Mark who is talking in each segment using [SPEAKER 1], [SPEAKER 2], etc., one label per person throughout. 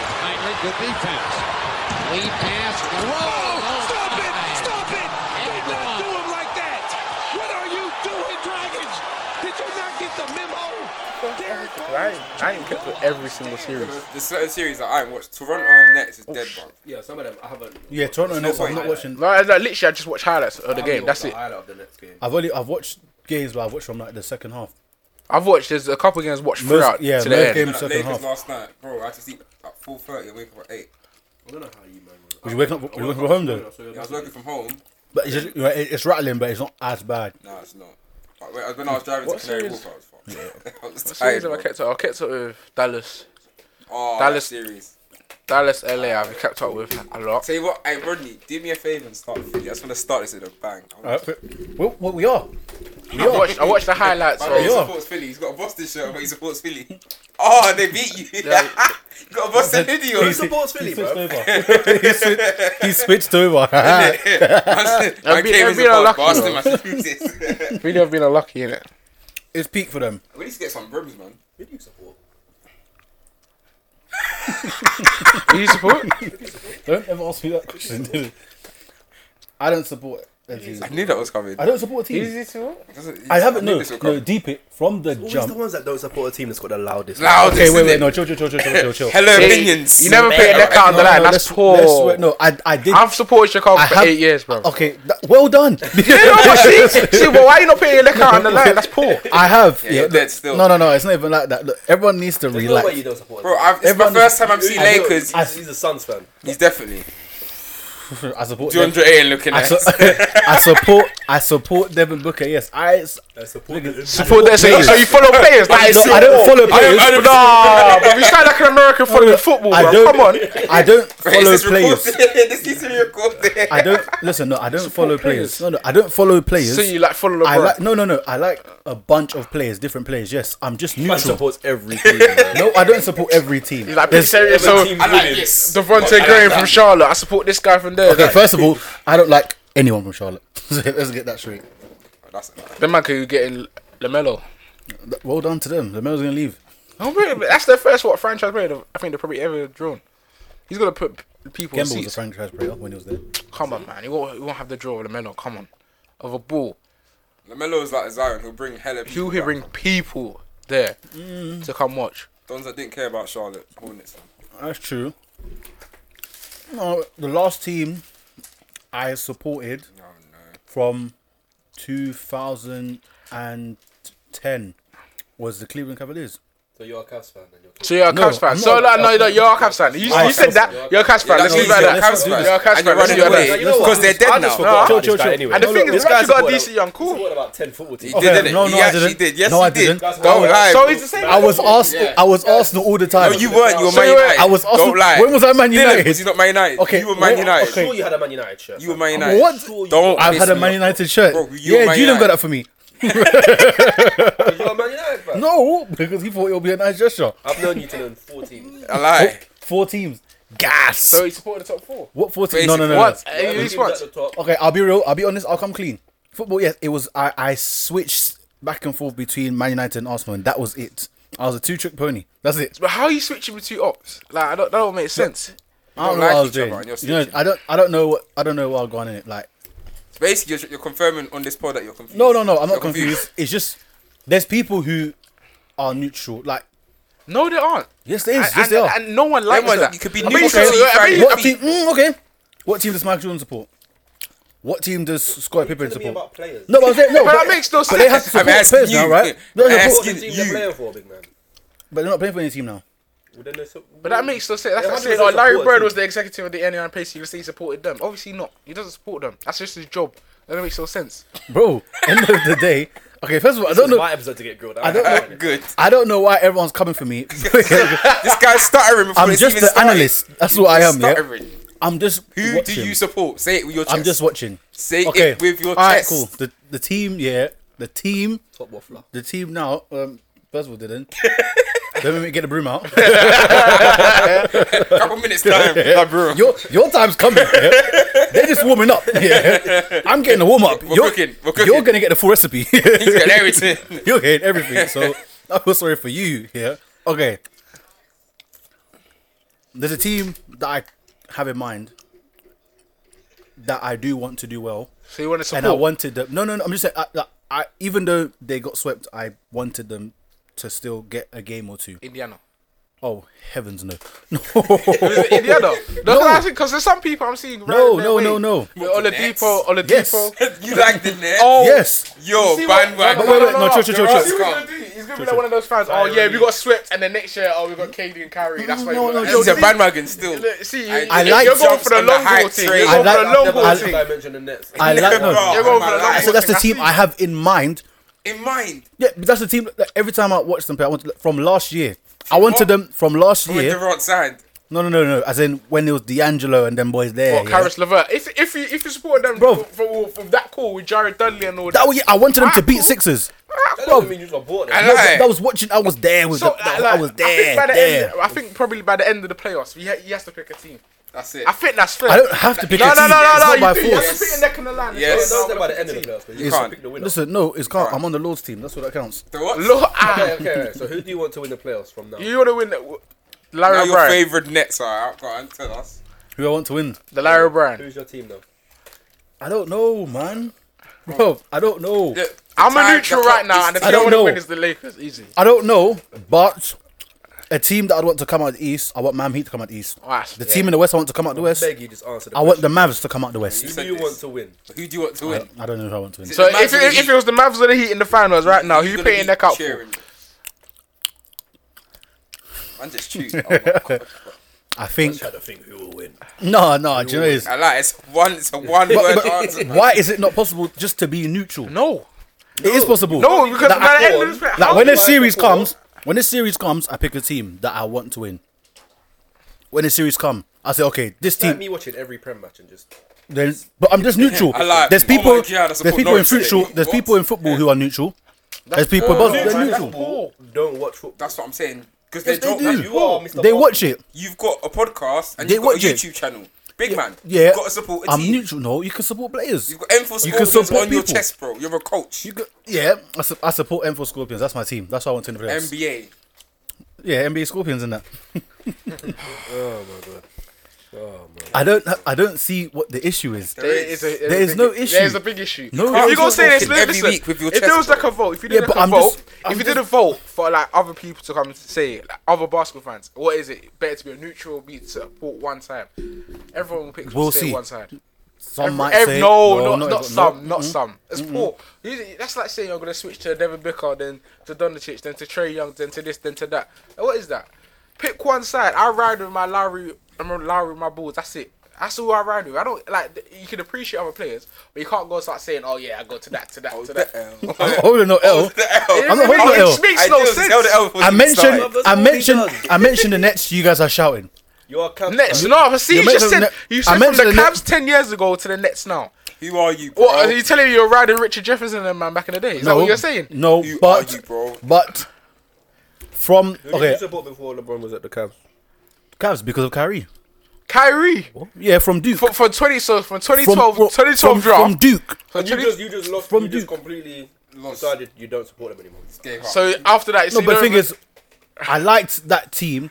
[SPEAKER 1] good defense. Lead pass.
[SPEAKER 2] Whoa! Stop it!
[SPEAKER 1] Oh,
[SPEAKER 2] Stop it! Did not
[SPEAKER 1] Everyone.
[SPEAKER 2] do him like that! What are you doing, Dragons? Did you not get the memo? Derek
[SPEAKER 3] I
[SPEAKER 2] Rose
[SPEAKER 3] ain't, I ain't kept with every single series.
[SPEAKER 4] There's certain series that I haven't watched. Toronto and Nets is dead, bro.
[SPEAKER 5] Oh, Yeah, some of them I haven't.
[SPEAKER 6] Yeah, Toronto Nets.
[SPEAKER 4] no
[SPEAKER 6] I'm not
[SPEAKER 4] point.
[SPEAKER 6] watching.
[SPEAKER 3] No, I, like, literally, I just watch highlights of the
[SPEAKER 5] I haven't
[SPEAKER 3] game. That's
[SPEAKER 5] watched
[SPEAKER 3] it.
[SPEAKER 5] the highlight of the Nets game.
[SPEAKER 6] I've only I've watched games where I've watched from like the second half.
[SPEAKER 3] I've watched. There's a couple games watched
[SPEAKER 6] Most-
[SPEAKER 3] throughout.
[SPEAKER 6] yeah,
[SPEAKER 3] to the
[SPEAKER 6] most
[SPEAKER 3] end.
[SPEAKER 6] games- In
[SPEAKER 4] Like,
[SPEAKER 6] second
[SPEAKER 4] Lakers
[SPEAKER 6] half.
[SPEAKER 4] last night, bro. I had to sleep at 4:30 and wake up at 8.
[SPEAKER 5] I don't know how you man.
[SPEAKER 6] Was you waking up? Was you waking up home though?
[SPEAKER 4] Yeah, I was working from home.
[SPEAKER 6] But it's just, you know, it- it's rattling, but it's not as bad.
[SPEAKER 4] No, it's not. But when- when I was driving
[SPEAKER 3] What
[SPEAKER 4] to Canary
[SPEAKER 3] series?
[SPEAKER 4] Wharf, I was fucked. I was
[SPEAKER 3] What
[SPEAKER 4] tired,
[SPEAKER 3] series have
[SPEAKER 4] bro.
[SPEAKER 3] I kept up? I kept up with Dallas,
[SPEAKER 4] Oh, that
[SPEAKER 3] Dallas-
[SPEAKER 4] series.
[SPEAKER 3] Dallas, LA. I've kept up with a lot.
[SPEAKER 4] Tell you what, hey Rodney, do me a favour and start. I just want to start this with a bang. I'm
[SPEAKER 3] Uh,
[SPEAKER 6] All right, well, well, we are.
[SPEAKER 3] I watched. I watched the highlights.
[SPEAKER 4] By the way, he
[SPEAKER 6] Yeah.
[SPEAKER 3] Of,
[SPEAKER 4] supports Philly. He's got a Boston shirt, but he supports Philly. Oh, they beat you.
[SPEAKER 3] Yeah.
[SPEAKER 4] you got a Boston hoodie on.
[SPEAKER 6] He's-
[SPEAKER 5] supports Philly,
[SPEAKER 6] he switched
[SPEAKER 5] bro?
[SPEAKER 6] over. he, switched, he switched over.
[SPEAKER 4] I
[SPEAKER 3] be-
[SPEAKER 4] came
[SPEAKER 3] they'd
[SPEAKER 4] as
[SPEAKER 3] be
[SPEAKER 4] a Bo-
[SPEAKER 3] unlucky,
[SPEAKER 4] Boston,
[SPEAKER 3] bro.
[SPEAKER 4] Massachusetts.
[SPEAKER 3] really, have been unlucky in it.
[SPEAKER 6] it's peak for them.
[SPEAKER 4] We need to get some rims, man.
[SPEAKER 5] Who do you support?
[SPEAKER 3] Do you support?
[SPEAKER 6] Don't ever ask me that question. dude. I don't support. a team.
[SPEAKER 4] I knew that was coming.
[SPEAKER 6] I don't support teams.
[SPEAKER 3] Easy to.
[SPEAKER 6] I haven't
[SPEAKER 4] knew
[SPEAKER 6] no,
[SPEAKER 4] this would
[SPEAKER 6] no
[SPEAKER 4] come.
[SPEAKER 6] deep it from the
[SPEAKER 5] Always
[SPEAKER 6] jump.
[SPEAKER 5] the ones that don't support a team that's got the loudest.
[SPEAKER 4] Loud,
[SPEAKER 6] Okay,
[SPEAKER 4] isn't
[SPEAKER 6] wait, wait,
[SPEAKER 4] it?
[SPEAKER 6] no, chill, chill, chill, chill, chill, chill. chill.
[SPEAKER 4] Hello,
[SPEAKER 3] Hey,
[SPEAKER 4] opinions.
[SPEAKER 3] you never put your neck out on the line. That's
[SPEAKER 6] let's- let's
[SPEAKER 3] poor.
[SPEAKER 6] wait, no, I, I did.
[SPEAKER 3] I've supported Chicago
[SPEAKER 6] I
[SPEAKER 3] for
[SPEAKER 6] have-
[SPEAKER 3] eight years, bro.
[SPEAKER 6] Okay, that, well done.
[SPEAKER 3] You know what, see, see, but why you not putting your neck out on the line? That's poor.
[SPEAKER 6] I have. Yeah,
[SPEAKER 4] you're
[SPEAKER 6] look,
[SPEAKER 4] dead still.
[SPEAKER 6] No, no, no. It's not even like that. Look, everyone needs to
[SPEAKER 5] There's no
[SPEAKER 6] relax.
[SPEAKER 5] way you don't support. a
[SPEAKER 4] Bro,
[SPEAKER 5] team.
[SPEAKER 4] I've, it's my
[SPEAKER 6] Everyone-
[SPEAKER 4] first time I'm seeing
[SPEAKER 5] I know
[SPEAKER 4] Lakers.
[SPEAKER 5] He's, he's a Suns fan.
[SPEAKER 4] He's definitely.
[SPEAKER 6] I support. Them.
[SPEAKER 4] DeAndre Ayton looking
[SPEAKER 6] I,
[SPEAKER 4] at
[SPEAKER 6] su- I support. I support Devin Booker. Yes, I. s-
[SPEAKER 5] I support him.
[SPEAKER 3] Support that. So, you-
[SPEAKER 6] Oh,
[SPEAKER 3] so you follow players? That
[SPEAKER 6] I
[SPEAKER 3] is
[SPEAKER 6] don't, I don't follow players.
[SPEAKER 4] I
[SPEAKER 6] I
[SPEAKER 4] don't-
[SPEAKER 6] don't.
[SPEAKER 3] Nah, bro. You sound like an American following football, Oh, bro.
[SPEAKER 6] I don't
[SPEAKER 3] Come on.
[SPEAKER 6] I don't follow
[SPEAKER 4] Is this
[SPEAKER 6] players.
[SPEAKER 4] recorded? this needs to be recorded.
[SPEAKER 6] I don't listen. No, I don't follow players. No, no, I don't follow players.
[SPEAKER 3] So you like follow
[SPEAKER 6] I
[SPEAKER 3] LeBron?
[SPEAKER 6] like no, no, no. I like a bunch of players, different players. Yes, I'm just
[SPEAKER 5] Man
[SPEAKER 6] neutral.
[SPEAKER 5] supports every team. man.
[SPEAKER 6] No, I don't support every team.
[SPEAKER 3] you like
[SPEAKER 6] There's-
[SPEAKER 3] serious? So
[SPEAKER 5] team
[SPEAKER 4] I like
[SPEAKER 5] wins.
[SPEAKER 4] this.
[SPEAKER 3] Devontae Graham from Charlotte. I support this guy from there.
[SPEAKER 6] okay,
[SPEAKER 3] Like,
[SPEAKER 6] first of all, I don't like anyone from Charlotte. Let's get that straight.
[SPEAKER 4] That's
[SPEAKER 3] the man could get in Lamelo.
[SPEAKER 6] Well done to them. The man's gonna leave.
[SPEAKER 3] Oh, really? But that's their first what franchise player that I think they probably ever drawn. He's gonna put p- people in
[SPEAKER 6] Kemba was a
[SPEAKER 3] seats.
[SPEAKER 6] franchise player when he was there.
[SPEAKER 3] Come on, man. You won't, you won't have the draw of Lamelo. Come on, of a ball.
[SPEAKER 4] Lamelo is like Zion. He'll bring hella people.
[SPEAKER 3] He'll he'll
[SPEAKER 4] back.
[SPEAKER 3] bring people there
[SPEAKER 6] Mm.
[SPEAKER 3] to come watch.
[SPEAKER 4] The ones that didn't care about Charlotte Hornets.
[SPEAKER 6] That's true. No, the last team I supported
[SPEAKER 4] Oh no.
[SPEAKER 6] from 2010 was the Cleveland Cavaliers.
[SPEAKER 5] So you're a Cavs fan and you're.
[SPEAKER 3] So you're a
[SPEAKER 6] No,
[SPEAKER 3] Cavs fan.
[SPEAKER 6] no,
[SPEAKER 3] so like, no,
[SPEAKER 6] no,
[SPEAKER 3] no, you're a Cavs fan. You,
[SPEAKER 6] I'm
[SPEAKER 3] you said
[SPEAKER 6] Cavs
[SPEAKER 3] that. You're a Cavs fan.
[SPEAKER 4] Yeah,
[SPEAKER 3] Let's
[SPEAKER 4] that's
[SPEAKER 3] leave it at
[SPEAKER 4] easy.
[SPEAKER 3] that.
[SPEAKER 4] Let's not
[SPEAKER 3] You're a Cavs fan. Let's leave
[SPEAKER 4] do this. And you're running
[SPEAKER 3] it
[SPEAKER 4] away.
[SPEAKER 3] at
[SPEAKER 4] You know
[SPEAKER 3] that.
[SPEAKER 4] what? 'Cause they're dead
[SPEAKER 5] I just
[SPEAKER 4] now.
[SPEAKER 5] forgot
[SPEAKER 3] No.
[SPEAKER 5] about
[SPEAKER 6] Chill,
[SPEAKER 5] this guy
[SPEAKER 6] chill, chill.
[SPEAKER 5] anyway.
[SPEAKER 3] And the
[SPEAKER 5] No,
[SPEAKER 3] thing
[SPEAKER 5] look,
[SPEAKER 3] is,
[SPEAKER 5] this guy's
[SPEAKER 3] Ratchet got a
[SPEAKER 5] supported
[SPEAKER 3] decent young
[SPEAKER 5] He's
[SPEAKER 3] core.
[SPEAKER 5] got about 10 football teams.
[SPEAKER 4] He did it.
[SPEAKER 6] no,
[SPEAKER 4] he
[SPEAKER 6] no, I
[SPEAKER 4] actually
[SPEAKER 6] didn't.
[SPEAKER 4] did. Yes,
[SPEAKER 6] No,
[SPEAKER 4] he
[SPEAKER 6] I
[SPEAKER 4] did.
[SPEAKER 6] didn't.
[SPEAKER 3] Oh,
[SPEAKER 4] Don't lie.
[SPEAKER 3] so
[SPEAKER 4] bro.
[SPEAKER 3] it's the same.
[SPEAKER 6] I was Arsenal.
[SPEAKER 4] Yeah.
[SPEAKER 6] I was Arsenal all the time.
[SPEAKER 4] No, you weren't. You were
[SPEAKER 3] So
[SPEAKER 4] Man
[SPEAKER 3] you were-
[SPEAKER 4] United.
[SPEAKER 6] I was Arsenal-
[SPEAKER 4] Don't lie.
[SPEAKER 6] when was I Man
[SPEAKER 4] Dylan,
[SPEAKER 6] United?
[SPEAKER 4] was you not Man United?
[SPEAKER 6] Okay,
[SPEAKER 4] You were Man
[SPEAKER 6] well,
[SPEAKER 4] United.
[SPEAKER 5] Sure, you had a Man United shirt.
[SPEAKER 4] You were
[SPEAKER 5] man.
[SPEAKER 4] Man United.
[SPEAKER 6] What?
[SPEAKER 4] Don't.
[SPEAKER 6] I've
[SPEAKER 4] piss
[SPEAKER 6] had a
[SPEAKER 4] me
[SPEAKER 6] Man
[SPEAKER 4] off.
[SPEAKER 6] United shirt.
[SPEAKER 4] Bro, you were
[SPEAKER 6] yeah,
[SPEAKER 4] Man
[SPEAKER 6] Julian
[SPEAKER 4] United.
[SPEAKER 6] got that for me.
[SPEAKER 5] You were a Man United fan.
[SPEAKER 6] No, because he thought it would be a nice gesture.
[SPEAKER 5] I've known you to learn 14.
[SPEAKER 4] I lie.
[SPEAKER 6] Four teams. Gas.
[SPEAKER 3] So he supported the top four.
[SPEAKER 6] what four teams? No,
[SPEAKER 4] Basically,
[SPEAKER 6] no, no.
[SPEAKER 3] What?
[SPEAKER 6] no.
[SPEAKER 3] At least once.
[SPEAKER 6] Okay, I'll be real. I'll be honest. I'll come clean. Football, yes, it was. I, I switched back and forth between Man United and Arsenal, and that was it. I was a two trick pony. That's it.
[SPEAKER 3] But how are you switching between two ops? Like, I don't, that don't make sense.
[SPEAKER 6] I don't
[SPEAKER 4] don't
[SPEAKER 6] know what
[SPEAKER 4] like
[SPEAKER 6] I was
[SPEAKER 4] each other
[SPEAKER 6] doing.
[SPEAKER 4] and you're
[SPEAKER 6] You know,
[SPEAKER 4] switching.
[SPEAKER 6] I don't. I don't know what. I don't know what I've gone in it. Like,
[SPEAKER 4] Basically, you're, you're confirming on this pod that you're confused.
[SPEAKER 6] no, no, no. I'm
[SPEAKER 4] You're
[SPEAKER 6] not confused. It's just there's people who are neutral. Like,
[SPEAKER 3] No, they aren't.
[SPEAKER 6] yes, there is.
[SPEAKER 3] And,
[SPEAKER 6] yes,
[SPEAKER 3] and,
[SPEAKER 6] they are.
[SPEAKER 3] and no one likes
[SPEAKER 4] ones
[SPEAKER 3] that.
[SPEAKER 4] that you could be
[SPEAKER 3] I mean,
[SPEAKER 4] neutral,
[SPEAKER 3] so-
[SPEAKER 4] you
[SPEAKER 3] I mean,
[SPEAKER 4] can-
[SPEAKER 6] what team? Mm, okay. What team does Michael Jordan support? What team does Scottie Pippen
[SPEAKER 5] Tell me
[SPEAKER 6] support?
[SPEAKER 5] about players.
[SPEAKER 6] No, but I'm saying, no,
[SPEAKER 3] But that makes no
[SPEAKER 6] But they have to
[SPEAKER 3] sense.
[SPEAKER 4] I'm
[SPEAKER 6] support players
[SPEAKER 4] asking
[SPEAKER 6] now,
[SPEAKER 4] you.
[SPEAKER 6] right?
[SPEAKER 4] I'm
[SPEAKER 6] No, they're
[SPEAKER 4] asking
[SPEAKER 5] What
[SPEAKER 6] support,
[SPEAKER 5] was the team
[SPEAKER 4] you.
[SPEAKER 5] they're playing for, big man?
[SPEAKER 6] but they're not playing for any team now.
[SPEAKER 3] But that makes no sense. That's
[SPEAKER 5] Yeah,
[SPEAKER 3] like
[SPEAKER 5] 100%
[SPEAKER 3] saying, oh, Larry
[SPEAKER 5] support
[SPEAKER 3] Bird
[SPEAKER 5] team.
[SPEAKER 3] was the executive of the NEI Pacers. You say he supported them. Obviously not. He doesn't support them. That's just his job. That makes no sense.
[SPEAKER 6] Bro, end of the day. Okay, first of all, I don't
[SPEAKER 5] This is
[SPEAKER 6] know.
[SPEAKER 5] my episode to get grilled.
[SPEAKER 6] I don't know.
[SPEAKER 4] Good.
[SPEAKER 6] I don't know why everyone's coming for me.
[SPEAKER 4] This guy's stuttering before
[SPEAKER 6] I'm
[SPEAKER 4] it's
[SPEAKER 6] just
[SPEAKER 4] even
[SPEAKER 6] the
[SPEAKER 4] started.
[SPEAKER 6] analyst. That's what I am. Yeah.
[SPEAKER 4] Stuttering.
[SPEAKER 6] I'm just.
[SPEAKER 4] Who
[SPEAKER 6] watching.
[SPEAKER 4] do you support? Say it with your chest.
[SPEAKER 6] I'm just watching.
[SPEAKER 4] Say it
[SPEAKER 6] Okay.
[SPEAKER 4] with your
[SPEAKER 6] All right,
[SPEAKER 4] chest.
[SPEAKER 6] cool. The the team, yeah. The team,
[SPEAKER 5] Top waffler.
[SPEAKER 6] the team now. Um, first of all, didn't. Don't make me get the broom out.
[SPEAKER 4] couple minutes time. Like, bro,
[SPEAKER 6] Your your time's coming. yeah. They're just warming up. Yeah. I'm getting the warm up.
[SPEAKER 4] We're
[SPEAKER 6] you're,
[SPEAKER 4] cooking, we're cooking.
[SPEAKER 6] You're gonna get the full recipe.
[SPEAKER 4] he's got everything.
[SPEAKER 6] you're getting everything. So I feel sorry for you. Yeah. Okay. There's a team that I have in mind that I do want to do well,
[SPEAKER 3] So you want to support?
[SPEAKER 6] and I wanted them. No, no, no. I'm just saying. I, I, I, even though they got swept, I wanted them to still get a game or two.
[SPEAKER 3] Indiana.
[SPEAKER 6] Oh heavens, no, no,
[SPEAKER 3] Is it Indiana? No, because there's some people I'm seeing. Right
[SPEAKER 6] no,
[SPEAKER 3] their
[SPEAKER 6] no,
[SPEAKER 3] way.
[SPEAKER 6] no, no.
[SPEAKER 3] With Oladipo, Oladipo.
[SPEAKER 6] Yes.
[SPEAKER 4] you like the net?
[SPEAKER 3] Oh,
[SPEAKER 6] Yes.
[SPEAKER 4] Yo,
[SPEAKER 3] See what-
[SPEAKER 6] But
[SPEAKER 4] bandwagon.
[SPEAKER 6] wait, wait, no, chill, chill,
[SPEAKER 3] You're
[SPEAKER 6] chill,
[SPEAKER 3] right,
[SPEAKER 6] chill.
[SPEAKER 3] see what he's gonna do? He's gonna be like one of those fans. Oh yeah, we got swept, and then next year, oh we got KD and Kyrie. That's why. we
[SPEAKER 6] No, no,
[SPEAKER 3] got-
[SPEAKER 6] no,
[SPEAKER 4] He's
[SPEAKER 3] see-
[SPEAKER 4] a bandwagon still.
[SPEAKER 3] See,
[SPEAKER 4] I-
[SPEAKER 3] you,
[SPEAKER 4] I
[SPEAKER 6] like
[SPEAKER 3] you're going for the
[SPEAKER 4] jumps on the
[SPEAKER 3] long haul
[SPEAKER 4] hype
[SPEAKER 3] thing.
[SPEAKER 4] train.
[SPEAKER 3] You're
[SPEAKER 6] I
[SPEAKER 3] going for the
[SPEAKER 6] like-
[SPEAKER 3] long
[SPEAKER 5] Never
[SPEAKER 3] haul
[SPEAKER 5] mind that
[SPEAKER 3] thing.
[SPEAKER 5] guy mentioned the Nets.
[SPEAKER 6] I like no.
[SPEAKER 4] Bro,
[SPEAKER 3] You're going for
[SPEAKER 4] I'm
[SPEAKER 3] the
[SPEAKER 4] alive.
[SPEAKER 3] long
[SPEAKER 6] So that's the
[SPEAKER 3] I
[SPEAKER 6] team
[SPEAKER 3] see.
[SPEAKER 6] I have in mind.
[SPEAKER 4] In mind,
[SPEAKER 6] Yeah, but that's the team. Like, every time I watch them play, I want from last year. I wanted them from last
[SPEAKER 4] with the
[SPEAKER 6] year.
[SPEAKER 4] right side.
[SPEAKER 6] No, no, no, no. As in when it was D'Angelo and them boys there.
[SPEAKER 3] Well,
[SPEAKER 6] yeah.
[SPEAKER 3] Karis Levert. If if you if you support them,
[SPEAKER 6] Bro.
[SPEAKER 3] bro, for, for that call with Jared Dudley and all that. Ah,
[SPEAKER 6] That was, yeah, I wanted them to
[SPEAKER 3] Alright,
[SPEAKER 6] beat
[SPEAKER 3] cool.
[SPEAKER 6] Sixers.
[SPEAKER 5] That doesn't mean you lot bought
[SPEAKER 4] I
[SPEAKER 5] them.
[SPEAKER 4] lie.
[SPEAKER 6] I was watching. I was there with.
[SPEAKER 3] so,
[SPEAKER 6] the, that-
[SPEAKER 3] like,
[SPEAKER 6] I was there.
[SPEAKER 3] I think, by the
[SPEAKER 6] there.
[SPEAKER 3] End, I think probably by the end of the playoffs, he, ha- he has to pick a team.
[SPEAKER 4] That's it.
[SPEAKER 3] I think that's fair.
[SPEAKER 6] I don't have to pick
[SPEAKER 3] No,
[SPEAKER 6] a
[SPEAKER 3] no,
[SPEAKER 6] team.
[SPEAKER 3] no, no,
[SPEAKER 6] it's
[SPEAKER 3] no.
[SPEAKER 6] not
[SPEAKER 3] you
[SPEAKER 6] by
[SPEAKER 3] do, You have
[SPEAKER 6] force.
[SPEAKER 3] to pit your neck on the line.
[SPEAKER 4] Yes.
[SPEAKER 5] That was there by the end of the playoffs, but you
[SPEAKER 4] It's-
[SPEAKER 5] can't pick the winner.
[SPEAKER 6] Listen, no, it's can't. I'm on the Lord's team. That's what that counts.
[SPEAKER 4] The what?
[SPEAKER 3] Look,
[SPEAKER 5] Okay,
[SPEAKER 3] ah,
[SPEAKER 5] okay, okay, so who do you want to win the playoffs from now?
[SPEAKER 3] you want to win the
[SPEAKER 4] Now
[SPEAKER 3] Larry
[SPEAKER 4] your
[SPEAKER 3] O'Brien.
[SPEAKER 4] favourite Nets are out. Go on, tell us.
[SPEAKER 6] Who I want to win?
[SPEAKER 3] The Larry O'Brien.
[SPEAKER 5] Who's your team now?
[SPEAKER 6] I don't know, man. Bro, I don't know.
[SPEAKER 4] The- the
[SPEAKER 3] I'm
[SPEAKER 4] time-
[SPEAKER 3] a
[SPEAKER 4] the
[SPEAKER 3] neutral
[SPEAKER 4] clock
[SPEAKER 3] right now,
[SPEAKER 4] is
[SPEAKER 3] and the
[SPEAKER 6] I
[SPEAKER 3] team I
[SPEAKER 6] don't
[SPEAKER 3] want to
[SPEAKER 6] know.
[SPEAKER 3] win is the Lakers. Easy.
[SPEAKER 6] I don't know, but a team that I'd want to come out east, I want Man Heat to come out east.
[SPEAKER 3] Ah,
[SPEAKER 6] The
[SPEAKER 3] yeah.
[SPEAKER 6] team in the west, I want to come out the west.
[SPEAKER 5] Beg you just answer the
[SPEAKER 6] I want the Mavs to come out the west.
[SPEAKER 5] question.
[SPEAKER 4] said
[SPEAKER 5] Who do you
[SPEAKER 4] this.
[SPEAKER 5] want to win?
[SPEAKER 4] Who do you want to win?
[SPEAKER 6] I don't know if I want to win.
[SPEAKER 3] So
[SPEAKER 4] The Mavs
[SPEAKER 3] if,
[SPEAKER 4] or the
[SPEAKER 3] if, if
[SPEAKER 4] Heat?
[SPEAKER 3] it was the Mavs or the Heat in the finals right now, who
[SPEAKER 4] You're
[SPEAKER 3] you
[SPEAKER 4] gonna
[SPEAKER 3] putting
[SPEAKER 4] be
[SPEAKER 3] their out for?
[SPEAKER 4] cheering. I'm just choosing. Oh my God.
[SPEAKER 6] I think
[SPEAKER 5] I don't think who will win.
[SPEAKER 6] no, no. Do you know what it is?
[SPEAKER 4] I like it's one. It's a one word answer.
[SPEAKER 6] But,
[SPEAKER 4] man.
[SPEAKER 6] why is it not possible just to be neutral?
[SPEAKER 3] No,
[SPEAKER 6] It is possible.
[SPEAKER 3] no, because
[SPEAKER 6] That
[SPEAKER 3] by
[SPEAKER 6] I-
[SPEAKER 3] the end of the
[SPEAKER 6] Like when this
[SPEAKER 5] do I
[SPEAKER 6] series
[SPEAKER 5] support?
[SPEAKER 6] comes, when this series comes, I pick a team that I want to win. When the series come, I say, okay, this
[SPEAKER 5] Like
[SPEAKER 6] team.
[SPEAKER 5] me watching every Prem match and just
[SPEAKER 6] Then, but I'm just neutral.
[SPEAKER 4] I like-
[SPEAKER 6] there's
[SPEAKER 4] oh
[SPEAKER 6] people.
[SPEAKER 4] my God, I
[SPEAKER 6] there's
[SPEAKER 4] support
[SPEAKER 6] people in
[SPEAKER 4] Norwich today.
[SPEAKER 6] football. There's
[SPEAKER 4] What?
[SPEAKER 6] people in football who are neutral. There's people,
[SPEAKER 3] no,
[SPEAKER 6] but
[SPEAKER 3] no,
[SPEAKER 6] they're
[SPEAKER 3] man,
[SPEAKER 5] that's
[SPEAKER 6] neutral.
[SPEAKER 5] ball. Don't watch football.
[SPEAKER 4] That's what I'm saying. Because they
[SPEAKER 6] They
[SPEAKER 4] don't.
[SPEAKER 6] do.
[SPEAKER 4] You
[SPEAKER 5] are Mr.
[SPEAKER 6] They
[SPEAKER 5] Ball.
[SPEAKER 6] watch it.
[SPEAKER 4] You've got a podcast and
[SPEAKER 6] They
[SPEAKER 4] you've got a
[SPEAKER 6] watch it.
[SPEAKER 4] YouTube channel. Big man.
[SPEAKER 6] Yeah.
[SPEAKER 4] You've got to support a
[SPEAKER 6] I'm
[SPEAKER 4] team.
[SPEAKER 6] neutral. No, you can support players.
[SPEAKER 4] You've got M for
[SPEAKER 6] You can
[SPEAKER 4] Scorpions
[SPEAKER 6] support
[SPEAKER 4] on your
[SPEAKER 6] people.
[SPEAKER 4] chest, bro. You're a coach.
[SPEAKER 6] You could- yeah, I, su- I support M4 Scorpions. That's my team. That's why I want to win the playoffs.
[SPEAKER 4] NBA.
[SPEAKER 6] Yeah, NBA Scorpions in that.
[SPEAKER 5] Oh my god. Oh man.
[SPEAKER 6] I don't. ha- I don't see what the issue is.
[SPEAKER 4] There
[SPEAKER 3] There
[SPEAKER 4] is.
[SPEAKER 3] is, a,
[SPEAKER 6] There is
[SPEAKER 3] a
[SPEAKER 6] no
[SPEAKER 3] big,
[SPEAKER 6] issue.
[SPEAKER 3] There is a big issue.
[SPEAKER 6] No,
[SPEAKER 3] if
[SPEAKER 6] there
[SPEAKER 3] you
[SPEAKER 6] is
[SPEAKER 3] gonna
[SPEAKER 6] no
[SPEAKER 3] say this,
[SPEAKER 4] issue.
[SPEAKER 3] listen,
[SPEAKER 4] Every
[SPEAKER 3] listen,
[SPEAKER 4] week with your
[SPEAKER 3] if there
[SPEAKER 4] chest,
[SPEAKER 3] was like a vote, if you did
[SPEAKER 6] Yeah,
[SPEAKER 3] like
[SPEAKER 6] but
[SPEAKER 3] a
[SPEAKER 6] I'm
[SPEAKER 3] vote,
[SPEAKER 6] just-
[SPEAKER 3] if
[SPEAKER 6] I'm
[SPEAKER 3] you did a
[SPEAKER 6] just-
[SPEAKER 3] vote for like other people to come and say like, other basketball fans, what is it? Better to be a neutral, or be to support one side. Everyone will pick
[SPEAKER 6] We'll
[SPEAKER 3] say
[SPEAKER 6] see.
[SPEAKER 3] one side.
[SPEAKER 6] Some
[SPEAKER 3] Every-
[SPEAKER 6] might
[SPEAKER 3] ev-
[SPEAKER 6] say
[SPEAKER 3] no, not, not,
[SPEAKER 6] everyone-
[SPEAKER 3] some,
[SPEAKER 6] no.
[SPEAKER 3] not some. It's
[SPEAKER 6] Mm-hmm.
[SPEAKER 3] poor. You- That's like saying you're gonna switch to Devin Booker, then to Doncic, then to Trey Young, then to this, then to that. What is that? Pick one side. I ride with my Lowry, I'm a Lowry with my balls. That's it. That's all I ride with. I don't like. th- You can appreciate other players, but you can't go and start saying, "Oh yeah, I go to that, to that, to that."
[SPEAKER 6] I'm not holding no L.
[SPEAKER 4] The
[SPEAKER 6] I'm not
[SPEAKER 3] It
[SPEAKER 6] holding no L.
[SPEAKER 3] just makes no sense.
[SPEAKER 4] L.
[SPEAKER 6] I mentioned,
[SPEAKER 5] That's what
[SPEAKER 6] I
[SPEAKER 5] he
[SPEAKER 6] mentioned,
[SPEAKER 5] does.
[SPEAKER 6] I mentioned the Nets. You guys are shouting.
[SPEAKER 5] You are cap-
[SPEAKER 3] Nets, no, but see,
[SPEAKER 6] You
[SPEAKER 3] you just
[SPEAKER 6] mentioned
[SPEAKER 3] said
[SPEAKER 6] the-
[SPEAKER 3] you
[SPEAKER 6] I
[SPEAKER 3] said from
[SPEAKER 6] mentioned
[SPEAKER 3] the
[SPEAKER 6] the
[SPEAKER 3] Cavs ten years ago to the Nets now.
[SPEAKER 4] Who are you, bro?
[SPEAKER 3] What are you telling me you're riding Richard Jefferson and man back in the day? Is that what you're saying?
[SPEAKER 6] uh, No,
[SPEAKER 4] Who
[SPEAKER 6] but
[SPEAKER 4] are you, bro?
[SPEAKER 6] but from
[SPEAKER 5] Who did
[SPEAKER 6] okay,
[SPEAKER 5] you support before LeBron was at the Cavs?
[SPEAKER 6] Cavs because of Kyrie.
[SPEAKER 3] Kyrie.
[SPEAKER 6] Yeah, from Duke.
[SPEAKER 3] From, from 20 so from
[SPEAKER 6] from,
[SPEAKER 3] 2012
[SPEAKER 6] from-
[SPEAKER 3] 2012
[SPEAKER 6] from,
[SPEAKER 3] draft.
[SPEAKER 6] from Duke.
[SPEAKER 3] from
[SPEAKER 5] You
[SPEAKER 3] 20
[SPEAKER 5] just, you just lost.
[SPEAKER 6] From
[SPEAKER 5] you just
[SPEAKER 6] Duke.
[SPEAKER 5] completely
[SPEAKER 4] Lost.
[SPEAKER 5] decided you don't support him anymore.
[SPEAKER 4] Gave up.
[SPEAKER 3] so after that, so
[SPEAKER 6] No, but the
[SPEAKER 3] you
[SPEAKER 6] thing
[SPEAKER 3] don't-
[SPEAKER 6] is, I liked that team,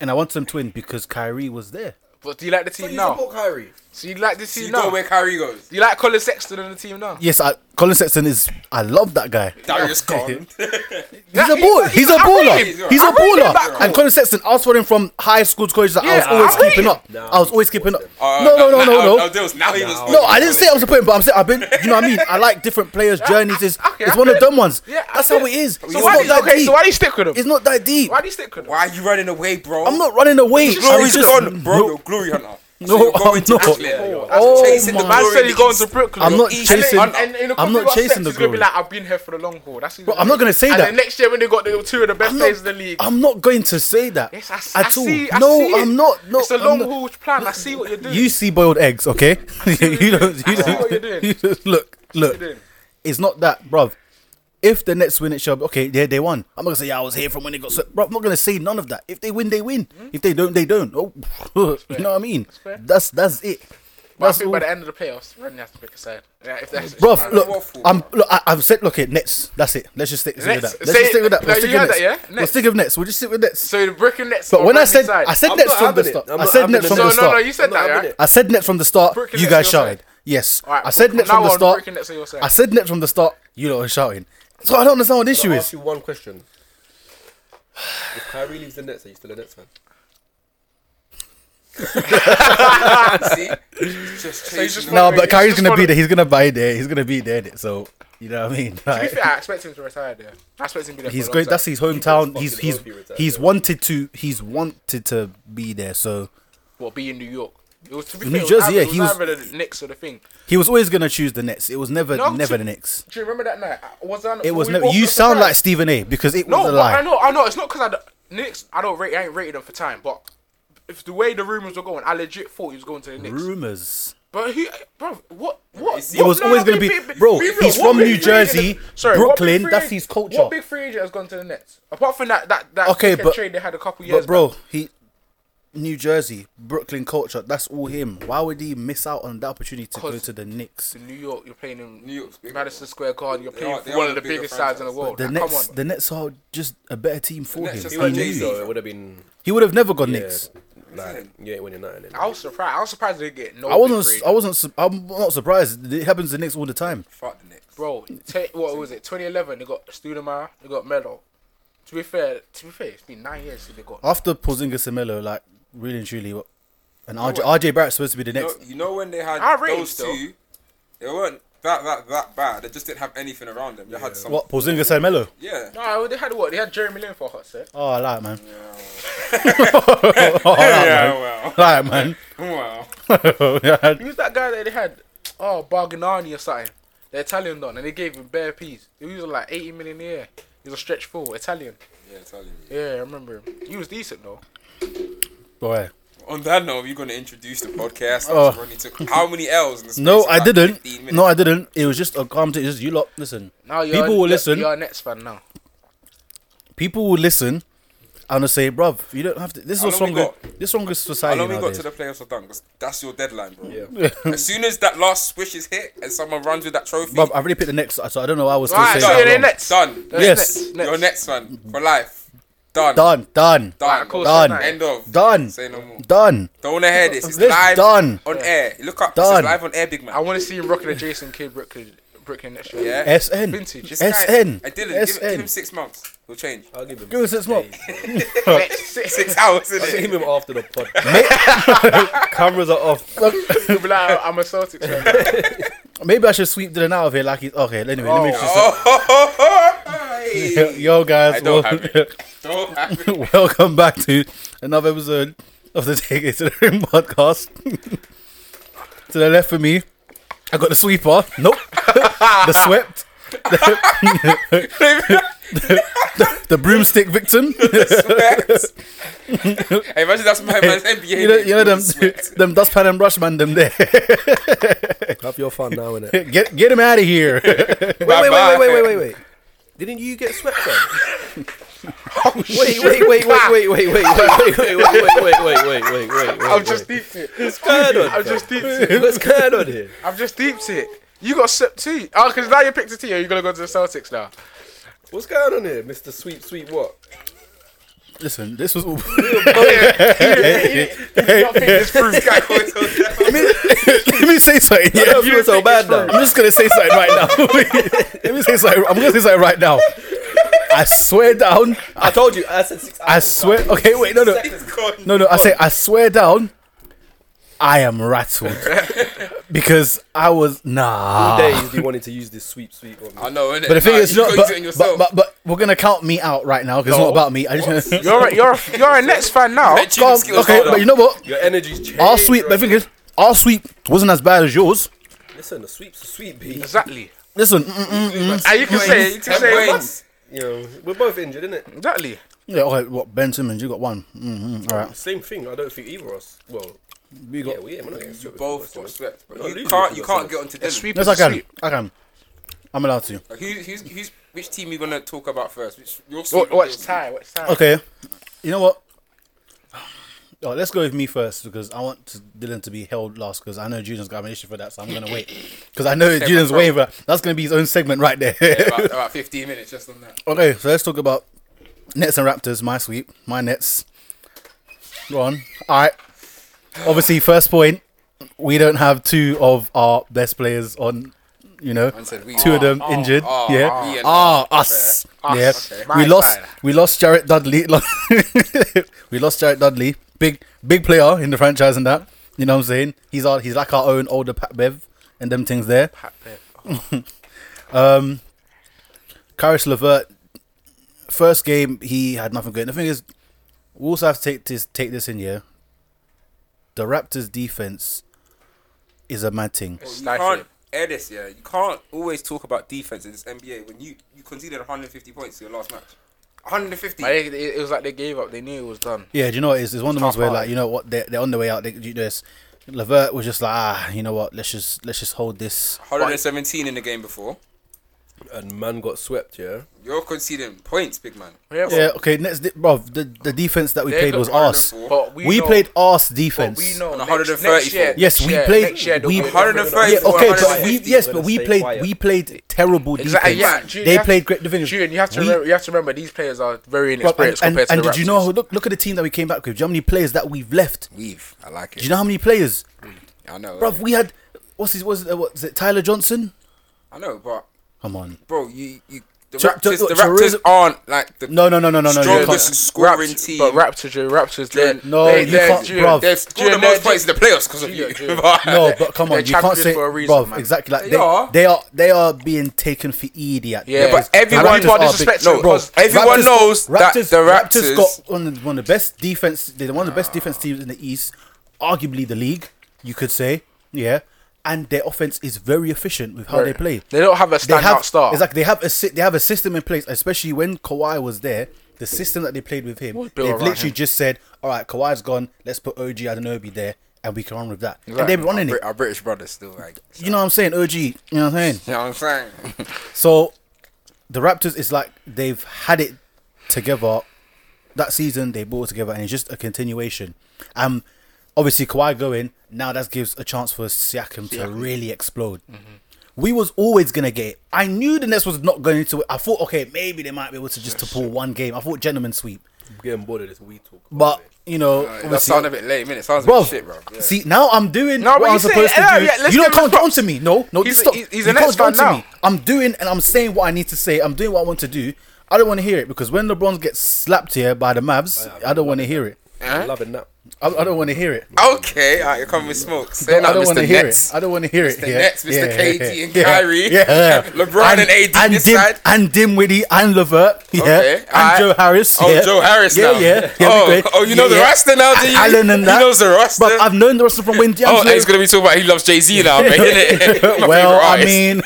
[SPEAKER 6] and I wanted them to win because Kyrie was there.
[SPEAKER 3] but do you like the team
[SPEAKER 5] You
[SPEAKER 3] now?
[SPEAKER 5] support Kyrie.
[SPEAKER 3] So you like the team
[SPEAKER 4] you
[SPEAKER 3] now?
[SPEAKER 4] go where Kyrie goes.
[SPEAKER 3] Do you like Colin Sexton in the team now?
[SPEAKER 6] Yes, I, Colin Sexton is. I love that guy.
[SPEAKER 4] Darius gone.
[SPEAKER 6] He's
[SPEAKER 3] Yeah,
[SPEAKER 6] a baller. He's,
[SPEAKER 3] he's-
[SPEAKER 6] a
[SPEAKER 3] I rate
[SPEAKER 6] baller.
[SPEAKER 3] him.
[SPEAKER 6] He's a
[SPEAKER 3] I rate him
[SPEAKER 6] baller.
[SPEAKER 3] that
[SPEAKER 6] And Colin Sexton, I was following from high school to college that I was
[SPEAKER 3] Yeah,
[SPEAKER 6] always
[SPEAKER 3] I rate him.
[SPEAKER 6] keeping up. I was always keeping up.
[SPEAKER 4] Uh,
[SPEAKER 6] no, no, no,
[SPEAKER 4] nah,
[SPEAKER 6] no,
[SPEAKER 4] nah,
[SPEAKER 6] no.
[SPEAKER 4] nah, there was- Now he was.
[SPEAKER 3] Oh,
[SPEAKER 6] No, I didn't say I was supporting, but I'm saying I've been. You know what I mean? I like different players' journeys. It's,
[SPEAKER 3] okay,
[SPEAKER 6] it's
[SPEAKER 3] I
[SPEAKER 6] one of
[SPEAKER 3] feel it.
[SPEAKER 6] them ones.
[SPEAKER 3] Yeah, I
[SPEAKER 6] that's
[SPEAKER 3] feel
[SPEAKER 6] how
[SPEAKER 3] it.
[SPEAKER 6] it is.
[SPEAKER 3] So
[SPEAKER 6] it's
[SPEAKER 3] why?
[SPEAKER 6] not
[SPEAKER 3] Do you,
[SPEAKER 6] that
[SPEAKER 3] okay,
[SPEAKER 6] deep.
[SPEAKER 3] so why do you stick with him?
[SPEAKER 6] it's not that deep.
[SPEAKER 3] why do you stick with him?
[SPEAKER 4] Why are you running away, bro?
[SPEAKER 6] I'm not running away.
[SPEAKER 4] Your
[SPEAKER 6] I'm
[SPEAKER 4] Glory's
[SPEAKER 6] just-
[SPEAKER 4] gone, bro.
[SPEAKER 6] no,
[SPEAKER 4] You're a glory hunter.
[SPEAKER 6] No,
[SPEAKER 4] so you're going
[SPEAKER 6] I'm
[SPEAKER 4] to
[SPEAKER 6] not.
[SPEAKER 4] Ashland. That's
[SPEAKER 6] Oh
[SPEAKER 4] chasing the
[SPEAKER 6] my-
[SPEAKER 3] Man
[SPEAKER 4] glory
[SPEAKER 3] said he's
[SPEAKER 4] in the
[SPEAKER 3] going to
[SPEAKER 4] East.
[SPEAKER 3] Brooklyn.
[SPEAKER 6] I'm not
[SPEAKER 3] And
[SPEAKER 6] chasing-
[SPEAKER 3] And, and, in a
[SPEAKER 6] I'm
[SPEAKER 3] couple
[SPEAKER 6] not
[SPEAKER 3] of
[SPEAKER 6] chasing
[SPEAKER 3] steps, He's
[SPEAKER 6] the
[SPEAKER 3] gonna be
[SPEAKER 6] glory.
[SPEAKER 3] like, I've been here for the long haul. That's
[SPEAKER 6] Bro, I'm not gonna say
[SPEAKER 3] and
[SPEAKER 6] that.
[SPEAKER 3] And next year when they got the two of the best
[SPEAKER 6] I'm
[SPEAKER 3] players in
[SPEAKER 6] not-
[SPEAKER 3] the league.
[SPEAKER 6] I'm not going to say that.
[SPEAKER 3] yes, I, s- I
[SPEAKER 6] at all.
[SPEAKER 3] see. I
[SPEAKER 6] no,
[SPEAKER 3] see it.
[SPEAKER 6] I'm not. No,
[SPEAKER 3] it's a
[SPEAKER 6] I'm
[SPEAKER 3] long
[SPEAKER 6] not.
[SPEAKER 3] haul plan. I see what you're doing.
[SPEAKER 6] You see boiled eggs, okay? you don't. You
[SPEAKER 3] I see what you're
[SPEAKER 6] don't.
[SPEAKER 3] doing.
[SPEAKER 6] You don't look,
[SPEAKER 3] What you
[SPEAKER 6] look.
[SPEAKER 3] doing?
[SPEAKER 6] It's not that, bruv. If the Nets win it, shall be- okay. Yeah, they won. I'm not gonna say yeah, I was here from when they got swept, bro. I'm not gonna say none of that. If they win, they win. If they don't, they don't. Oh, you know what I mean? That's that's it.
[SPEAKER 3] But I
[SPEAKER 6] That's
[SPEAKER 3] think
[SPEAKER 6] all.
[SPEAKER 3] by the end of the playoffs, Rodney has to pick a side. Yeah, if that's
[SPEAKER 6] Bro,
[SPEAKER 3] Alright.
[SPEAKER 6] look,
[SPEAKER 4] waffle,
[SPEAKER 6] I'm, look, I, I've said, look, okay, Nets. That's it. Let's just stick, stick with
[SPEAKER 3] Nets.
[SPEAKER 6] that. Let's
[SPEAKER 3] Say-
[SPEAKER 6] just stick with that.
[SPEAKER 3] no,
[SPEAKER 6] We'll
[SPEAKER 3] you
[SPEAKER 6] stick with
[SPEAKER 3] had
[SPEAKER 6] Nets.
[SPEAKER 3] that, yeah?
[SPEAKER 6] We'll
[SPEAKER 3] Nets.
[SPEAKER 6] stick with Nets. We'll just stick with Nets.
[SPEAKER 3] So the brick and Nets.
[SPEAKER 6] but
[SPEAKER 3] are
[SPEAKER 6] when I
[SPEAKER 3] Rodney's
[SPEAKER 6] said,
[SPEAKER 3] side.
[SPEAKER 6] I said
[SPEAKER 5] I'm
[SPEAKER 6] Nets
[SPEAKER 5] not
[SPEAKER 6] from the
[SPEAKER 5] having it.
[SPEAKER 6] start.
[SPEAKER 5] I'm
[SPEAKER 6] I
[SPEAKER 5] not
[SPEAKER 6] said
[SPEAKER 5] having
[SPEAKER 6] Nets
[SPEAKER 5] it.
[SPEAKER 6] from
[SPEAKER 3] no,
[SPEAKER 6] the
[SPEAKER 5] gonna
[SPEAKER 3] no, no,
[SPEAKER 6] start.
[SPEAKER 3] you said
[SPEAKER 5] I'm not
[SPEAKER 3] that,
[SPEAKER 5] having
[SPEAKER 3] yeah.
[SPEAKER 5] it.
[SPEAKER 6] I said Nets from the start.
[SPEAKER 3] Brick and
[SPEAKER 6] You
[SPEAKER 3] Nets are
[SPEAKER 6] guys
[SPEAKER 3] your
[SPEAKER 6] shouted.
[SPEAKER 3] side.
[SPEAKER 6] Yes.
[SPEAKER 3] Alright,
[SPEAKER 6] I said
[SPEAKER 3] cool.
[SPEAKER 6] Nets
[SPEAKER 3] Now
[SPEAKER 6] from the
[SPEAKER 3] on,
[SPEAKER 6] start.
[SPEAKER 3] brick and Nets are your side.
[SPEAKER 6] I said Nets from the start. You lot are shouting. So I don't understand what the issue
[SPEAKER 5] I'll
[SPEAKER 6] is.
[SPEAKER 5] ask you one question. If Kyrie leaves the Nets, are you still a Nets fan?
[SPEAKER 4] See? He's just chasing
[SPEAKER 3] No,
[SPEAKER 6] No,
[SPEAKER 3] wait,
[SPEAKER 6] but
[SPEAKER 3] it's
[SPEAKER 6] Kyrie's
[SPEAKER 3] just
[SPEAKER 6] gonna be
[SPEAKER 3] follow-
[SPEAKER 6] there. He's gonna buy there. He's gonna be there. innit? So you know what I mean.
[SPEAKER 3] To be
[SPEAKER 6] Like,
[SPEAKER 3] fair, I expect him to retire there. I expect him to be there.
[SPEAKER 6] he's
[SPEAKER 3] for a
[SPEAKER 6] going.
[SPEAKER 3] long
[SPEAKER 6] That's
[SPEAKER 3] time.
[SPEAKER 6] his hometown.
[SPEAKER 5] fucking
[SPEAKER 6] He's he's
[SPEAKER 5] hope he retires,
[SPEAKER 6] he's
[SPEAKER 5] yeah.
[SPEAKER 6] wanted to. He's wanted to be there. So
[SPEAKER 3] Well, be in New York. It was to be
[SPEAKER 6] New
[SPEAKER 3] fair, it was
[SPEAKER 6] Jersey,
[SPEAKER 3] either-
[SPEAKER 6] yeah,
[SPEAKER 3] it was
[SPEAKER 6] he was-
[SPEAKER 3] either the Knicks or the thing.
[SPEAKER 6] he was always gonna choose the Nets. It was never
[SPEAKER 3] No,
[SPEAKER 6] never
[SPEAKER 3] to-
[SPEAKER 6] the Knicks.
[SPEAKER 3] Do you remember that night? I- Was I,
[SPEAKER 6] It was
[SPEAKER 3] we
[SPEAKER 6] never.
[SPEAKER 3] woke
[SPEAKER 6] You
[SPEAKER 3] up
[SPEAKER 6] sound like
[SPEAKER 3] surprised.
[SPEAKER 6] Stephen A. Because it
[SPEAKER 3] no.
[SPEAKER 6] was a
[SPEAKER 3] but
[SPEAKER 6] lie.
[SPEAKER 3] I know, I know. It's not because I don't- Knicks. I don't rate. I ain't rated them for time, but. If the way the rumors were going, I legit thought he was going to the Knicks.
[SPEAKER 6] Rumors.
[SPEAKER 3] But who, bro? What? What?
[SPEAKER 6] It was
[SPEAKER 3] what-
[SPEAKER 6] always gonna
[SPEAKER 3] big-
[SPEAKER 6] be-
[SPEAKER 3] big-
[SPEAKER 6] bro,
[SPEAKER 3] big
[SPEAKER 6] he's
[SPEAKER 3] real, what big
[SPEAKER 6] from New
[SPEAKER 3] free agent
[SPEAKER 6] Jersey,
[SPEAKER 3] has- what big
[SPEAKER 6] Brooklyn,
[SPEAKER 3] free
[SPEAKER 6] that's
[SPEAKER 3] agent-
[SPEAKER 6] his culture.
[SPEAKER 3] What big free agent has gone to the Nets? Apart from that, that, that
[SPEAKER 6] Okay,
[SPEAKER 3] pick and
[SPEAKER 6] but-
[SPEAKER 3] trade they had a couple years.
[SPEAKER 6] But bro, he. New Jersey, Brooklyn culture. That's all him. Why would he miss out on that opportunity to go
[SPEAKER 3] 'Cause-
[SPEAKER 6] to the Knicks?
[SPEAKER 3] back. New York, you're playing in
[SPEAKER 4] New York's big.
[SPEAKER 3] Madison Square Garden. You're
[SPEAKER 4] They
[SPEAKER 3] playing
[SPEAKER 4] are- they
[SPEAKER 3] for one
[SPEAKER 4] are
[SPEAKER 3] of the
[SPEAKER 4] the bigger
[SPEAKER 3] biggest sides in the world.
[SPEAKER 6] The
[SPEAKER 3] Like, come
[SPEAKER 6] Nets,
[SPEAKER 3] on.
[SPEAKER 6] the Nets are just a better team for
[SPEAKER 4] Nets
[SPEAKER 6] him.
[SPEAKER 4] just
[SPEAKER 5] If
[SPEAKER 6] He
[SPEAKER 5] he was
[SPEAKER 4] like
[SPEAKER 6] knew.
[SPEAKER 5] Jay-Z,
[SPEAKER 4] Jay-Z.
[SPEAKER 5] it would have been.
[SPEAKER 6] He would have never gone
[SPEAKER 5] Yeah,
[SPEAKER 6] Knicks.
[SPEAKER 5] like, you ain't winning nothing. innit?
[SPEAKER 3] I was surprised. I was surprised they get no.
[SPEAKER 6] I wasn't.
[SPEAKER 3] big free
[SPEAKER 6] I
[SPEAKER 3] agent.
[SPEAKER 6] wasn't. su- I'm not surprised. It happens to Knicks all the time.
[SPEAKER 4] Fuck the Knicks.
[SPEAKER 3] Bro, ta- what was it? 2011. They got Stoudemire. They got Melo. To be fair, to be fair, it's been nine years since they got.
[SPEAKER 6] After Porzingis and Melo, like really and truly, what? And RJ, RJ Barrett's supposed to be the
[SPEAKER 4] You know,
[SPEAKER 6] next.
[SPEAKER 4] you know when they had
[SPEAKER 3] I rate
[SPEAKER 4] those
[SPEAKER 3] him still.
[SPEAKER 4] two, they weren't that that that bad. They just didn't have anything around them. They had some.
[SPEAKER 6] What Porzingis and Melo?
[SPEAKER 4] Yeah.
[SPEAKER 3] No, they had what? They had Jeremy Lin for a hot set.
[SPEAKER 6] Oh, I like man. oh, I
[SPEAKER 4] well,
[SPEAKER 6] like, man. I like man.
[SPEAKER 4] well.
[SPEAKER 3] He was that guy that they had, oh, Barganani or something. The Italian don, and they gave him bare peas. He was like 80 million a year. He was a stretch four, Italian.
[SPEAKER 4] Yeah, tell you.
[SPEAKER 3] Yeah, I remember him. He was decent though.
[SPEAKER 6] Boy.
[SPEAKER 4] On that note, you're going to introduce the podcast.
[SPEAKER 6] Oh.
[SPEAKER 4] That's Ronnie took how many L's? In the space
[SPEAKER 6] No,
[SPEAKER 4] of
[SPEAKER 6] I
[SPEAKER 4] about
[SPEAKER 6] didn't.
[SPEAKER 4] 15 minutes?
[SPEAKER 6] No, I didn't. It was just a calm. T- just you lot. Listen.
[SPEAKER 3] Now you're
[SPEAKER 6] People will listen.
[SPEAKER 3] You're a Nets fan now.
[SPEAKER 6] People will listen. And they'll say, bruv, you don't have to. This is
[SPEAKER 4] How
[SPEAKER 6] what's
[SPEAKER 4] long
[SPEAKER 6] wrong
[SPEAKER 4] we
[SPEAKER 6] with this is wrong with
[SPEAKER 4] How
[SPEAKER 6] society
[SPEAKER 4] long we got
[SPEAKER 6] nowadays.
[SPEAKER 4] to the playoffs are done? 'Cause that's your deadline, bro. as soon as that last swish is hit and someone runs with that trophy,
[SPEAKER 6] Bruv, I really picked the next, so I don't know why I was still
[SPEAKER 3] Right,
[SPEAKER 6] saying.
[SPEAKER 3] so
[SPEAKER 6] that
[SPEAKER 3] they're
[SPEAKER 6] wrong.
[SPEAKER 3] next.
[SPEAKER 4] done.
[SPEAKER 3] That's
[SPEAKER 6] Yes.
[SPEAKER 3] Nets, Nets.
[SPEAKER 4] You're next fan for life. Done.
[SPEAKER 6] Done, done,
[SPEAKER 4] Done.
[SPEAKER 3] Alright, cool,
[SPEAKER 6] Done.
[SPEAKER 4] End of.
[SPEAKER 6] Done.
[SPEAKER 4] Say no more.
[SPEAKER 6] done.
[SPEAKER 4] Don't want to hear this. It's
[SPEAKER 6] This
[SPEAKER 4] live
[SPEAKER 6] done.
[SPEAKER 4] on air. Look up. This
[SPEAKER 6] Done.
[SPEAKER 4] is live on air, big man.
[SPEAKER 3] I want to see him rocking a Jason Kidd uh, Brooklyn, Brooklyn next year.
[SPEAKER 4] yeah.
[SPEAKER 6] SN.
[SPEAKER 3] Vintage.
[SPEAKER 4] This
[SPEAKER 6] SN.
[SPEAKER 4] Guy, I didn't. Give,
[SPEAKER 6] SN.
[SPEAKER 4] give him six months. He'll change.
[SPEAKER 5] I'll give him.
[SPEAKER 6] Give us six more.
[SPEAKER 4] Six hours,
[SPEAKER 5] I'll
[SPEAKER 4] innit?
[SPEAKER 5] give him after the pod. Cameras are off.
[SPEAKER 3] He'll be like, I'm a Celtics fan. now."
[SPEAKER 6] Maybe I should sweep Dylan out of here like he's okay. Anyway, let me
[SPEAKER 3] Oh.
[SPEAKER 6] just
[SPEAKER 4] Hey.
[SPEAKER 6] yo guys.
[SPEAKER 4] oh. I don't
[SPEAKER 6] wel-
[SPEAKER 4] have it. Don't have it.
[SPEAKER 6] welcome back to another episode of the Take It to the Rim podcast. to the left of me, I got the sweeper. Nope, the swept. the broomstick victim.
[SPEAKER 4] Hey, imagine that's my man's NBA.
[SPEAKER 6] you know, you know them,
[SPEAKER 4] Sweat.
[SPEAKER 6] them dustpan and brush man, them there.
[SPEAKER 5] Have your fun now, innit?
[SPEAKER 6] get get him out of here.
[SPEAKER 5] wait, wait, wait, wait, wait, wait, wait. Didn't you get swept then? Wait, wait, wait, wait, wait, wait, wait, wait, wait, wait, wait, wait, wait, wait, wait, wait, wait.
[SPEAKER 3] I've just deeped it.
[SPEAKER 5] going on,
[SPEAKER 3] I've just deeped it.
[SPEAKER 5] What's going on here?
[SPEAKER 3] I've just deeped it. You got swept too. Oh, because now you picked a team. You're going to go to the Celtics now.
[SPEAKER 5] What's going on here, Mr. Sweet Sweet what?
[SPEAKER 6] Listen, this was all.
[SPEAKER 4] This guy goes on that.
[SPEAKER 6] Let me say something. Yeah,
[SPEAKER 5] don't feel so bad now.
[SPEAKER 6] I'm just gonna say something right now. Let me say something. I'm gonna say something right now. I swear down.
[SPEAKER 5] I told you, I said six
[SPEAKER 6] I swear. Okay, wait. No, no,
[SPEAKER 4] He's gone.
[SPEAKER 6] no, no. I say I swear down. I am rattled because I was nah.
[SPEAKER 5] days you wanted to use this sweep sweep on me.
[SPEAKER 4] I know, innit?
[SPEAKER 6] But the thing
[SPEAKER 4] Nah,
[SPEAKER 6] is,
[SPEAKER 4] you
[SPEAKER 6] not.
[SPEAKER 4] got
[SPEAKER 6] But,
[SPEAKER 4] it in yourself.
[SPEAKER 6] but, but, but we're gonna count me out right now because it's not about me. I just.
[SPEAKER 3] You're a, you're a, you're a Nets fan now.
[SPEAKER 4] Let you
[SPEAKER 6] Come,
[SPEAKER 4] skills
[SPEAKER 6] okay,
[SPEAKER 4] hold
[SPEAKER 6] but
[SPEAKER 4] up.
[SPEAKER 6] you know what?
[SPEAKER 5] Your energy's changed.
[SPEAKER 6] Our sweep. The thing is, our sweep wasn't as bad as yours.
[SPEAKER 5] Listen, the sweep's a sweep, B.
[SPEAKER 3] Exactly.
[SPEAKER 6] Listen, mm, mm, mm.
[SPEAKER 3] And you can say, you can
[SPEAKER 4] Ten
[SPEAKER 3] say,
[SPEAKER 4] points.
[SPEAKER 5] You know, we're both injured, innit?
[SPEAKER 3] exactly.
[SPEAKER 6] yeah, okay. What Ben Simmons? You got one. Mm-hmm. All right,
[SPEAKER 5] Same thing, I don't think either of us. Well,
[SPEAKER 6] we got.
[SPEAKER 5] yeah, we ain't. We're not getting swept.
[SPEAKER 4] Both got swept.
[SPEAKER 5] We're not
[SPEAKER 4] But you
[SPEAKER 5] losing
[SPEAKER 4] can't,
[SPEAKER 5] to
[SPEAKER 4] you
[SPEAKER 5] the
[SPEAKER 4] can't
[SPEAKER 5] Celtics.
[SPEAKER 4] get onto them.
[SPEAKER 3] sweep
[SPEAKER 6] Yes,
[SPEAKER 3] is a
[SPEAKER 6] I can.
[SPEAKER 3] sweep.
[SPEAKER 6] I can. I'm allowed to.
[SPEAKER 4] Like, who, who's, who's, which team you gonna talk about first? Which your
[SPEAKER 3] What,
[SPEAKER 4] sweep or
[SPEAKER 3] what's
[SPEAKER 4] yours?
[SPEAKER 3] time? What's time?
[SPEAKER 6] Okay. You know what? Oh, let's go with me first because I want to- Dylan to be held last because I know Julian's got an issue for that, so I'm gonna wait because I know Julian's waiting for that. That's gonna be his own segment right there.
[SPEAKER 4] about, about 15 minutes just on that.
[SPEAKER 6] okay, so let's talk about Nets and Raptors. My sweep, my Nets. Go on. All right. Obviously, first point, we don't have two of our best players on. You know,
[SPEAKER 4] Man said we-
[SPEAKER 6] two of them injured.
[SPEAKER 4] oh,
[SPEAKER 6] yeah,
[SPEAKER 4] oh, we and-
[SPEAKER 6] ah, us. Yeah,
[SPEAKER 3] okay.
[SPEAKER 6] we
[SPEAKER 3] My
[SPEAKER 6] lost.
[SPEAKER 3] bad.
[SPEAKER 6] We lost Jarrett Dudley. we lost Jarrett Dudley. Big, big player in the franchise and that. You know what I'm saying? He's our. He's like our own older Pat Bev and them things there. Karis Levert, first game he had nothing good. The thing is, we also have to take this take this in here. The Raptors defense is a mad thing.
[SPEAKER 4] You
[SPEAKER 3] Stifle
[SPEAKER 4] can't
[SPEAKER 3] it.
[SPEAKER 4] air this, yeah. You can't always talk about defense in this NBA when you, you conceded 150 points to your last match. 150.
[SPEAKER 3] But it, it, it was like they gave up. They knew it was done.
[SPEAKER 6] Yeah, do you know what? It's, it's one of the ones where
[SPEAKER 3] hard.
[SPEAKER 6] like you know what they're, they're on the way out. They you know, it's- Levert was just like ah, you know what? Let's just let's just hold this.
[SPEAKER 4] 117 in the game before.
[SPEAKER 5] And man got swept, yeah.
[SPEAKER 4] You're conceding points, big man.
[SPEAKER 3] Yeah,
[SPEAKER 6] Yeah, okay. Next, di- bro, the, the defense that we
[SPEAKER 3] They
[SPEAKER 6] played
[SPEAKER 3] got
[SPEAKER 6] was
[SPEAKER 3] one
[SPEAKER 6] arse.
[SPEAKER 4] and four.
[SPEAKER 3] But
[SPEAKER 6] We,
[SPEAKER 3] we, know,
[SPEAKER 6] played arse
[SPEAKER 3] But
[SPEAKER 6] defense.
[SPEAKER 3] we know.
[SPEAKER 4] On
[SPEAKER 3] next-
[SPEAKER 4] 134.
[SPEAKER 3] next year-
[SPEAKER 6] Yes,
[SPEAKER 3] next
[SPEAKER 6] we
[SPEAKER 3] year-
[SPEAKER 6] played-
[SPEAKER 3] next year they'll
[SPEAKER 6] we-
[SPEAKER 3] be-
[SPEAKER 4] 134.
[SPEAKER 6] Yeah, okay, but
[SPEAKER 4] 150.
[SPEAKER 6] we yes, but
[SPEAKER 7] Gotta
[SPEAKER 6] we
[SPEAKER 7] stay
[SPEAKER 6] played
[SPEAKER 7] quiet.
[SPEAKER 6] we played terrible
[SPEAKER 3] Exactly.
[SPEAKER 6] defense.
[SPEAKER 3] Yeah, June,
[SPEAKER 6] they
[SPEAKER 3] you have
[SPEAKER 6] played
[SPEAKER 3] to-
[SPEAKER 6] great defense.
[SPEAKER 3] June, you have to
[SPEAKER 6] We-
[SPEAKER 3] remember, you have to remember these players are very
[SPEAKER 6] Bro, and-
[SPEAKER 3] inexperienced
[SPEAKER 6] and,
[SPEAKER 3] compared to
[SPEAKER 6] and
[SPEAKER 3] the
[SPEAKER 6] did you know?
[SPEAKER 3] Raptors.
[SPEAKER 6] who- Look, look at the team that we came back with. Do you know how many players that we've left? Do
[SPEAKER 4] Weave. I like it.
[SPEAKER 6] you know how many players,
[SPEAKER 4] I know.
[SPEAKER 6] bro? We had what's his was it, what's it Tyler Johnson?
[SPEAKER 4] I know, but
[SPEAKER 6] Come on.
[SPEAKER 4] bro, you you the
[SPEAKER 6] Ter- ter-
[SPEAKER 4] Raptors, the
[SPEAKER 6] ter-
[SPEAKER 4] Raptors
[SPEAKER 6] ter-
[SPEAKER 4] aren't like the
[SPEAKER 6] No, no, no, no, no, no. you
[SPEAKER 4] strongest
[SPEAKER 6] can't.
[SPEAKER 4] scoring
[SPEAKER 3] Raptors-
[SPEAKER 4] team.
[SPEAKER 3] But Raptors, Drew, Raptors, they're,
[SPEAKER 6] No,
[SPEAKER 3] they
[SPEAKER 6] you
[SPEAKER 3] they're-
[SPEAKER 6] can't-
[SPEAKER 3] June,
[SPEAKER 6] bruv.
[SPEAKER 3] they're-
[SPEAKER 4] They've scored the
[SPEAKER 3] Junior,
[SPEAKER 4] most
[SPEAKER 3] they're-
[SPEAKER 4] points in the playoffs because of you.
[SPEAKER 3] Junior, Junior.
[SPEAKER 4] But-
[SPEAKER 6] No, but come
[SPEAKER 3] They're
[SPEAKER 6] on, you can't
[SPEAKER 3] champions
[SPEAKER 6] say,
[SPEAKER 3] for a reason,
[SPEAKER 6] bruv,
[SPEAKER 3] man.
[SPEAKER 6] Exactly, like they,
[SPEAKER 4] They
[SPEAKER 6] they
[SPEAKER 4] are.
[SPEAKER 6] are. They are being taken for idiot.
[SPEAKER 3] Yeah,
[SPEAKER 4] but everyone-
[SPEAKER 6] Raptors
[SPEAKER 4] people
[SPEAKER 6] are
[SPEAKER 3] disrespect
[SPEAKER 6] big-
[SPEAKER 3] you because
[SPEAKER 4] everyone knows that the Raptors-
[SPEAKER 6] got one of, one of the best defense. They're one of the best
[SPEAKER 3] Ah.
[SPEAKER 6] defense teams in the East, arguably the league. You could say, yeah. And their offense is very efficient with how they play.
[SPEAKER 3] They don't have a standout star.
[SPEAKER 6] It's like they have a si- they have a system in place, especially when Kawhi was there. The system that they played with him,
[SPEAKER 3] built
[SPEAKER 6] they've
[SPEAKER 3] around
[SPEAKER 6] literally
[SPEAKER 3] him.
[SPEAKER 6] just said, "All right, Kawhi's gone. Let's put OG Ananobi there, and we can run with that." And
[SPEAKER 3] Exactly.
[SPEAKER 6] they're running
[SPEAKER 4] Brit-
[SPEAKER 6] it.
[SPEAKER 4] Our British brothers still like.
[SPEAKER 6] You know what I'm saying? OG. You know what I'm saying?
[SPEAKER 4] You know what I'm saying?
[SPEAKER 6] So the Raptors is like they've had it together that season. They brought it together, and it's just a continuation. Um, obviously Kawhi going now that gives a chance for Siakam to really explode. We was always gonna get it. I knew the Nets was not going to. I thought okay maybe they might be able to just to pull one game. I thought gentleman sweep,
[SPEAKER 5] I'm getting bored of this weed talk.
[SPEAKER 6] but you know
[SPEAKER 4] that
[SPEAKER 6] obviously.
[SPEAKER 4] sounds a bit late, man. It sounds a
[SPEAKER 6] Bro,
[SPEAKER 4] bit shit, bro. Yeah.
[SPEAKER 6] see now I'm doing
[SPEAKER 3] No, but
[SPEAKER 6] what I'm
[SPEAKER 3] you say-
[SPEAKER 6] supposed
[SPEAKER 3] yeah,
[SPEAKER 6] to do.
[SPEAKER 3] yeah, let's
[SPEAKER 6] you
[SPEAKER 3] give him
[SPEAKER 6] don't come
[SPEAKER 3] his
[SPEAKER 6] on to me. No, no,
[SPEAKER 3] He's-
[SPEAKER 6] stop.
[SPEAKER 3] he's- he's
[SPEAKER 6] you
[SPEAKER 3] an
[SPEAKER 6] can't
[SPEAKER 3] X-Man
[SPEAKER 6] go on to
[SPEAKER 3] now.
[SPEAKER 6] me. I'm doing and I'm saying what I need to say. I'm doing what I want to do. I don't want to hear it because when LeBron gets slapped here by the Mavs, I don't want to hear it.
[SPEAKER 5] I'm loving that.
[SPEAKER 6] I, I don't want to hear it.
[SPEAKER 4] Okay, alright, you're coming with smoke. Say
[SPEAKER 6] I
[SPEAKER 4] that,
[SPEAKER 6] don't want to
[SPEAKER 4] Mr.
[SPEAKER 6] hear
[SPEAKER 4] Nets.
[SPEAKER 6] it. I don't want to hear it.
[SPEAKER 4] Mr.
[SPEAKER 6] Yeah,
[SPEAKER 4] Nets, Mr.
[SPEAKER 6] yeah, yeah,
[SPEAKER 4] KD and
[SPEAKER 6] yeah,
[SPEAKER 4] Kyrie,
[SPEAKER 6] yeah.
[SPEAKER 4] LeBron and AD
[SPEAKER 6] and
[SPEAKER 4] this
[SPEAKER 6] Dim,
[SPEAKER 4] side.
[SPEAKER 6] and Dimwitty and Levert, yeah,
[SPEAKER 4] Okay,
[SPEAKER 6] and
[SPEAKER 4] alright.
[SPEAKER 6] Joe Harris.
[SPEAKER 4] Oh,
[SPEAKER 6] yeah.
[SPEAKER 4] Joe Harris
[SPEAKER 6] yeah,
[SPEAKER 4] now.
[SPEAKER 6] Yeah, yeah,
[SPEAKER 4] Oh,
[SPEAKER 6] great.
[SPEAKER 4] oh, you know
[SPEAKER 6] Yeah,
[SPEAKER 4] the
[SPEAKER 6] yeah.
[SPEAKER 4] roster now, do you?
[SPEAKER 6] Allen and
[SPEAKER 4] He
[SPEAKER 6] that.
[SPEAKER 4] knows the roster.
[SPEAKER 6] But I've known the roster from when D'Angelo.
[SPEAKER 4] Oh, and he's gonna be talking about he loves Jay Z now, man. innit?
[SPEAKER 6] well, I mean,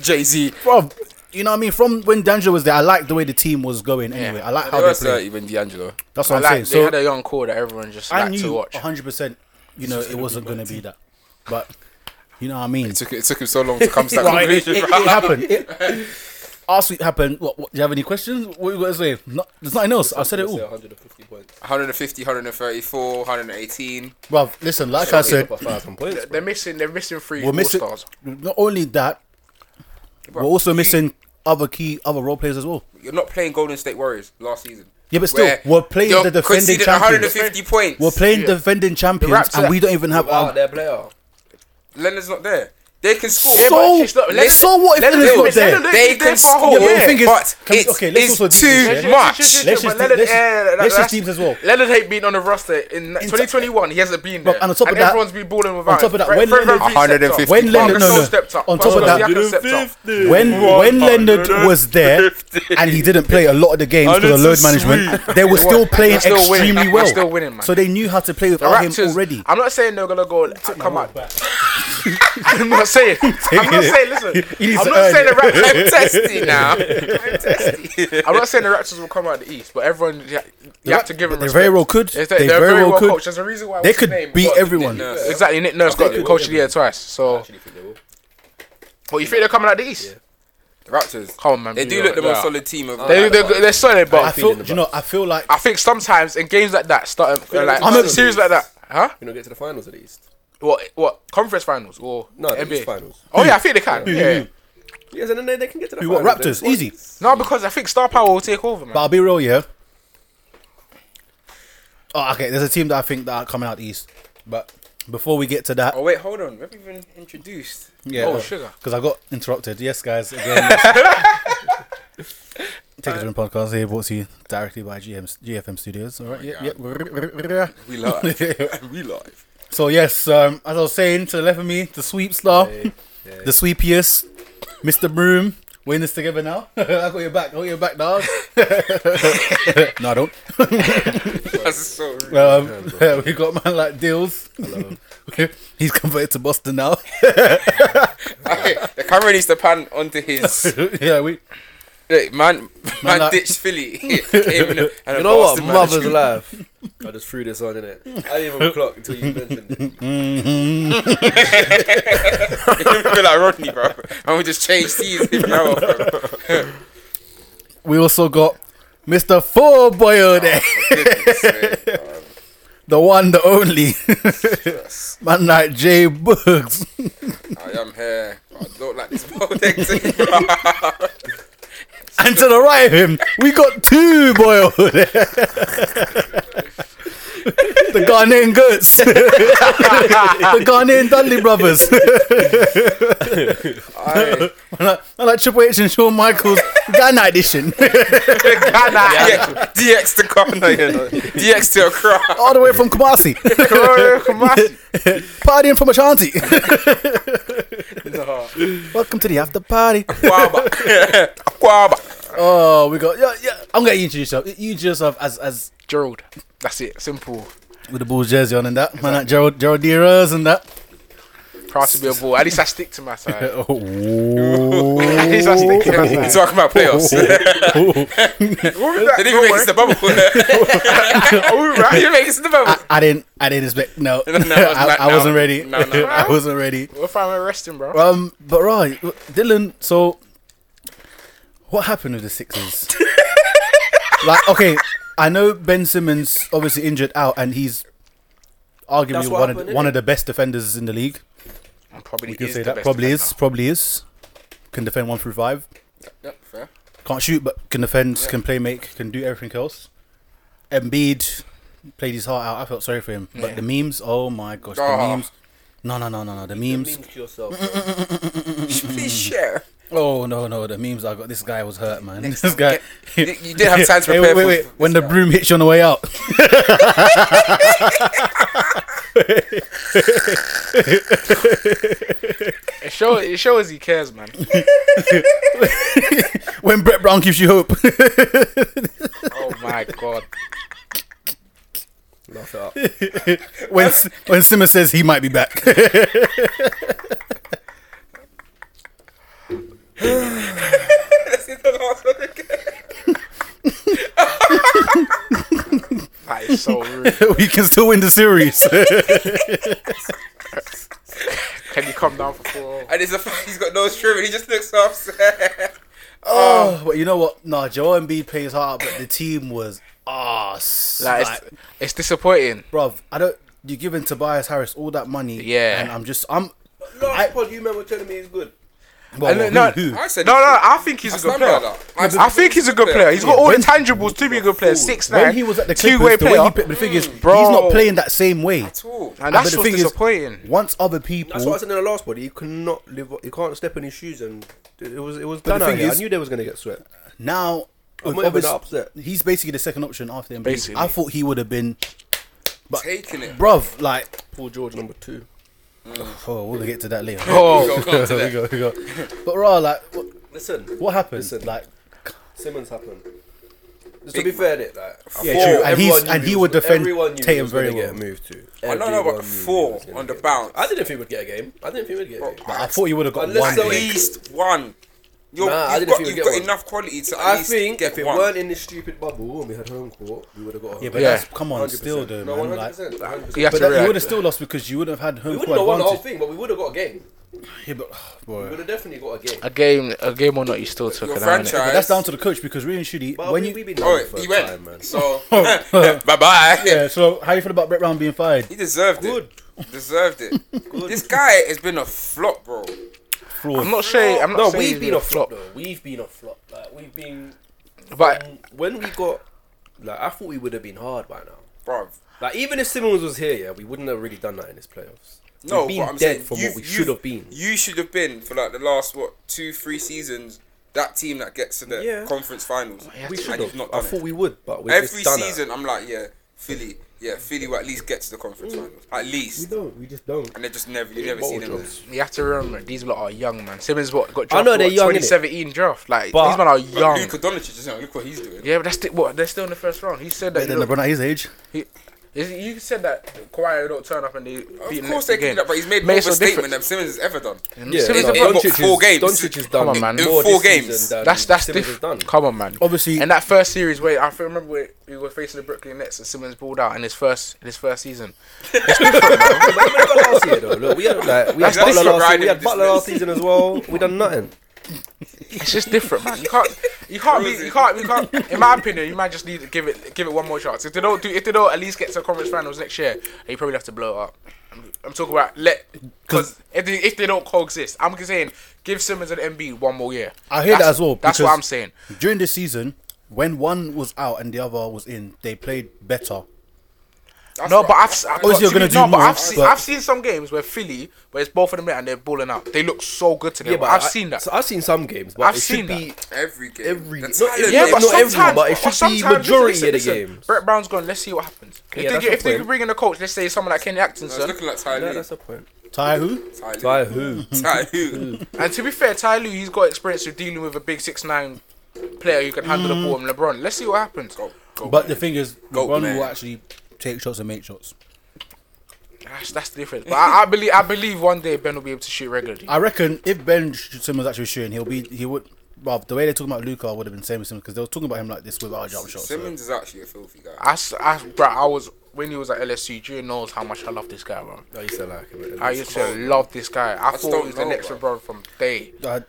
[SPEAKER 4] Jay Z.
[SPEAKER 6] bro, you know what I mean. From when D'Angelo was there, I liked the way the team was going. Anyway, I like how they played.
[SPEAKER 4] even D'Angelo.
[SPEAKER 6] That's
[SPEAKER 3] uh, I
[SPEAKER 6] what I'm
[SPEAKER 3] like,
[SPEAKER 6] saying.
[SPEAKER 3] they
[SPEAKER 6] So
[SPEAKER 3] had a young core that everyone just
[SPEAKER 6] I
[SPEAKER 3] liked to
[SPEAKER 6] knew
[SPEAKER 3] watch.
[SPEAKER 6] 100. percent You know, it wasn't going to be that, but you know what I mean.
[SPEAKER 4] It took, it took him so long to come to that
[SPEAKER 6] Right, it,
[SPEAKER 4] conclusion.
[SPEAKER 6] it,
[SPEAKER 4] bro.
[SPEAKER 6] it happened. It- last week happened. What, what? Do you have any questions? What you got to say? No, there's nothing else. I said it
[SPEAKER 5] Say
[SPEAKER 6] all,
[SPEAKER 5] 150 points.
[SPEAKER 4] 150, 134, 118.
[SPEAKER 6] bro. Listen, like I said,
[SPEAKER 5] About 1,000 points.
[SPEAKER 3] They're missing. They're missing three
[SPEAKER 6] we're
[SPEAKER 3] all
[SPEAKER 6] missing.
[SPEAKER 3] stars.
[SPEAKER 6] Not only that, we're also missing other key other role players as well.
[SPEAKER 4] You're not playing Golden State Warriors last season.
[SPEAKER 6] Yeah, but still,
[SPEAKER 4] Where
[SPEAKER 6] we're playing
[SPEAKER 4] you're
[SPEAKER 6] the defending
[SPEAKER 4] conceding
[SPEAKER 6] champions.
[SPEAKER 4] 150 points.
[SPEAKER 6] We're playing
[SPEAKER 3] Yeah.
[SPEAKER 6] defending champions,
[SPEAKER 3] Raptors
[SPEAKER 6] and
[SPEAKER 3] are-
[SPEAKER 6] we don't even have
[SPEAKER 5] Wow,
[SPEAKER 6] our.
[SPEAKER 5] their player.
[SPEAKER 4] Leonard's not there. They can score.
[SPEAKER 3] Yeah, but it's not-
[SPEAKER 6] So,
[SPEAKER 3] let's-
[SPEAKER 6] so what if
[SPEAKER 3] let's-
[SPEAKER 6] Dylan's not
[SPEAKER 3] let's-
[SPEAKER 6] there?
[SPEAKER 3] let's-
[SPEAKER 4] they
[SPEAKER 3] He's
[SPEAKER 4] can
[SPEAKER 3] there for a
[SPEAKER 4] score.
[SPEAKER 3] whole
[SPEAKER 6] Yeah, but the thing is-
[SPEAKER 4] but
[SPEAKER 6] can we-
[SPEAKER 4] it's,
[SPEAKER 6] okay, let's
[SPEAKER 4] it's
[SPEAKER 6] also do this,
[SPEAKER 4] too
[SPEAKER 6] yeah?
[SPEAKER 4] much.
[SPEAKER 6] Let's just-
[SPEAKER 3] but Leonard-
[SPEAKER 6] let's just-
[SPEAKER 3] yeah,
[SPEAKER 6] let's
[SPEAKER 3] that's-
[SPEAKER 6] just teams as well.
[SPEAKER 3] Leonard hate being on the roster in 2021. He hasn't been there.
[SPEAKER 6] and on top of that-
[SPEAKER 3] everyone's been balling without.
[SPEAKER 6] on top of that,
[SPEAKER 3] him.
[SPEAKER 6] when
[SPEAKER 3] Fred- Fred
[SPEAKER 6] Leonard-
[SPEAKER 3] VanVleet stepped up.
[SPEAKER 4] 150
[SPEAKER 6] When
[SPEAKER 3] Marcus
[SPEAKER 6] Leonard, no,
[SPEAKER 3] Gasol
[SPEAKER 6] no,
[SPEAKER 3] stepped up.
[SPEAKER 6] on top of
[SPEAKER 3] Pascal
[SPEAKER 6] that,
[SPEAKER 3] Siakam stepped up.
[SPEAKER 6] when when Leonard was there and he didn't play a lot of the games because of load management, they were still playing
[SPEAKER 3] still winning.
[SPEAKER 6] extremely
[SPEAKER 3] We're
[SPEAKER 6] well.
[SPEAKER 3] still winning, man.
[SPEAKER 6] So they knew how to play
[SPEAKER 3] The
[SPEAKER 6] without him
[SPEAKER 3] Raptors.
[SPEAKER 6] already.
[SPEAKER 3] I'm not saying they're gonna go. Come out. I'm not saying. I'm not saying. Listen.
[SPEAKER 6] He needs
[SPEAKER 3] I'm
[SPEAKER 6] to
[SPEAKER 3] not
[SPEAKER 6] earn
[SPEAKER 3] saying the
[SPEAKER 6] it.
[SPEAKER 3] Raptors.
[SPEAKER 4] I'm testy now.
[SPEAKER 3] I'm not saying the Raptors will come out of the East, but everyone you ha- you have to give them.
[SPEAKER 6] They
[SPEAKER 3] respect.
[SPEAKER 6] very well could.
[SPEAKER 3] They-
[SPEAKER 6] They very well
[SPEAKER 3] coached.
[SPEAKER 6] could.
[SPEAKER 3] There's a reason why
[SPEAKER 6] They
[SPEAKER 3] what's his
[SPEAKER 6] could
[SPEAKER 3] name
[SPEAKER 6] beat
[SPEAKER 3] got-
[SPEAKER 6] everyone.
[SPEAKER 4] Nurse.
[SPEAKER 3] Exactly, Nick Nurse got
[SPEAKER 5] they could
[SPEAKER 3] coach of
[SPEAKER 5] win
[SPEAKER 3] the year twice. So,
[SPEAKER 5] Actually, think they will.
[SPEAKER 3] but you think they're coming out of the East?
[SPEAKER 4] The Raptors.
[SPEAKER 3] Come on, man,
[SPEAKER 4] They
[SPEAKER 3] be
[SPEAKER 4] do
[SPEAKER 3] right
[SPEAKER 4] look the most
[SPEAKER 3] there.
[SPEAKER 4] solid team of.
[SPEAKER 3] They, they, they're solid,
[SPEAKER 6] I
[SPEAKER 3] but
[SPEAKER 6] feel, do you know, I feel like
[SPEAKER 3] I think sometimes in games like that, start uh,
[SPEAKER 5] Feeling
[SPEAKER 3] like
[SPEAKER 5] the finals.
[SPEAKER 3] series like that, huh?
[SPEAKER 5] We don't get to the finals at least.
[SPEAKER 3] What what conference finals or
[SPEAKER 5] No, the
[SPEAKER 3] NBA
[SPEAKER 5] East finals.
[SPEAKER 3] Oh yeah, Mm-hmm. I think they can. Yeah,
[SPEAKER 5] Yes, and then they, they can get to the
[SPEAKER 6] we
[SPEAKER 5] finals.
[SPEAKER 6] want Raptors
[SPEAKER 5] They're-
[SPEAKER 6] easy.
[SPEAKER 3] no, because I think star power will take over, man.
[SPEAKER 6] But I'll be real, yeah. Oh, okay. There's a team that I think that are coming out east, but before we get to that,
[SPEAKER 4] Oh wait, hold on. We haven't even introduced.
[SPEAKER 6] yeah,
[SPEAKER 3] oh, sugar.
[SPEAKER 6] because I got interrupted. Yes, guys. Again, Take a Drink podcast here, brought to you directly by GM, GFM Studios.
[SPEAKER 5] Oh
[SPEAKER 6] All right, yeah, yeah.
[SPEAKER 4] We live. we live.
[SPEAKER 6] So yes, um, as I was saying, to the left of me, the sweep star, the sweepiest, Mr. Broom. We're in this together now. I got your back. I got your back, dog. no, I don't.
[SPEAKER 4] That's so rude.
[SPEAKER 6] Um, we got man like Dills. He's converted to Boston now.
[SPEAKER 4] the camera needs to pan onto his.
[SPEAKER 6] yeah, we.
[SPEAKER 4] Look, man, man,
[SPEAKER 6] like-
[SPEAKER 4] ditched Philly. Came in a- and a
[SPEAKER 5] You know what?
[SPEAKER 4] Boston manager.
[SPEAKER 5] Mother's life. I just threw this on in it. I didn't even clock until you mentioned it.
[SPEAKER 4] I feel like Rodney, bro. And we just changed seats in now, bro.
[SPEAKER 6] We also got Mr. Four Boyo there,
[SPEAKER 4] Goodness sake.
[SPEAKER 6] the one, the only. man like Jay Boogs.
[SPEAKER 4] I am here. I don't like this politics.
[SPEAKER 6] And to the right of him, we got two boy over there. the Ghanaian Goats. the Ghanaian Dudley brothers.
[SPEAKER 4] Aye.
[SPEAKER 6] I like, I like Triple H and Shawn Michaels Ghana edition.
[SPEAKER 4] Yeah, DX to Ghana, you know. DX to Accra.
[SPEAKER 6] All the way from Kumasi. Partying from Ashanti. Welcome to the after party.
[SPEAKER 4] Aquaba. Aquaba.
[SPEAKER 6] Oh, we got yeah, yeah. I'm gonna introduce yourself. You introduce yourself as as
[SPEAKER 3] Gerald. That's it. Simple.
[SPEAKER 6] with the Bulls jersey on and that. Man, like Gerald Gerald Deras and that.
[SPEAKER 3] Proud to be a ball. At least I stick to my side. At
[SPEAKER 6] Oh.
[SPEAKER 3] least I stick to my side.
[SPEAKER 4] Talking about playoffs. Didn't even make it to the bubble. Didn't even make it to the bubble.
[SPEAKER 6] I didn't. I didn't expect. No,
[SPEAKER 4] No, no,
[SPEAKER 6] I,
[SPEAKER 4] no,
[SPEAKER 6] I
[SPEAKER 4] no.
[SPEAKER 6] wasn't ready.
[SPEAKER 4] No, no.
[SPEAKER 6] I wasn't ready.
[SPEAKER 3] We'll find my resting, bro.
[SPEAKER 6] Um, but right, Dylan. So, what happened with the Sixers? like, okay, I know Ben Simmons obviously injured out, and he's arguably
[SPEAKER 5] That's what
[SPEAKER 6] one of,
[SPEAKER 5] happened,
[SPEAKER 6] one
[SPEAKER 5] innit?
[SPEAKER 6] of the best defenders in the league.
[SPEAKER 3] Probably
[SPEAKER 6] You can
[SPEAKER 3] is
[SPEAKER 6] say
[SPEAKER 3] the
[SPEAKER 6] that
[SPEAKER 3] best
[SPEAKER 6] probably
[SPEAKER 3] defender.
[SPEAKER 6] is, probably is. Can defend one through five.
[SPEAKER 4] Yep, fair.
[SPEAKER 6] Can't shoot, but can defend, can play make, can do everything else. Embiid played his heart out. I felt sorry for him, but the memes. Oh my gosh, the
[SPEAKER 4] Ah.
[SPEAKER 6] memes. No, no, no, no, no. The memes.
[SPEAKER 5] Memes to yourself. bro.
[SPEAKER 4] Please share.
[SPEAKER 6] Oh no, no. The memes I got. This guy was hurt, man. this guy.
[SPEAKER 4] You you did have time to
[SPEAKER 6] Hey,
[SPEAKER 4] prepare
[SPEAKER 6] wait, wait, wait.
[SPEAKER 4] for
[SPEAKER 6] When the broom hits you on the way out.
[SPEAKER 3] It shows. It shows he cares, man.
[SPEAKER 6] when Brett Brown gives you hope.
[SPEAKER 3] Oh my god.
[SPEAKER 5] Laugh it up.
[SPEAKER 6] when S- when Simmer says he might be back.
[SPEAKER 3] That is so rude.
[SPEAKER 6] we can still win the series.
[SPEAKER 3] Oh. Can you come down for four?
[SPEAKER 4] And it's a fact he's got no string and he just looks so upset.
[SPEAKER 6] oh, but you know what? Nah, Joel Embiid plays hard, but the team was ass.
[SPEAKER 3] Like,
[SPEAKER 6] Like,
[SPEAKER 3] it's, it's disappointing.
[SPEAKER 6] bruv, I don't. You're giving Tobias Harris all that money.
[SPEAKER 3] Yeah.
[SPEAKER 6] and I'm just I'm.
[SPEAKER 5] Last pod you men were telling me is good.
[SPEAKER 6] Well,
[SPEAKER 3] And
[SPEAKER 6] no,
[SPEAKER 3] no,
[SPEAKER 6] who, who?
[SPEAKER 4] I said
[SPEAKER 3] no, no, I think he's a
[SPEAKER 4] That's
[SPEAKER 3] good player.
[SPEAKER 4] not bad, that.
[SPEAKER 3] I think he's a good player. He's got all
[SPEAKER 6] When-
[SPEAKER 3] the tangibles to be a good player. Six nine.
[SPEAKER 6] when he was at the Clippers,
[SPEAKER 3] two-way
[SPEAKER 6] the way
[SPEAKER 3] player.
[SPEAKER 6] he played, the thing is, he's
[SPEAKER 3] Bro.
[SPEAKER 6] not playing that same way.
[SPEAKER 4] at all.
[SPEAKER 3] and
[SPEAKER 6] But
[SPEAKER 3] that's
[SPEAKER 6] the
[SPEAKER 3] what's
[SPEAKER 6] thing is,
[SPEAKER 3] disappointing.
[SPEAKER 6] Once other people,
[SPEAKER 5] That's what I said in the last pod. He cannot live. He can't step in his shoes, and it was it was
[SPEAKER 6] But the
[SPEAKER 5] done out
[SPEAKER 6] thing
[SPEAKER 5] here. I
[SPEAKER 6] is-
[SPEAKER 5] knew they was gonna get swept.
[SPEAKER 6] now
[SPEAKER 5] I'm
[SPEAKER 6] with
[SPEAKER 5] not even
[SPEAKER 6] obvious-
[SPEAKER 5] upset.
[SPEAKER 6] he's basically the second option after Embiid.
[SPEAKER 3] Basically.
[SPEAKER 6] I thought he would have been,
[SPEAKER 4] Taking it.
[SPEAKER 6] bruv, like.
[SPEAKER 5] Paul George number two.
[SPEAKER 6] Oh, we'll get to that later.
[SPEAKER 3] Oh,
[SPEAKER 4] Go, go to
[SPEAKER 6] we
[SPEAKER 4] that.
[SPEAKER 6] go, we go. But raw, like, what,
[SPEAKER 5] Listen,
[SPEAKER 6] what happened?
[SPEAKER 5] Listen.
[SPEAKER 6] Like,
[SPEAKER 5] Simmons happened. Just to be fair, it like
[SPEAKER 4] Yeah,
[SPEAKER 5] four,
[SPEAKER 4] true.
[SPEAKER 6] And he's-
[SPEAKER 5] everyone knew
[SPEAKER 6] and he
[SPEAKER 5] was-
[SPEAKER 6] would defend
[SPEAKER 5] everyone knew
[SPEAKER 6] Tatum
[SPEAKER 5] he was gonna
[SPEAKER 6] very well.
[SPEAKER 5] Get moved to.
[SPEAKER 4] I don't know
[SPEAKER 5] Everyone knew
[SPEAKER 4] about
[SPEAKER 5] he
[SPEAKER 4] four
[SPEAKER 5] was gonna
[SPEAKER 4] on the
[SPEAKER 5] get-
[SPEAKER 4] bounce.
[SPEAKER 5] I didn't think he would get a game. I didn't think he would get a game.
[SPEAKER 6] I thought you would have got
[SPEAKER 5] Unless
[SPEAKER 6] one.
[SPEAKER 4] At
[SPEAKER 5] so
[SPEAKER 6] game.
[SPEAKER 4] least one. You're,
[SPEAKER 5] Nah, I didn't
[SPEAKER 4] you've got,
[SPEAKER 5] think
[SPEAKER 4] you've
[SPEAKER 5] we'd
[SPEAKER 4] got
[SPEAKER 5] get one.
[SPEAKER 4] enough quality to at
[SPEAKER 5] I
[SPEAKER 4] least
[SPEAKER 5] think
[SPEAKER 4] get
[SPEAKER 5] if it
[SPEAKER 4] one.
[SPEAKER 5] weren't in this stupid bubble and we had home court, we would have got. A
[SPEAKER 6] Yeah, but
[SPEAKER 3] Yeah.
[SPEAKER 6] that's come on, still though,
[SPEAKER 5] no,
[SPEAKER 6] man.
[SPEAKER 5] one
[SPEAKER 6] Like,
[SPEAKER 5] hundred percent.
[SPEAKER 3] you have to
[SPEAKER 6] but that, you
[SPEAKER 3] react.
[SPEAKER 6] would have still lost because you would have had
[SPEAKER 5] We
[SPEAKER 6] home
[SPEAKER 5] wouldn't
[SPEAKER 6] court
[SPEAKER 5] have won the whole
[SPEAKER 6] advantage.
[SPEAKER 5] thing, but we would have got a game.
[SPEAKER 6] Yeah, but, ah,
[SPEAKER 5] We would
[SPEAKER 6] boy.
[SPEAKER 5] have definitely got a game.
[SPEAKER 6] Uh,
[SPEAKER 3] A game, a game or not, you still took
[SPEAKER 4] Your
[SPEAKER 3] it out. innit?
[SPEAKER 4] franchise.
[SPEAKER 6] That's down to the coach because really and truly,
[SPEAKER 5] But
[SPEAKER 6] when
[SPEAKER 5] we,
[SPEAKER 6] you
[SPEAKER 5] we've been
[SPEAKER 4] Oh,
[SPEAKER 5] doing it for
[SPEAKER 4] he
[SPEAKER 5] a
[SPEAKER 4] went.
[SPEAKER 5] time, man.
[SPEAKER 4] So, bye bye.
[SPEAKER 6] yeah. So how you feel about Brett Brown being fired?
[SPEAKER 4] He deserved it. Deserved it. This guy has been a flop, bro.
[SPEAKER 3] I'm not saying. I'm not
[SPEAKER 5] no,
[SPEAKER 3] saying
[SPEAKER 5] we've
[SPEAKER 3] he's
[SPEAKER 5] been a flop. though. We've been a flop. Like, we've been um,
[SPEAKER 3] But
[SPEAKER 5] when we got like I thought we would have been hard by now.
[SPEAKER 4] Bro.
[SPEAKER 5] Like even if Simmons was here, yeah, we wouldn't have really done that in this playoffs.
[SPEAKER 4] No,
[SPEAKER 5] We've been
[SPEAKER 4] but I'm
[SPEAKER 5] dead
[SPEAKER 4] saying
[SPEAKER 5] from
[SPEAKER 4] you-
[SPEAKER 5] what we
[SPEAKER 4] you-
[SPEAKER 5] should have been.
[SPEAKER 4] You should have been for like the last what two, three seasons. That team that gets to the
[SPEAKER 5] Yeah.
[SPEAKER 4] conference finals,
[SPEAKER 5] We should
[SPEAKER 4] and you've
[SPEAKER 5] have.
[SPEAKER 4] not
[SPEAKER 5] I
[SPEAKER 4] done
[SPEAKER 5] thought
[SPEAKER 4] it.
[SPEAKER 5] we would, but we
[SPEAKER 4] Every
[SPEAKER 5] just done
[SPEAKER 4] season, I'm like, yeah, Philly, yeah, Philly will at least get to the conference finals, at
[SPEAKER 5] Mm. We
[SPEAKER 4] least.
[SPEAKER 5] don't. We just don't.
[SPEAKER 4] And they just never, you never see them. lose.
[SPEAKER 3] you have to remember, these lot are young, man. Simmons what got drafted.
[SPEAKER 5] I know they're
[SPEAKER 3] what,
[SPEAKER 5] young, innit?
[SPEAKER 3] 2017 draft. Like
[SPEAKER 5] But-
[SPEAKER 3] these men are
[SPEAKER 4] But
[SPEAKER 3] young.
[SPEAKER 4] Luka Doncic, is young, look what he's doing.
[SPEAKER 3] Yeah, but that's still, what they're still in the first round. He said that.
[SPEAKER 6] Better than
[SPEAKER 3] look,
[SPEAKER 6] LeBron at his age.
[SPEAKER 3] he, is- you said that Kawhi don't turn up and they beat
[SPEAKER 4] Of
[SPEAKER 3] him
[SPEAKER 4] course
[SPEAKER 3] next
[SPEAKER 4] they can do
[SPEAKER 3] game.
[SPEAKER 4] that, but he's made more
[SPEAKER 3] Makes
[SPEAKER 4] of a
[SPEAKER 3] no
[SPEAKER 4] statement than
[SPEAKER 3] difference.
[SPEAKER 4] Simmons has ever done.
[SPEAKER 5] Yeah,
[SPEAKER 3] Simmons
[SPEAKER 5] no,
[SPEAKER 3] have got
[SPEAKER 4] four games.
[SPEAKER 5] Doncic has done
[SPEAKER 3] Come on, man.
[SPEAKER 5] more
[SPEAKER 4] In four
[SPEAKER 5] this
[SPEAKER 4] games.
[SPEAKER 5] season than
[SPEAKER 3] That's that's
[SPEAKER 5] Simmons has done.
[SPEAKER 3] different. Come on, man.
[SPEAKER 6] Obviously-
[SPEAKER 3] and that first series, where I feel- remember we, we were facing the Brooklyn Nets and Simmons balled out in his first in his first season.
[SPEAKER 5] But even look at last year, though. Look, we had like we had
[SPEAKER 4] That's
[SPEAKER 5] Butler
[SPEAKER 4] different
[SPEAKER 5] last, year, we
[SPEAKER 4] riding
[SPEAKER 5] had
[SPEAKER 4] this
[SPEAKER 5] Butler last
[SPEAKER 4] season.
[SPEAKER 5] season as well. We done nothing.
[SPEAKER 3] It's just different, man. You can't, you can't, be, you can't, you can't. In my opinion, you might just need to give it, give it one more chance. If they don't do, if they don't at least get to the conference finals next year, you probably have to blow it up. I'm, I'm talking about let because if they, if they don't coexist, I'm just saying give Simmons and MB one more year.
[SPEAKER 6] I hear
[SPEAKER 3] That's-
[SPEAKER 6] that as well.
[SPEAKER 3] That's what
[SPEAKER 6] because
[SPEAKER 3] I'm saying.
[SPEAKER 6] During this season, when one was out and the other was in, they played better.
[SPEAKER 4] That's
[SPEAKER 3] No,
[SPEAKER 4] what-
[SPEAKER 3] but I've s- I've
[SPEAKER 6] Obviously
[SPEAKER 3] got to
[SPEAKER 6] you're
[SPEAKER 3] be-
[SPEAKER 6] gonna
[SPEAKER 3] no,
[SPEAKER 6] do
[SPEAKER 3] but
[SPEAKER 6] more,
[SPEAKER 3] I've seen
[SPEAKER 6] but-
[SPEAKER 3] I've seen some games where Philly, where it's both of them there and they're balling out. They look so good together. I've
[SPEAKER 5] I-
[SPEAKER 3] seen that.
[SPEAKER 5] So I've seen some games, but
[SPEAKER 3] I've
[SPEAKER 5] it should
[SPEAKER 3] seen that.
[SPEAKER 5] be
[SPEAKER 4] every game.
[SPEAKER 5] every-
[SPEAKER 4] The
[SPEAKER 5] not
[SPEAKER 4] talent
[SPEAKER 5] every-
[SPEAKER 4] they
[SPEAKER 3] Yeah, but
[SPEAKER 5] not every-
[SPEAKER 4] have-
[SPEAKER 3] sometimes,
[SPEAKER 5] but it should be
[SPEAKER 3] sometimes-
[SPEAKER 5] majority
[SPEAKER 3] listen,
[SPEAKER 5] of the
[SPEAKER 3] listen,
[SPEAKER 5] games.
[SPEAKER 3] Brett Brown's gone. Let's see what happens. If
[SPEAKER 5] Yeah,
[SPEAKER 3] they,
[SPEAKER 5] that's
[SPEAKER 3] get,
[SPEAKER 5] my
[SPEAKER 3] if they
[SPEAKER 5] point.
[SPEAKER 3] bring in a coach, let's say someone like Kenny
[SPEAKER 4] It's
[SPEAKER 3] Atkinson.
[SPEAKER 4] looking like Ty
[SPEAKER 5] Yeah,
[SPEAKER 4] Lue.
[SPEAKER 5] that's a point.
[SPEAKER 6] Ty who?
[SPEAKER 4] Ty Lue.
[SPEAKER 5] By who?
[SPEAKER 4] Ty Lue.
[SPEAKER 3] And to be fair, Ty Lue, he's got experience of dealing with a big six nine player who can handle the ball
[SPEAKER 5] Mm.
[SPEAKER 3] and LeBron. Let's see what happens.
[SPEAKER 5] Oh.
[SPEAKER 4] Go, go,
[SPEAKER 6] But the thing is,
[SPEAKER 4] Goat
[SPEAKER 6] LeBron
[SPEAKER 4] man.
[SPEAKER 6] will actually take shots and make shots.
[SPEAKER 3] That's, that's the difference. But I, I believe I believe one day Ben will be able to shoot regularly.
[SPEAKER 6] I reckon if Ben Sh- Simmons actually was shooting, he'll be he would. Well, the way they're talking about Luca would have been the same as Simmons because they were talking about him like this with our jump shots.
[SPEAKER 4] Simmons is actually a filthy guy.
[SPEAKER 3] I, s- I- bruh, I was when he was at LSU. Drew knows how much I love this guy, bro.
[SPEAKER 5] I used to like him.
[SPEAKER 3] I used to love this guy. I,
[SPEAKER 4] just
[SPEAKER 3] thought
[SPEAKER 4] don't
[SPEAKER 3] he was the
[SPEAKER 4] know,
[SPEAKER 3] next
[SPEAKER 4] bruv.
[SPEAKER 3] LeBron from day.
[SPEAKER 6] Uh,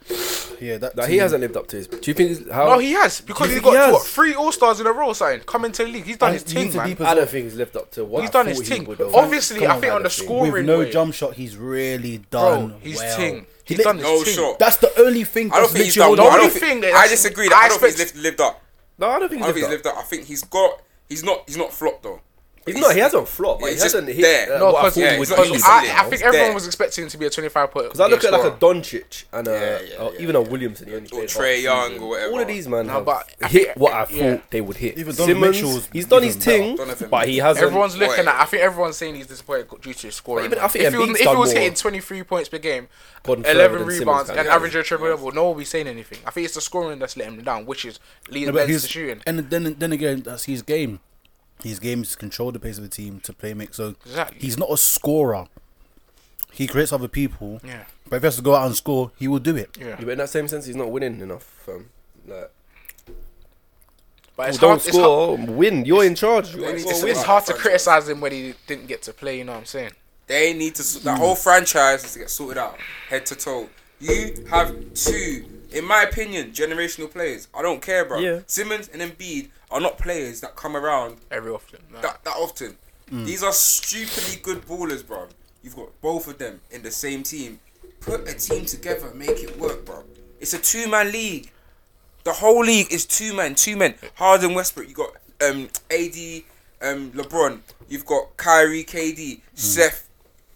[SPEAKER 6] yeah, that.
[SPEAKER 5] Like, he
[SPEAKER 6] team-
[SPEAKER 5] hasn't lived up to his. Do you think he's- how?
[SPEAKER 3] No, he has because
[SPEAKER 5] Do
[SPEAKER 3] he's
[SPEAKER 5] you
[SPEAKER 3] got
[SPEAKER 5] think Oh, he
[SPEAKER 3] what
[SPEAKER 5] has?
[SPEAKER 3] three All Stars in a row. Something coming to the league, he's done
[SPEAKER 6] I-
[SPEAKER 3] his
[SPEAKER 6] you
[SPEAKER 3] thing,
[SPEAKER 6] need to
[SPEAKER 3] man.
[SPEAKER 6] deep as
[SPEAKER 5] I
[SPEAKER 6] well.
[SPEAKER 5] don't think he's lived up to what
[SPEAKER 3] He's
[SPEAKER 5] I
[SPEAKER 3] done
[SPEAKER 5] thought
[SPEAKER 3] his
[SPEAKER 5] he
[SPEAKER 3] thing.
[SPEAKER 5] would have.
[SPEAKER 3] Obviously,
[SPEAKER 6] Come
[SPEAKER 3] I think on the
[SPEAKER 5] Madison.
[SPEAKER 3] scoring
[SPEAKER 6] with no
[SPEAKER 3] way,
[SPEAKER 6] jump shot, he's really done.
[SPEAKER 3] bro, Oh, he's
[SPEAKER 6] well.
[SPEAKER 3] ting.
[SPEAKER 6] He
[SPEAKER 3] He's
[SPEAKER 6] lit-
[SPEAKER 3] done his
[SPEAKER 4] No
[SPEAKER 3] ting.
[SPEAKER 4] shot.
[SPEAKER 6] That's the only thing.
[SPEAKER 4] I don't
[SPEAKER 6] that's
[SPEAKER 4] think he's
[SPEAKER 6] literally
[SPEAKER 4] lived
[SPEAKER 3] the
[SPEAKER 4] up. I
[SPEAKER 6] all-
[SPEAKER 4] don't
[SPEAKER 3] only
[SPEAKER 4] think.
[SPEAKER 3] thing that-
[SPEAKER 4] I disagree. That
[SPEAKER 3] I
[SPEAKER 4] I don't think he's
[SPEAKER 3] expect-
[SPEAKER 4] lived, lived up.
[SPEAKER 5] No, I don't think he's
[SPEAKER 4] I don't
[SPEAKER 5] lived
[SPEAKER 4] think he's
[SPEAKER 5] up.
[SPEAKER 4] lived up. I think he's got. He's not. He's not flopped though.
[SPEAKER 5] He's not. He hasn't flopped.
[SPEAKER 4] Yeah,
[SPEAKER 5] Like, he
[SPEAKER 4] he's just
[SPEAKER 5] hasn't hit.
[SPEAKER 4] there.
[SPEAKER 5] There.
[SPEAKER 3] No,
[SPEAKER 5] No, what I
[SPEAKER 3] because
[SPEAKER 5] thought
[SPEAKER 4] yeah,
[SPEAKER 5] he would
[SPEAKER 4] he's not-
[SPEAKER 5] be.
[SPEAKER 4] he's
[SPEAKER 3] I,
[SPEAKER 4] solid
[SPEAKER 3] I
[SPEAKER 4] now.
[SPEAKER 3] think
[SPEAKER 4] He's
[SPEAKER 3] everyone
[SPEAKER 4] there.
[SPEAKER 3] was expecting him to be a 25 point.
[SPEAKER 5] Because I look at like a
[SPEAKER 3] scorer.
[SPEAKER 5] Doncic and a,
[SPEAKER 4] Yeah, yeah,
[SPEAKER 5] or
[SPEAKER 4] yeah.
[SPEAKER 5] even a Williamson. He only
[SPEAKER 4] Or
[SPEAKER 5] played
[SPEAKER 4] Trey
[SPEAKER 5] half the
[SPEAKER 4] Young
[SPEAKER 5] season.
[SPEAKER 4] or whatever.
[SPEAKER 5] All of these man
[SPEAKER 3] No,
[SPEAKER 5] have
[SPEAKER 3] but I
[SPEAKER 5] hit
[SPEAKER 3] think-
[SPEAKER 5] what I thought
[SPEAKER 3] yeah.
[SPEAKER 5] they would hit.
[SPEAKER 6] Even Donovan
[SPEAKER 5] Simmons,
[SPEAKER 6] Mitchell was
[SPEAKER 5] he's done
[SPEAKER 6] even
[SPEAKER 5] his thing,
[SPEAKER 4] better. Donovan
[SPEAKER 5] but he hasn't.
[SPEAKER 3] Everyone's looking
[SPEAKER 4] Wait.
[SPEAKER 3] at. I think everyone's saying he's disappointed due to his scoring.
[SPEAKER 5] even- I
[SPEAKER 3] man.
[SPEAKER 5] think
[SPEAKER 3] if he was,
[SPEAKER 5] Embiid's
[SPEAKER 3] if he
[SPEAKER 5] done
[SPEAKER 3] was
[SPEAKER 5] more.
[SPEAKER 3] hitting 23 points per game,
[SPEAKER 5] Gone further
[SPEAKER 3] 11
[SPEAKER 5] than Simmons
[SPEAKER 3] rebounds,
[SPEAKER 5] can,
[SPEAKER 3] and
[SPEAKER 5] yeah.
[SPEAKER 3] averaging a triple double, no one will be saying anything. I think it's the scoring that's letting him down, which is leads
[SPEAKER 6] Yeah,
[SPEAKER 3] Ben
[SPEAKER 6] but
[SPEAKER 3] to
[SPEAKER 6] he's,
[SPEAKER 3] shooting.
[SPEAKER 6] and then then again, that's his game. His game is to control the pace of the team to play make. So
[SPEAKER 3] Exactly.
[SPEAKER 6] he's not a scorer. He creates other people.
[SPEAKER 3] Yeah.
[SPEAKER 6] But if he has to go out and score, he will do it.
[SPEAKER 3] Yeah,
[SPEAKER 5] Yeah, but in that same sense, he's not winning enough. Um, like,
[SPEAKER 3] but it's
[SPEAKER 5] don't
[SPEAKER 3] hard. It's hard,
[SPEAKER 5] score, win. You're in charge. You're
[SPEAKER 4] It's-
[SPEAKER 5] in
[SPEAKER 4] it's-
[SPEAKER 5] charge.
[SPEAKER 3] it's hard to criticize him when he didn't get to play. You know what I'm saying?
[SPEAKER 4] They need to. s- That whole franchise needs to get sorted out, head to toe. You have two, in my opinion, generational players. I don't care, bro.
[SPEAKER 5] Yeah.
[SPEAKER 4] Simmons and Embiid are not players that come around
[SPEAKER 3] Every often. man.
[SPEAKER 4] that, that often. These are stupidly good ballers, bro. You've got both of them in the same team. Put a team together, make it work, bro. It's a two man league. The whole league is two men, two men. Harden, Westbrook. You got um AD, um LeBron. You've got Kyrie, KD, Steph.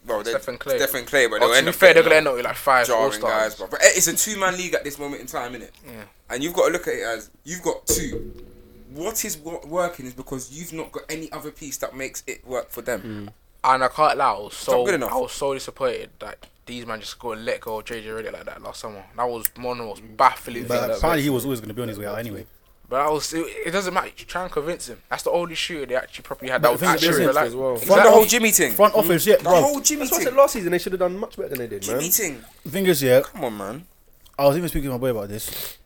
[SPEAKER 4] Well,
[SPEAKER 3] Steph and Clay.
[SPEAKER 4] Steph and Clay, but
[SPEAKER 3] Oh,
[SPEAKER 4] they'll
[SPEAKER 3] to
[SPEAKER 4] end
[SPEAKER 3] be
[SPEAKER 4] up
[SPEAKER 3] fair, they're
[SPEAKER 4] getting
[SPEAKER 3] gonna end up with like five All
[SPEAKER 4] jarring guys,
[SPEAKER 3] Stars.
[SPEAKER 4] bro. But eh, it's a two man league at this moment in time, innit? Yeah. And you've got to look at it as you've got two. What is wo- working is because you've not got any other piece that makes it work for them.
[SPEAKER 3] And I can't lie, I was so
[SPEAKER 4] not good enough.
[SPEAKER 3] I was so disappointed that these man just go and let go of JJ Redick like that last summer. That was one of the most baffling
[SPEAKER 6] But
[SPEAKER 3] things.
[SPEAKER 6] apparently, he was always going to be on his way out anyway.
[SPEAKER 3] But I was it, it doesn't matter. You try and convince him. That's the only shooter they actually probably had that was
[SPEAKER 6] the thing is,
[SPEAKER 3] actually
[SPEAKER 6] business
[SPEAKER 3] like
[SPEAKER 5] as well.
[SPEAKER 4] It's like the whole Jimmy thing.
[SPEAKER 6] Front office, yeah,
[SPEAKER 4] The
[SPEAKER 6] bro.
[SPEAKER 4] whole Jimmy
[SPEAKER 5] That's what I
[SPEAKER 4] thing.
[SPEAKER 5] said last season. They should have done much better than they did, man.
[SPEAKER 4] Jimmy thing.
[SPEAKER 6] thing is, yeah,
[SPEAKER 4] Come on, man.
[SPEAKER 6] I was even speaking to my boy about this.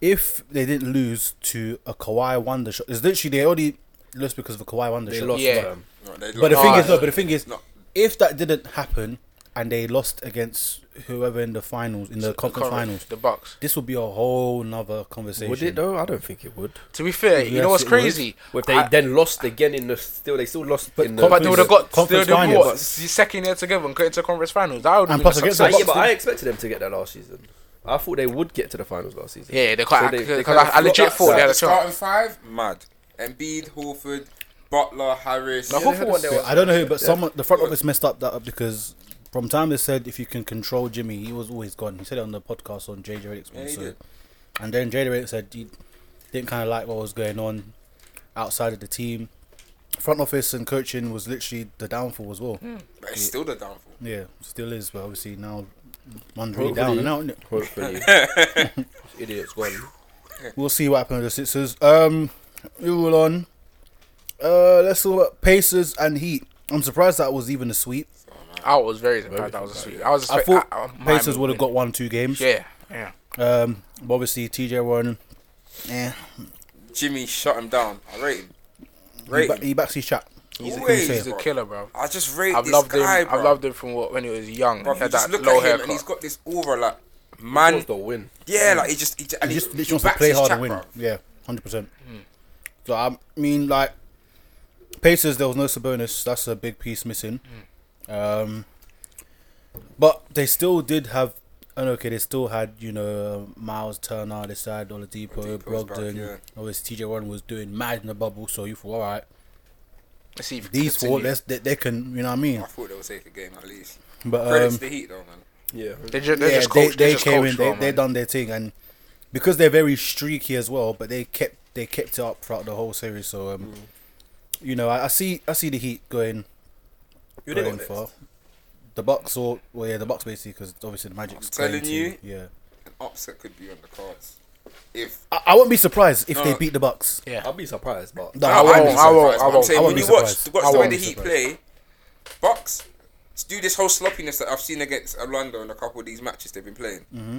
[SPEAKER 6] If they didn't lose to a Kawhi wonder shot, it's literally they already lost because of a Kawhi wonder
[SPEAKER 5] They
[SPEAKER 6] shot.
[SPEAKER 5] lost.
[SPEAKER 3] Yeah.
[SPEAKER 5] man.
[SPEAKER 4] No, they
[SPEAKER 6] But the
[SPEAKER 4] lost.
[SPEAKER 6] thing
[SPEAKER 3] No,
[SPEAKER 6] is, no. But the thing is,
[SPEAKER 4] no.
[SPEAKER 6] if that didn't happen, and they lost against whoever in the finals in the conference
[SPEAKER 3] Current-
[SPEAKER 6] finals.
[SPEAKER 3] The Bucks.
[SPEAKER 6] This would be a whole nother conversation.
[SPEAKER 5] Would it though? I don't think it would.
[SPEAKER 3] To be fair, you know what's
[SPEAKER 6] Yes, it would.
[SPEAKER 3] crazy?
[SPEAKER 5] If they
[SPEAKER 3] I-
[SPEAKER 5] then lost again in the still, they still lost in the.
[SPEAKER 3] but they would have got they
[SPEAKER 6] Conference
[SPEAKER 3] would have
[SPEAKER 6] finals.
[SPEAKER 3] what second year together and got into conference finals. That would have
[SPEAKER 6] And plus
[SPEAKER 3] been a
[SPEAKER 6] against
[SPEAKER 5] I,
[SPEAKER 3] success.
[SPEAKER 5] yeah, but I expected them to get there last season. I thought they would get to the finals last season.
[SPEAKER 3] Yeah, they quite-
[SPEAKER 5] they- they
[SPEAKER 3] because
[SPEAKER 5] kind of
[SPEAKER 3] I- I legit
[SPEAKER 5] flopped that
[SPEAKER 3] thought they had
[SPEAKER 5] side.
[SPEAKER 3] a-
[SPEAKER 4] Starting five, mad. Embiid, Horford, Butler, Harris.
[SPEAKER 3] No,
[SPEAKER 4] Yeah,
[SPEAKER 3] Horford
[SPEAKER 4] they had
[SPEAKER 3] won
[SPEAKER 4] a-
[SPEAKER 3] that one.
[SPEAKER 6] I don't know, but someone the front office messed up that up because from time they said if you can control Jimmy, he was always gone. He said it on the podcast on JJ Reddick's one.
[SPEAKER 4] Yeah, he
[SPEAKER 6] so,
[SPEAKER 4] did.
[SPEAKER 6] and then JJ Reddick said he didn't kind of like what was going on outside of the team. Front office and coaching was literally the downfall as well.
[SPEAKER 4] But it's still the downfall.
[SPEAKER 6] Yeah, still is, but obviously now Mondre
[SPEAKER 5] Hopefully.
[SPEAKER 6] down and out. innit?
[SPEAKER 5] Hopefully, idiots gone.
[SPEAKER 6] We'll see what happens with the Sixers. Um, we all on. Uh, let's talk about Pacers and Heat. I'm surprised that was even a sweep.
[SPEAKER 3] I was very surprised that was a sweep. I was
[SPEAKER 6] I
[SPEAKER 3] expect-
[SPEAKER 6] thought
[SPEAKER 3] I- I- Miami
[SPEAKER 6] Pacers would
[SPEAKER 3] win.
[SPEAKER 6] have got one, two games.
[SPEAKER 3] Yeah, yeah.
[SPEAKER 6] Um, but obviously TJ Warren, eh,
[SPEAKER 4] Jimmy shut him down. I rate him.
[SPEAKER 6] he,
[SPEAKER 4] Rate
[SPEAKER 6] ba-
[SPEAKER 4] him.
[SPEAKER 6] he backs his shot.
[SPEAKER 3] He's, a,
[SPEAKER 4] Always,
[SPEAKER 3] he's a
[SPEAKER 4] bro.
[SPEAKER 3] killer, bro.
[SPEAKER 4] I just rate
[SPEAKER 3] I've
[SPEAKER 4] this
[SPEAKER 3] loved
[SPEAKER 4] guy,
[SPEAKER 3] him.
[SPEAKER 4] bro.
[SPEAKER 3] I've loved him from what, when he was young.
[SPEAKER 4] Bro,
[SPEAKER 3] he
[SPEAKER 4] you
[SPEAKER 3] had
[SPEAKER 4] just
[SPEAKER 3] that
[SPEAKER 4] look
[SPEAKER 3] low
[SPEAKER 4] at him
[SPEAKER 3] haircut.
[SPEAKER 4] and he's got this aura like man.
[SPEAKER 5] Wants to win.
[SPEAKER 4] Yeah, like he just he, and
[SPEAKER 6] Mm.
[SPEAKER 4] he,
[SPEAKER 6] He just
[SPEAKER 4] he
[SPEAKER 6] literally wants to
[SPEAKER 4] backs
[SPEAKER 6] play
[SPEAKER 4] his Hmm.
[SPEAKER 6] hard
[SPEAKER 4] chat,
[SPEAKER 6] and win.
[SPEAKER 4] bro.
[SPEAKER 6] Yeah, hundred percent. So I mean, like Pacers, there was no Sabonis. That's a big piece missing.
[SPEAKER 4] Hmm.
[SPEAKER 6] Um, but they still did have. And okay, they still had you know Miles Turner, they side Oladipo,
[SPEAKER 4] Oladipo's back,
[SPEAKER 6] Brogdon.
[SPEAKER 4] yeah.
[SPEAKER 6] Obviously, TJ Warren was doing mad in the bubble, so you thought, all right,
[SPEAKER 3] Let's see if he
[SPEAKER 6] these four,
[SPEAKER 3] continue.
[SPEAKER 6] let's, they, they can, you know what I mean.
[SPEAKER 4] I thought they would take a game at least.
[SPEAKER 6] But
[SPEAKER 4] Credits
[SPEAKER 6] um,
[SPEAKER 4] the Heat though, man.
[SPEAKER 5] Yeah,
[SPEAKER 3] They just, they
[SPEAKER 6] yeah,
[SPEAKER 3] just
[SPEAKER 6] they,
[SPEAKER 3] coached-
[SPEAKER 6] they
[SPEAKER 3] just
[SPEAKER 6] came in,
[SPEAKER 3] coached
[SPEAKER 6] they,
[SPEAKER 3] well,
[SPEAKER 6] they
[SPEAKER 3] man.
[SPEAKER 6] done their thing, and because they're very streaky as well, but they kept they kept it up throughout the whole series. So, um, you know, I, I see I see the Heat going
[SPEAKER 5] Who they
[SPEAKER 6] going
[SPEAKER 5] got
[SPEAKER 6] far. The Bucks or well, yeah, the Bucks basically because obviously the Magic's
[SPEAKER 4] I'm
[SPEAKER 6] going
[SPEAKER 4] telling
[SPEAKER 6] to-
[SPEAKER 4] you.
[SPEAKER 6] yeah.
[SPEAKER 4] An upset could be on the cards. If
[SPEAKER 6] I, I won't be surprised if they
[SPEAKER 4] No.
[SPEAKER 6] beat the Bucks.
[SPEAKER 3] Yeah.
[SPEAKER 5] I'll be surprised, but
[SPEAKER 6] No,
[SPEAKER 4] No,
[SPEAKER 6] I
[SPEAKER 4] I'd be
[SPEAKER 6] won't.
[SPEAKER 3] I won't-
[SPEAKER 4] surprised,
[SPEAKER 3] I
[SPEAKER 4] but I'm
[SPEAKER 3] won't-
[SPEAKER 4] saying
[SPEAKER 6] I
[SPEAKER 4] when
[SPEAKER 6] won't
[SPEAKER 4] you
[SPEAKER 6] be
[SPEAKER 4] watch,
[SPEAKER 6] surprised.
[SPEAKER 4] watch
[SPEAKER 3] I
[SPEAKER 4] the way
[SPEAKER 3] won't
[SPEAKER 4] that
[SPEAKER 3] be
[SPEAKER 4] Heat
[SPEAKER 6] surprised.
[SPEAKER 4] play, Bucks do this whole sloppiness that I've seen against Orlando in a couple of these matches they've been playing. Mm-hmm.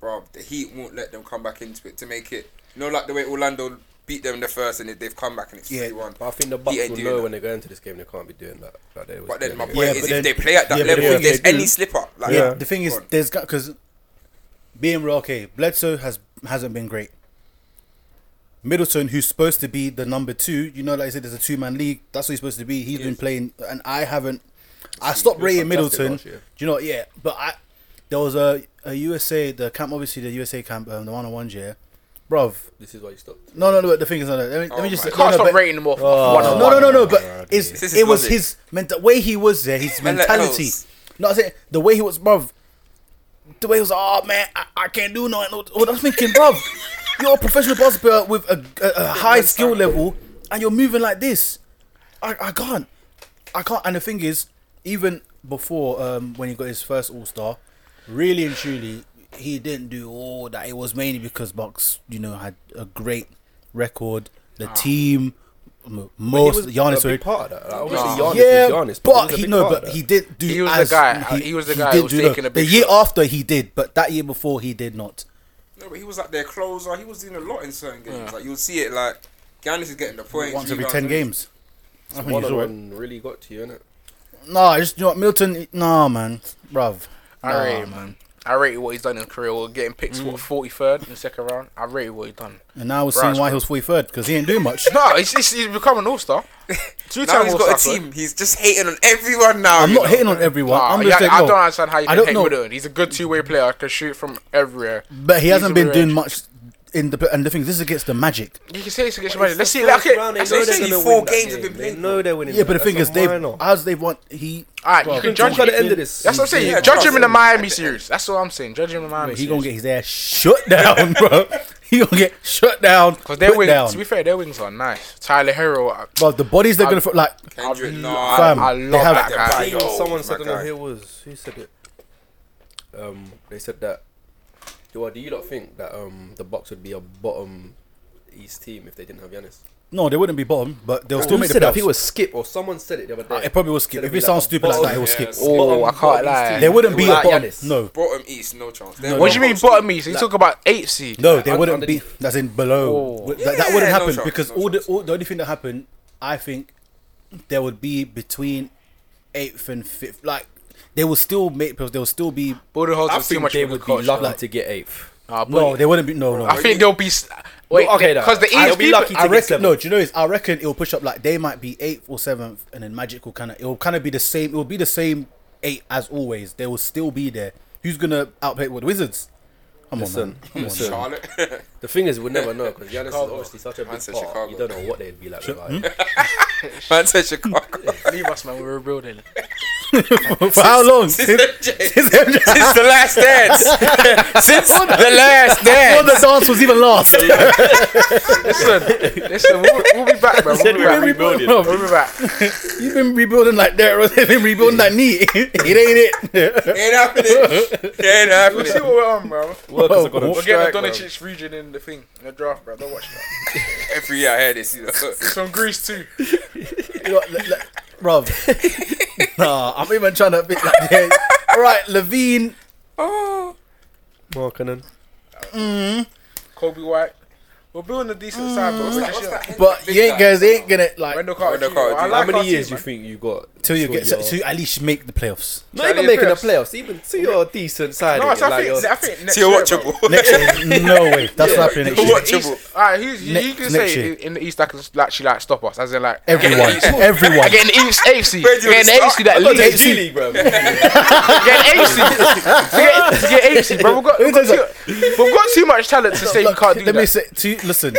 [SPEAKER 4] Bro, the Heat won't let them come back into it to make it. You know, like the way Orlando beat them in the first and they've come back and it's
[SPEAKER 6] Yeah,
[SPEAKER 4] three one.
[SPEAKER 5] but I think the Bucks
[SPEAKER 4] ain't
[SPEAKER 5] will
[SPEAKER 4] doing
[SPEAKER 5] know
[SPEAKER 4] that.
[SPEAKER 5] when they go into this game they can't be doing that. Like they was
[SPEAKER 4] But then
[SPEAKER 5] doing
[SPEAKER 4] my
[SPEAKER 5] again.
[SPEAKER 4] point
[SPEAKER 6] Yeah,
[SPEAKER 4] is,
[SPEAKER 6] but
[SPEAKER 4] if
[SPEAKER 6] then-
[SPEAKER 4] they play at that
[SPEAKER 6] yeah, but
[SPEAKER 4] level,
[SPEAKER 6] yeah,
[SPEAKER 4] if there's
[SPEAKER 6] they do.
[SPEAKER 4] any slip up, like
[SPEAKER 6] Yeah,
[SPEAKER 4] oh,
[SPEAKER 6] the thing is,
[SPEAKER 4] God.
[SPEAKER 6] there's got because being real, okay, Bledsoe has hasn't been great. Middleton, who's supposed to be the number two, you know, like I said, there's a two man league. That's what he's supposed to be. He's been playing, and I haven't. I stopped
[SPEAKER 5] he was
[SPEAKER 6] rating
[SPEAKER 5] fantastic
[SPEAKER 6] Middleton.
[SPEAKER 5] last
[SPEAKER 6] Do
[SPEAKER 5] year.
[SPEAKER 6] you know? Yeah, but I there was a a USA the camp, obviously the USA camp, um, the one on one year, bruv.
[SPEAKER 5] This is why you stopped.
[SPEAKER 6] No, no, no. The thing is, no, no. Let me, let me
[SPEAKER 4] Oh
[SPEAKER 6] just.
[SPEAKER 4] my
[SPEAKER 6] no,
[SPEAKER 3] Can't
[SPEAKER 6] no,
[SPEAKER 3] stop
[SPEAKER 6] but- Uh,
[SPEAKER 3] rating them off. one
[SPEAKER 6] no,
[SPEAKER 3] on
[SPEAKER 6] no,
[SPEAKER 3] one.
[SPEAKER 6] no, no. But
[SPEAKER 4] This is
[SPEAKER 6] it's, it was
[SPEAKER 4] logic.
[SPEAKER 6] his mental way he was there, his
[SPEAKER 4] Man, like
[SPEAKER 6] mentality.
[SPEAKER 4] those.
[SPEAKER 6] No, I'm saying the way he was, bruv. The way he was, oh man, I, I can't do nothing. What I'm thinking, bruv, you're a professional basketballer with a, a, a high skill level, and you're moving like this. I, I can't, I can't. And the thing is, even before um, when he got his first All Star, really and truly, he didn't do all that. It was mainly because Bucks, you know, had a great record. The team, m- most
[SPEAKER 5] Ah. He was
[SPEAKER 6] Giannis,
[SPEAKER 5] a big
[SPEAKER 6] sorry.
[SPEAKER 5] part of that. Like, obviously,
[SPEAKER 3] Nah.
[SPEAKER 5] Giannis
[SPEAKER 6] yeah,
[SPEAKER 5] was Giannis,
[SPEAKER 6] but,
[SPEAKER 5] was a
[SPEAKER 6] he
[SPEAKER 5] big
[SPEAKER 6] no,
[SPEAKER 5] part of
[SPEAKER 6] but
[SPEAKER 5] that.
[SPEAKER 6] he did do.
[SPEAKER 3] Ah. He was the
[SPEAKER 6] as-
[SPEAKER 3] guy- he was the guy who was
[SPEAKER 6] do that.
[SPEAKER 3] taking the
[SPEAKER 6] the
[SPEAKER 3] big
[SPEAKER 6] year
[SPEAKER 3] shots.
[SPEAKER 6] after he did, but that year before he did not.
[SPEAKER 4] No, but he was like their closer. He was doing a lot in certain games. Like you'll see it. Like Giannis is getting the points.
[SPEAKER 6] Once every
[SPEAKER 4] rebounds,
[SPEAKER 6] ten
[SPEAKER 4] and-
[SPEAKER 6] games. I mean,
[SPEAKER 5] One
[SPEAKER 6] you
[SPEAKER 5] on
[SPEAKER 6] saw it.
[SPEAKER 5] one really got to you, innit?
[SPEAKER 6] Nah, I just you know what, Milton. Nah, man, bruv.
[SPEAKER 3] I
[SPEAKER 6] Nah,
[SPEAKER 3] rate him, man. I rated what he's done in his career. We're getting picked what forty third in the second round. I rated what he's done.
[SPEAKER 6] And now we're
[SPEAKER 3] Right,
[SPEAKER 6] seeing
[SPEAKER 3] bro.
[SPEAKER 6] why he was forty third because he ain't doing much.
[SPEAKER 3] No, he's, he's, he's become an all star. Two
[SPEAKER 4] Now
[SPEAKER 3] time
[SPEAKER 4] he's
[SPEAKER 3] all
[SPEAKER 4] got a
[SPEAKER 3] star.
[SPEAKER 4] team. He's just hating on everyone now.
[SPEAKER 6] I'm
[SPEAKER 4] you
[SPEAKER 6] not
[SPEAKER 4] know?
[SPEAKER 6] hitting on everyone.
[SPEAKER 3] Nah,
[SPEAKER 6] I'm
[SPEAKER 3] yeah,
[SPEAKER 6] just saying,
[SPEAKER 3] I
[SPEAKER 6] yo,
[SPEAKER 3] don't understand how you
[SPEAKER 6] I
[SPEAKER 3] can
[SPEAKER 6] don't
[SPEAKER 3] hate
[SPEAKER 6] know.
[SPEAKER 3] Middleton. He's a good two way player. Can shoot from everywhere.
[SPEAKER 6] But he
[SPEAKER 3] He's
[SPEAKER 6] hasn't
[SPEAKER 3] a
[SPEAKER 6] been
[SPEAKER 3] real-
[SPEAKER 6] doing much in the and the thing. This is against the Magic.
[SPEAKER 3] You can say it's against United.
[SPEAKER 5] It's
[SPEAKER 3] Let's
[SPEAKER 5] the
[SPEAKER 3] see. Like,
[SPEAKER 5] first
[SPEAKER 3] okay,
[SPEAKER 5] round, they
[SPEAKER 4] that's what
[SPEAKER 5] know
[SPEAKER 4] I'm
[SPEAKER 5] they're
[SPEAKER 4] saying,
[SPEAKER 5] gonna
[SPEAKER 4] four
[SPEAKER 5] win that
[SPEAKER 4] games
[SPEAKER 5] game.
[SPEAKER 4] have been
[SPEAKER 5] They
[SPEAKER 4] played.
[SPEAKER 5] know they're winning.
[SPEAKER 6] Yeah, but the
[SPEAKER 5] that.
[SPEAKER 6] thing is,
[SPEAKER 5] That's a
[SPEAKER 6] they've
[SPEAKER 5] minor.
[SPEAKER 6] as they've won. He
[SPEAKER 3] all right, you
[SPEAKER 6] Bro,
[SPEAKER 3] can
[SPEAKER 5] Judge
[SPEAKER 3] judge
[SPEAKER 5] by
[SPEAKER 3] him.
[SPEAKER 5] the end of this.
[SPEAKER 3] That's what I'm saying.
[SPEAKER 4] Yeah,
[SPEAKER 3] judge him in the
[SPEAKER 4] Johnson.
[SPEAKER 3] Miami series. That's what I'm saying. Judge him in the Miami
[SPEAKER 6] he
[SPEAKER 3] series.
[SPEAKER 6] gonna get his ass shut down, bro. He gonna get shut down.
[SPEAKER 3] Because their
[SPEAKER 6] put
[SPEAKER 3] wings,
[SPEAKER 6] down.
[SPEAKER 3] to be fair, their wings are nice. Tyler uh, Hero, I,
[SPEAKER 6] But the bodies they're gonna throw, like.
[SPEAKER 4] Kendrick,
[SPEAKER 5] Mm,
[SPEAKER 3] I-
[SPEAKER 4] no,
[SPEAKER 3] I,
[SPEAKER 6] Fam,
[SPEAKER 4] I,
[SPEAKER 3] I
[SPEAKER 6] they
[SPEAKER 3] love
[SPEAKER 6] have-
[SPEAKER 3] that guy.
[SPEAKER 5] Team,
[SPEAKER 4] Yo,
[SPEAKER 5] someone
[SPEAKER 4] my
[SPEAKER 5] said, I don't know
[SPEAKER 4] guy.
[SPEAKER 5] who it was. Who said it? Um, they said that. Do I? Do you not think that um the Bucks would be a bottom East team if they didn't have Giannis?
[SPEAKER 6] No, they wouldn't be bottom, but they'll
[SPEAKER 5] Who
[SPEAKER 6] still make the
[SPEAKER 5] said that? I think it
[SPEAKER 6] playoffs.
[SPEAKER 5] was Skip or someone said it the other day.
[SPEAKER 6] Uh, It probably will skip.
[SPEAKER 5] Said
[SPEAKER 6] If
[SPEAKER 5] be
[SPEAKER 6] it sounds
[SPEAKER 5] a
[SPEAKER 6] stupid like
[SPEAKER 5] bottom-
[SPEAKER 6] that, it will
[SPEAKER 4] yeah,
[SPEAKER 6] skip.
[SPEAKER 4] skip.
[SPEAKER 3] Oh, I
[SPEAKER 5] bottom-
[SPEAKER 3] can't
[SPEAKER 5] bottom East
[SPEAKER 3] lie.
[SPEAKER 5] team.
[SPEAKER 6] They wouldn't be a
[SPEAKER 5] Without
[SPEAKER 6] bottom.
[SPEAKER 5] Giannis.
[SPEAKER 6] No,
[SPEAKER 4] bottom East, no chance. They're
[SPEAKER 3] What do you
[SPEAKER 4] bottom
[SPEAKER 3] mean
[SPEAKER 4] seed.
[SPEAKER 3] bottom east? You talk about eight seed.
[SPEAKER 6] no, they
[SPEAKER 5] un-
[SPEAKER 6] wouldn't be.
[SPEAKER 5] underneath.
[SPEAKER 6] That's in below.
[SPEAKER 3] Oh.
[SPEAKER 6] That, that wouldn't
[SPEAKER 4] Yeah, no
[SPEAKER 6] happen
[SPEAKER 4] chance,
[SPEAKER 6] because
[SPEAKER 4] no
[SPEAKER 6] all the
[SPEAKER 4] chance.
[SPEAKER 6] all, the only thing that happened, I think, there would be between eighth and fifth. Like they will still make playoffs. They will still be.
[SPEAKER 3] Budenholzer
[SPEAKER 5] I
[SPEAKER 3] was too
[SPEAKER 5] think
[SPEAKER 3] much
[SPEAKER 5] they
[SPEAKER 3] of a
[SPEAKER 5] would be
[SPEAKER 3] coach.
[SPEAKER 5] lucky
[SPEAKER 3] though.
[SPEAKER 5] to get eighth.
[SPEAKER 3] Nah,
[SPEAKER 6] No,
[SPEAKER 3] Budenholzer-
[SPEAKER 6] they wouldn't be. No, no.
[SPEAKER 3] I think they'll be. s- Wait,
[SPEAKER 5] okay,
[SPEAKER 3] okay,
[SPEAKER 5] though.
[SPEAKER 3] because the
[SPEAKER 5] I'll
[SPEAKER 3] East
[SPEAKER 5] be
[SPEAKER 3] people.
[SPEAKER 5] lucky to
[SPEAKER 6] I
[SPEAKER 5] get
[SPEAKER 6] reckon.
[SPEAKER 5] seventh.
[SPEAKER 6] No, do you know? Is I reckon it will push up. Like they might be eighth or seventh, and then Magic will kind of. It will kind of be the same. It will be the same eight as always. They will still be there. Who's gonna outplay what the Wizards? Come on,
[SPEAKER 5] Listen,
[SPEAKER 6] man. Come on.
[SPEAKER 5] listen.
[SPEAKER 4] Charlotte.
[SPEAKER 5] The thing is, we'll never know because Giannis is obviously such a big
[SPEAKER 4] Man
[SPEAKER 5] part.
[SPEAKER 4] said Chicago.
[SPEAKER 5] You don't know what they'd be like without
[SPEAKER 6] hmm?
[SPEAKER 5] him.
[SPEAKER 4] Man said Chicago.
[SPEAKER 3] Leave us, man. We're rebuilding.
[SPEAKER 6] For how long?
[SPEAKER 4] Since MJ. Since
[SPEAKER 6] MJ.
[SPEAKER 4] the last dance. Since the last
[SPEAKER 6] Before
[SPEAKER 4] dance.
[SPEAKER 6] the dance was even last.
[SPEAKER 3] Listen, listen. We'll, we'll be back, man. We'll be back. We'll be back.
[SPEAKER 6] You've been rebuilding like that. Rose. You've been rebuilding like me. It ain't it.
[SPEAKER 4] Ain't happening. Ain't
[SPEAKER 3] We'll see
[SPEAKER 4] happening.
[SPEAKER 3] what we're on, bro.
[SPEAKER 5] Workers are gonna
[SPEAKER 3] We're
[SPEAKER 4] Strike,
[SPEAKER 3] getting
[SPEAKER 4] bro.
[SPEAKER 3] the Donicic region in the thing, in the draft, bro. Don't watch that.
[SPEAKER 4] Every year I hear this, you know.
[SPEAKER 3] It's on Greece too.
[SPEAKER 6] You know, le- le- bruv. nah, I'm even trying to. Be like, yeah. All right, Levine.
[SPEAKER 5] Markkinen.
[SPEAKER 3] Kobe White. We're building a decent side, but we're just
[SPEAKER 4] What's that
[SPEAKER 3] young.
[SPEAKER 4] head?
[SPEAKER 6] But
[SPEAKER 4] Big
[SPEAKER 6] you ain't
[SPEAKER 4] guy.
[SPEAKER 6] guys ain't gonna like
[SPEAKER 3] Mm. Wendell Carter.
[SPEAKER 4] Wendell
[SPEAKER 3] Jr.
[SPEAKER 4] Carter
[SPEAKER 3] I
[SPEAKER 4] Jr.
[SPEAKER 3] like
[SPEAKER 5] How many
[SPEAKER 3] our
[SPEAKER 5] years
[SPEAKER 3] team,
[SPEAKER 5] do you think you got
[SPEAKER 6] till you
[SPEAKER 5] till
[SPEAKER 6] get
[SPEAKER 5] you're-
[SPEAKER 6] so you at least make the playoffs.
[SPEAKER 5] Not even
[SPEAKER 3] Charlie
[SPEAKER 5] making the
[SPEAKER 3] playoffs.
[SPEAKER 5] playoffs. Even till you're a decent side.
[SPEAKER 3] man. No,
[SPEAKER 5] innit?
[SPEAKER 3] so I
[SPEAKER 5] Like,
[SPEAKER 3] think,
[SPEAKER 5] you're-
[SPEAKER 3] I think next
[SPEAKER 4] See you
[SPEAKER 3] year, bro.
[SPEAKER 4] watchable.
[SPEAKER 6] Next year, no way. That's not happening next year.
[SPEAKER 4] What? Watchable.
[SPEAKER 3] East, all right, who's, you-
[SPEAKER 6] Ne-
[SPEAKER 3] you can
[SPEAKER 6] next
[SPEAKER 3] say
[SPEAKER 6] year.
[SPEAKER 3] in- in the East, I can actually like stop us, as in like
[SPEAKER 6] Everyone, everyone.
[SPEAKER 3] Again, the East AFC.
[SPEAKER 4] Where do you
[SPEAKER 3] Again, the
[SPEAKER 4] start?
[SPEAKER 3] AFC that
[SPEAKER 5] I got the
[SPEAKER 3] leads.
[SPEAKER 5] G League, bro.
[SPEAKER 3] Get AFC. Get- Get AFC, bro. We've got, we've, got too, we've got too much talent to say we can't do
[SPEAKER 6] Let me
[SPEAKER 3] that.
[SPEAKER 6] say, to, listen.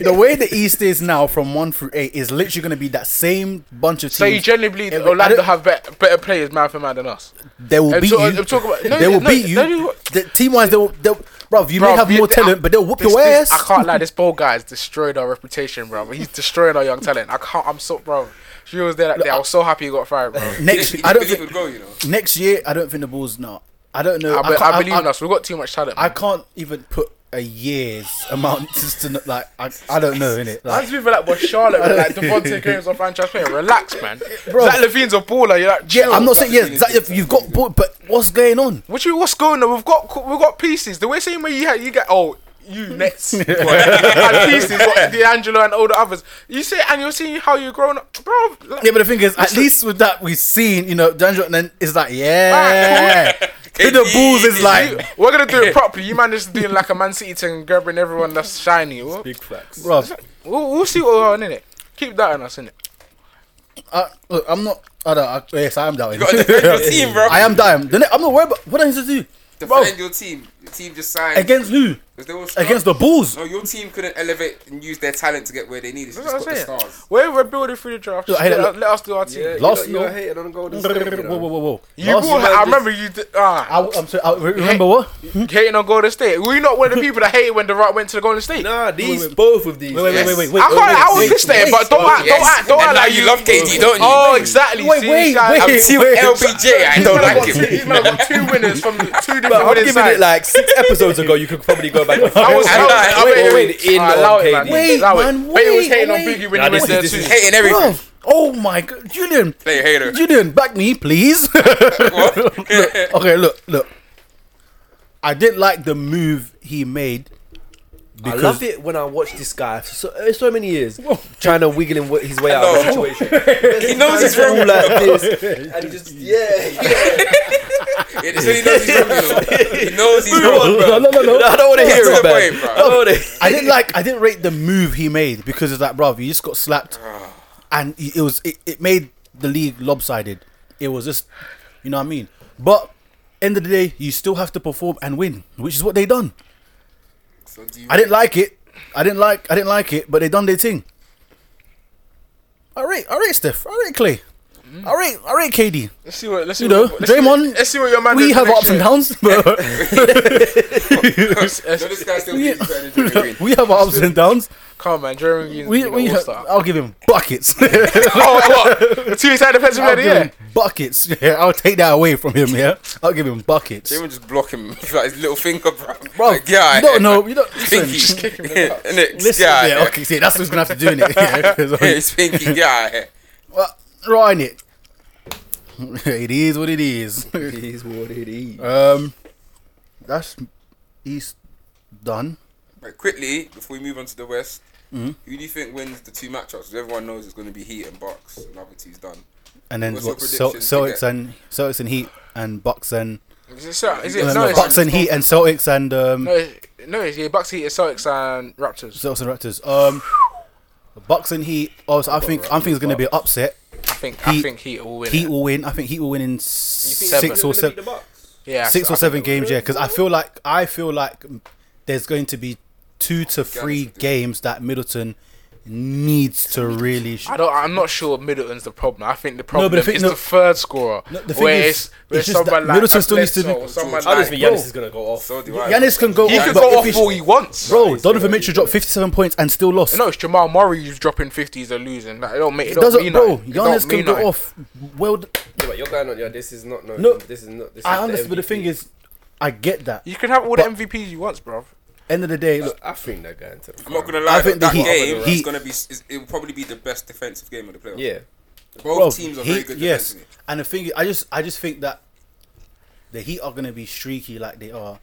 [SPEAKER 6] the way the East is now, from one through eight, is literally going to be that same bunch of teams.
[SPEAKER 3] So you genuinely
[SPEAKER 6] Every-
[SPEAKER 3] believe
[SPEAKER 6] I
[SPEAKER 3] Orlando
[SPEAKER 6] don't-
[SPEAKER 3] have better, better players man for man than us?
[SPEAKER 6] They will
[SPEAKER 3] I'm
[SPEAKER 6] beat
[SPEAKER 3] talk-
[SPEAKER 6] you.
[SPEAKER 3] I'm talking about- no,
[SPEAKER 6] they will
[SPEAKER 3] no,
[SPEAKER 6] beat
[SPEAKER 3] no,
[SPEAKER 6] you.
[SPEAKER 3] no.
[SPEAKER 6] The team wise, they will. They'll, bruv, you may
[SPEAKER 3] Bruv,
[SPEAKER 6] have
[SPEAKER 3] you-
[SPEAKER 6] more talent, but they'll whoop
[SPEAKER 3] This-
[SPEAKER 6] your
[SPEAKER 3] this-
[SPEAKER 6] ass.
[SPEAKER 3] I can't lie. This ball guy has destroyed our reputation, bro. He's destroying our young talent. I can't. I'm so, bro. She was there that day. I was so happy he got fired, bro.
[SPEAKER 6] next,
[SPEAKER 4] You
[SPEAKER 6] I don't
[SPEAKER 4] believe it
[SPEAKER 6] think,
[SPEAKER 4] would go, you know.
[SPEAKER 6] next year. I don't think the Bulls. No, I don't know.
[SPEAKER 3] I, be-
[SPEAKER 6] can't-
[SPEAKER 3] I, believe in
[SPEAKER 6] I,
[SPEAKER 3] us. We've got too much talent.
[SPEAKER 6] I
[SPEAKER 3] I,
[SPEAKER 6] can't even put a year's amount just to kn- like. I, I don't know in it. Like,
[SPEAKER 3] As people like, well, Charlotte, but, like Devontae Graham's a franchise player. Relax, man. Zach Levine's a baller. You're like,
[SPEAKER 6] yeah, I'm not saying yes.
[SPEAKER 4] Zach
[SPEAKER 6] Zach,
[SPEAKER 4] Levine is-
[SPEAKER 6] if you've got, ball, but what's going on?
[SPEAKER 3] What you, what's going on? We've got we've got pieces. The way same way you had, you get oh you Nets had pieces, what, D'Angelo and all the others. You say and you're seeing how you're growing up, bro. Like,
[SPEAKER 6] Yeah, but the thing is, at least with that we've seen, you know, D'Angelo, and then it's like, yeah. to the Bulls is like,
[SPEAKER 3] we're gonna do it properly. You man just doing like a Man City thing, grabbing everyone that's shiny. We'll,
[SPEAKER 5] Big facts.
[SPEAKER 6] bro,
[SPEAKER 3] we'll, we'll see what we're on in it. Keep that on us in it.
[SPEAKER 6] I, look, I'm not. I don't, I, yes, I am doubting.
[SPEAKER 4] You gotta defend your team, bro.
[SPEAKER 6] I am doubting. The ne- I'm not worried about what I need to do
[SPEAKER 4] Defend your team. Your team just signed.
[SPEAKER 6] against who?
[SPEAKER 4] 'Cause they were stars.
[SPEAKER 6] Against the Bulls.
[SPEAKER 4] No, your team couldn't elevate and use their talent to get where they needed. You
[SPEAKER 3] That's what
[SPEAKER 4] just got
[SPEAKER 3] I'm saying.
[SPEAKER 4] the stars.
[SPEAKER 3] We're, we're building through the draft.
[SPEAKER 6] Look,
[SPEAKER 3] Just
[SPEAKER 6] hey,
[SPEAKER 3] let,
[SPEAKER 6] look.
[SPEAKER 3] let us do our team.
[SPEAKER 5] Yeah,
[SPEAKER 6] Last
[SPEAKER 5] you lot- you lot
[SPEAKER 6] no-
[SPEAKER 5] hating on Golden
[SPEAKER 6] Whoa,
[SPEAKER 5] State, you know.
[SPEAKER 6] whoa, whoa, whoa!
[SPEAKER 3] You
[SPEAKER 6] Last
[SPEAKER 3] will.
[SPEAKER 6] year-
[SPEAKER 3] I remember you. Did, ah.
[SPEAKER 6] I, am sorry. I, remember what?
[SPEAKER 3] hating on Golden State. Were you not one of the people that hated when the Rock went to the Golden State?
[SPEAKER 5] Nah, these both of these.
[SPEAKER 6] Wait, wait,
[SPEAKER 5] guys.
[SPEAKER 6] wait, wait,
[SPEAKER 3] I
[SPEAKER 6] wait.
[SPEAKER 3] can't. I was
[SPEAKER 6] wait,
[SPEAKER 3] listening,
[SPEAKER 6] wait,
[SPEAKER 3] but don't
[SPEAKER 6] wait,
[SPEAKER 3] act. Don't act. Don't
[SPEAKER 4] and
[SPEAKER 3] act
[SPEAKER 4] now
[SPEAKER 3] like
[SPEAKER 4] you love KD, don't you?
[SPEAKER 3] Oh, exactly.
[SPEAKER 6] Wait,
[SPEAKER 3] See,
[SPEAKER 6] wait,
[SPEAKER 3] guys,
[SPEAKER 6] wait,
[SPEAKER 3] I'm-
[SPEAKER 6] wait.
[SPEAKER 4] LBJ, I don't
[SPEAKER 3] I've got
[SPEAKER 4] like
[SPEAKER 3] two-
[SPEAKER 4] him.
[SPEAKER 3] these men have got two winners from two different
[SPEAKER 5] But I'm
[SPEAKER 3] winning
[SPEAKER 5] giving
[SPEAKER 3] sides.
[SPEAKER 5] it like six episodes ago. You could probably go back.
[SPEAKER 3] I was
[SPEAKER 4] I'm
[SPEAKER 3] I was-
[SPEAKER 4] not-
[SPEAKER 3] I
[SPEAKER 4] wait,
[SPEAKER 3] was-
[SPEAKER 5] wait, in
[SPEAKER 3] Ah, allow it,
[SPEAKER 5] on
[SPEAKER 3] man.
[SPEAKER 5] KD.
[SPEAKER 6] Wait,
[SPEAKER 3] Allow it.
[SPEAKER 6] man,
[SPEAKER 3] But it was
[SPEAKER 6] wait,
[SPEAKER 3] hating on
[SPEAKER 6] wait.
[SPEAKER 3] Biggie when
[SPEAKER 5] Nah,
[SPEAKER 3] he was
[SPEAKER 5] this
[SPEAKER 3] there
[SPEAKER 5] is-
[SPEAKER 3] too.
[SPEAKER 5] this
[SPEAKER 4] Hating everything.
[SPEAKER 6] Bruv, Oh my god, Julian!
[SPEAKER 4] Player hater.
[SPEAKER 6] Julian, back me, please. Look, okay, look, look. I didn't like the move he made.
[SPEAKER 5] I love it when I watch this guy for so, uh, so many years trying to wiggle him, his way out of the
[SPEAKER 4] No.
[SPEAKER 5] situation.
[SPEAKER 4] He knows he's wrong.
[SPEAKER 5] All like this, and he just yeah.
[SPEAKER 4] Yeah, so he knows he's wrong. you know. He knows he's wrong,
[SPEAKER 6] no,
[SPEAKER 4] bro.
[SPEAKER 6] no, no, no.
[SPEAKER 5] I don't want to
[SPEAKER 4] Get
[SPEAKER 5] hear
[SPEAKER 4] to
[SPEAKER 5] it,
[SPEAKER 4] the
[SPEAKER 5] man.
[SPEAKER 4] point, bro.
[SPEAKER 5] I don't want to.
[SPEAKER 6] I didn't like. I didn't rate the move he made because it's like, bruv, you just got slapped,
[SPEAKER 5] Ah.
[SPEAKER 6] and it it was it, it made the league lopsided. It was just, you know what I mean. But end of the day, you still have to perform and win, which is what they done.
[SPEAKER 4] So do you,
[SPEAKER 6] I didn't like it. I didn't like. I didn't like it, but they done their thing. All right, all right, Steph. All right, Clay. All right, all right, KD.
[SPEAKER 3] Mm. Let's see what. Let's see
[SPEAKER 6] You know,
[SPEAKER 3] what- let's see-
[SPEAKER 6] Draymond,
[SPEAKER 3] Let's see what your man. does
[SPEAKER 6] we have
[SPEAKER 3] next
[SPEAKER 6] ups and
[SPEAKER 3] year.
[SPEAKER 6] downs, but
[SPEAKER 4] so this guy still keeps better than Jeremy Green.
[SPEAKER 6] we have our ups and downs.
[SPEAKER 3] Come on, Jeremy Green's
[SPEAKER 6] We,
[SPEAKER 3] we,
[SPEAKER 6] we
[SPEAKER 3] all
[SPEAKER 6] have,
[SPEAKER 3] star.
[SPEAKER 6] I'll give him buckets.
[SPEAKER 3] Oh, what? Two sided defensive
[SPEAKER 6] I'll
[SPEAKER 3] player of the
[SPEAKER 6] give
[SPEAKER 3] year.
[SPEAKER 6] him buckets. Yeah, I'll take that away from him. Yeah, I'll give him buckets.
[SPEAKER 4] Jeremy just block him with like, his little finger, bro.
[SPEAKER 6] Bro,
[SPEAKER 4] Like, yeah,
[SPEAKER 6] you don't know. You don't listen.
[SPEAKER 4] Pinky. Next,
[SPEAKER 6] Listen,
[SPEAKER 4] yeah,
[SPEAKER 6] yeah, okay, see, that's what's gonna have to do in it. Yeah, 'cause,
[SPEAKER 4] Yeah, it's pinky, yeah.
[SPEAKER 6] well, right in it. It is what it is.
[SPEAKER 5] It is what it is.
[SPEAKER 6] Um, that's East done.
[SPEAKER 4] Right, quickly, before we move on to the
[SPEAKER 6] Mm-hmm.
[SPEAKER 4] West, who do you think wins the two matchups? 'Cause Everyone knows it's going to be Heat and Bucks, and obviously he's done.
[SPEAKER 6] and then
[SPEAKER 4] What's
[SPEAKER 6] what?
[SPEAKER 4] your
[SPEAKER 6] Cel-
[SPEAKER 4] prediction to
[SPEAKER 6] Celtics
[SPEAKER 4] get?
[SPEAKER 6] and Celtics and Heat and Bucks and
[SPEAKER 3] Is it, so, is it,
[SPEAKER 6] no,
[SPEAKER 3] no,
[SPEAKER 6] no,
[SPEAKER 3] it's,
[SPEAKER 6] Bucks and Heat and Celtics and um,
[SPEAKER 3] no, it's, no, it's, yeah, Bucks, Heat, it's Celtics and Raptors.
[SPEAKER 6] Celtics and Raptors. Um, Bucks and Heat. Oh, so I think I think it's going to be an upset.
[SPEAKER 3] I think, I
[SPEAKER 6] Heat-
[SPEAKER 3] think Heat will win.
[SPEAKER 6] Heat
[SPEAKER 3] it.
[SPEAKER 6] will win. I think Heat will win in six or seven.
[SPEAKER 3] yeah,
[SPEAKER 6] six
[SPEAKER 3] so
[SPEAKER 6] or
[SPEAKER 3] I think
[SPEAKER 6] seven games, yeah. Because I feel like I feel like there's going to be two to three games that Middleton needs to really. Sh-
[SPEAKER 3] I don't. I'm not sure Middleton's the problem. I think the problem
[SPEAKER 6] the thing-
[SPEAKER 3] is
[SPEAKER 6] no-
[SPEAKER 3] the third scorer.
[SPEAKER 6] No, the thing
[SPEAKER 3] where
[SPEAKER 6] is,
[SPEAKER 3] it's, where
[SPEAKER 6] it's just
[SPEAKER 3] someone
[SPEAKER 6] that
[SPEAKER 3] like
[SPEAKER 6] Middleton still needs to
[SPEAKER 3] Bledsoe
[SPEAKER 6] be-
[SPEAKER 3] or someone
[SPEAKER 5] I just
[SPEAKER 3] like-
[SPEAKER 5] think Giannis
[SPEAKER 6] bro.
[SPEAKER 5] is gonna go off.
[SPEAKER 4] So do I.
[SPEAKER 6] Giannis can go.
[SPEAKER 3] He
[SPEAKER 6] off,
[SPEAKER 3] could
[SPEAKER 6] but
[SPEAKER 3] go
[SPEAKER 6] if
[SPEAKER 3] off
[SPEAKER 6] he's-
[SPEAKER 3] all he wants.
[SPEAKER 6] Bro, Donovan Mitchell dropped 57 points and still lost.
[SPEAKER 3] No, it's Jamal Murray who's dropping 50s and losing. Like, it don't make it,
[SPEAKER 6] it
[SPEAKER 3] don't
[SPEAKER 6] doesn't,
[SPEAKER 3] mean
[SPEAKER 6] bro.
[SPEAKER 3] nothing. It don't
[SPEAKER 6] Giannis can
[SPEAKER 3] mean
[SPEAKER 6] go
[SPEAKER 3] nothing.
[SPEAKER 6] off. Well,
[SPEAKER 5] Yeah, but you're going on. Yeah, this is not. No,
[SPEAKER 6] No,
[SPEAKER 5] this is not. This
[SPEAKER 6] I
[SPEAKER 5] is
[SPEAKER 6] understand, but the
[SPEAKER 5] MVP.
[SPEAKER 6] thing is, I get that.
[SPEAKER 3] You can have all
[SPEAKER 6] But-
[SPEAKER 3] the MVPs you want, bro.
[SPEAKER 6] End of the day, look,
[SPEAKER 5] Look, I think they're going to. The
[SPEAKER 4] I'm not
[SPEAKER 5] final.
[SPEAKER 4] gonna lie.
[SPEAKER 6] I think the
[SPEAKER 4] that
[SPEAKER 6] Heat-
[SPEAKER 4] game
[SPEAKER 6] Heat-
[SPEAKER 4] is gonna be. is- It will probably be the best defensive game of the playoffs.
[SPEAKER 5] Yeah,
[SPEAKER 4] both
[SPEAKER 6] bro,
[SPEAKER 4] teams are
[SPEAKER 6] Heat-
[SPEAKER 4] very good
[SPEAKER 6] yes,
[SPEAKER 4] defensively.
[SPEAKER 6] and the thing is, I just, I just think that the Heat are gonna be streaky like they are.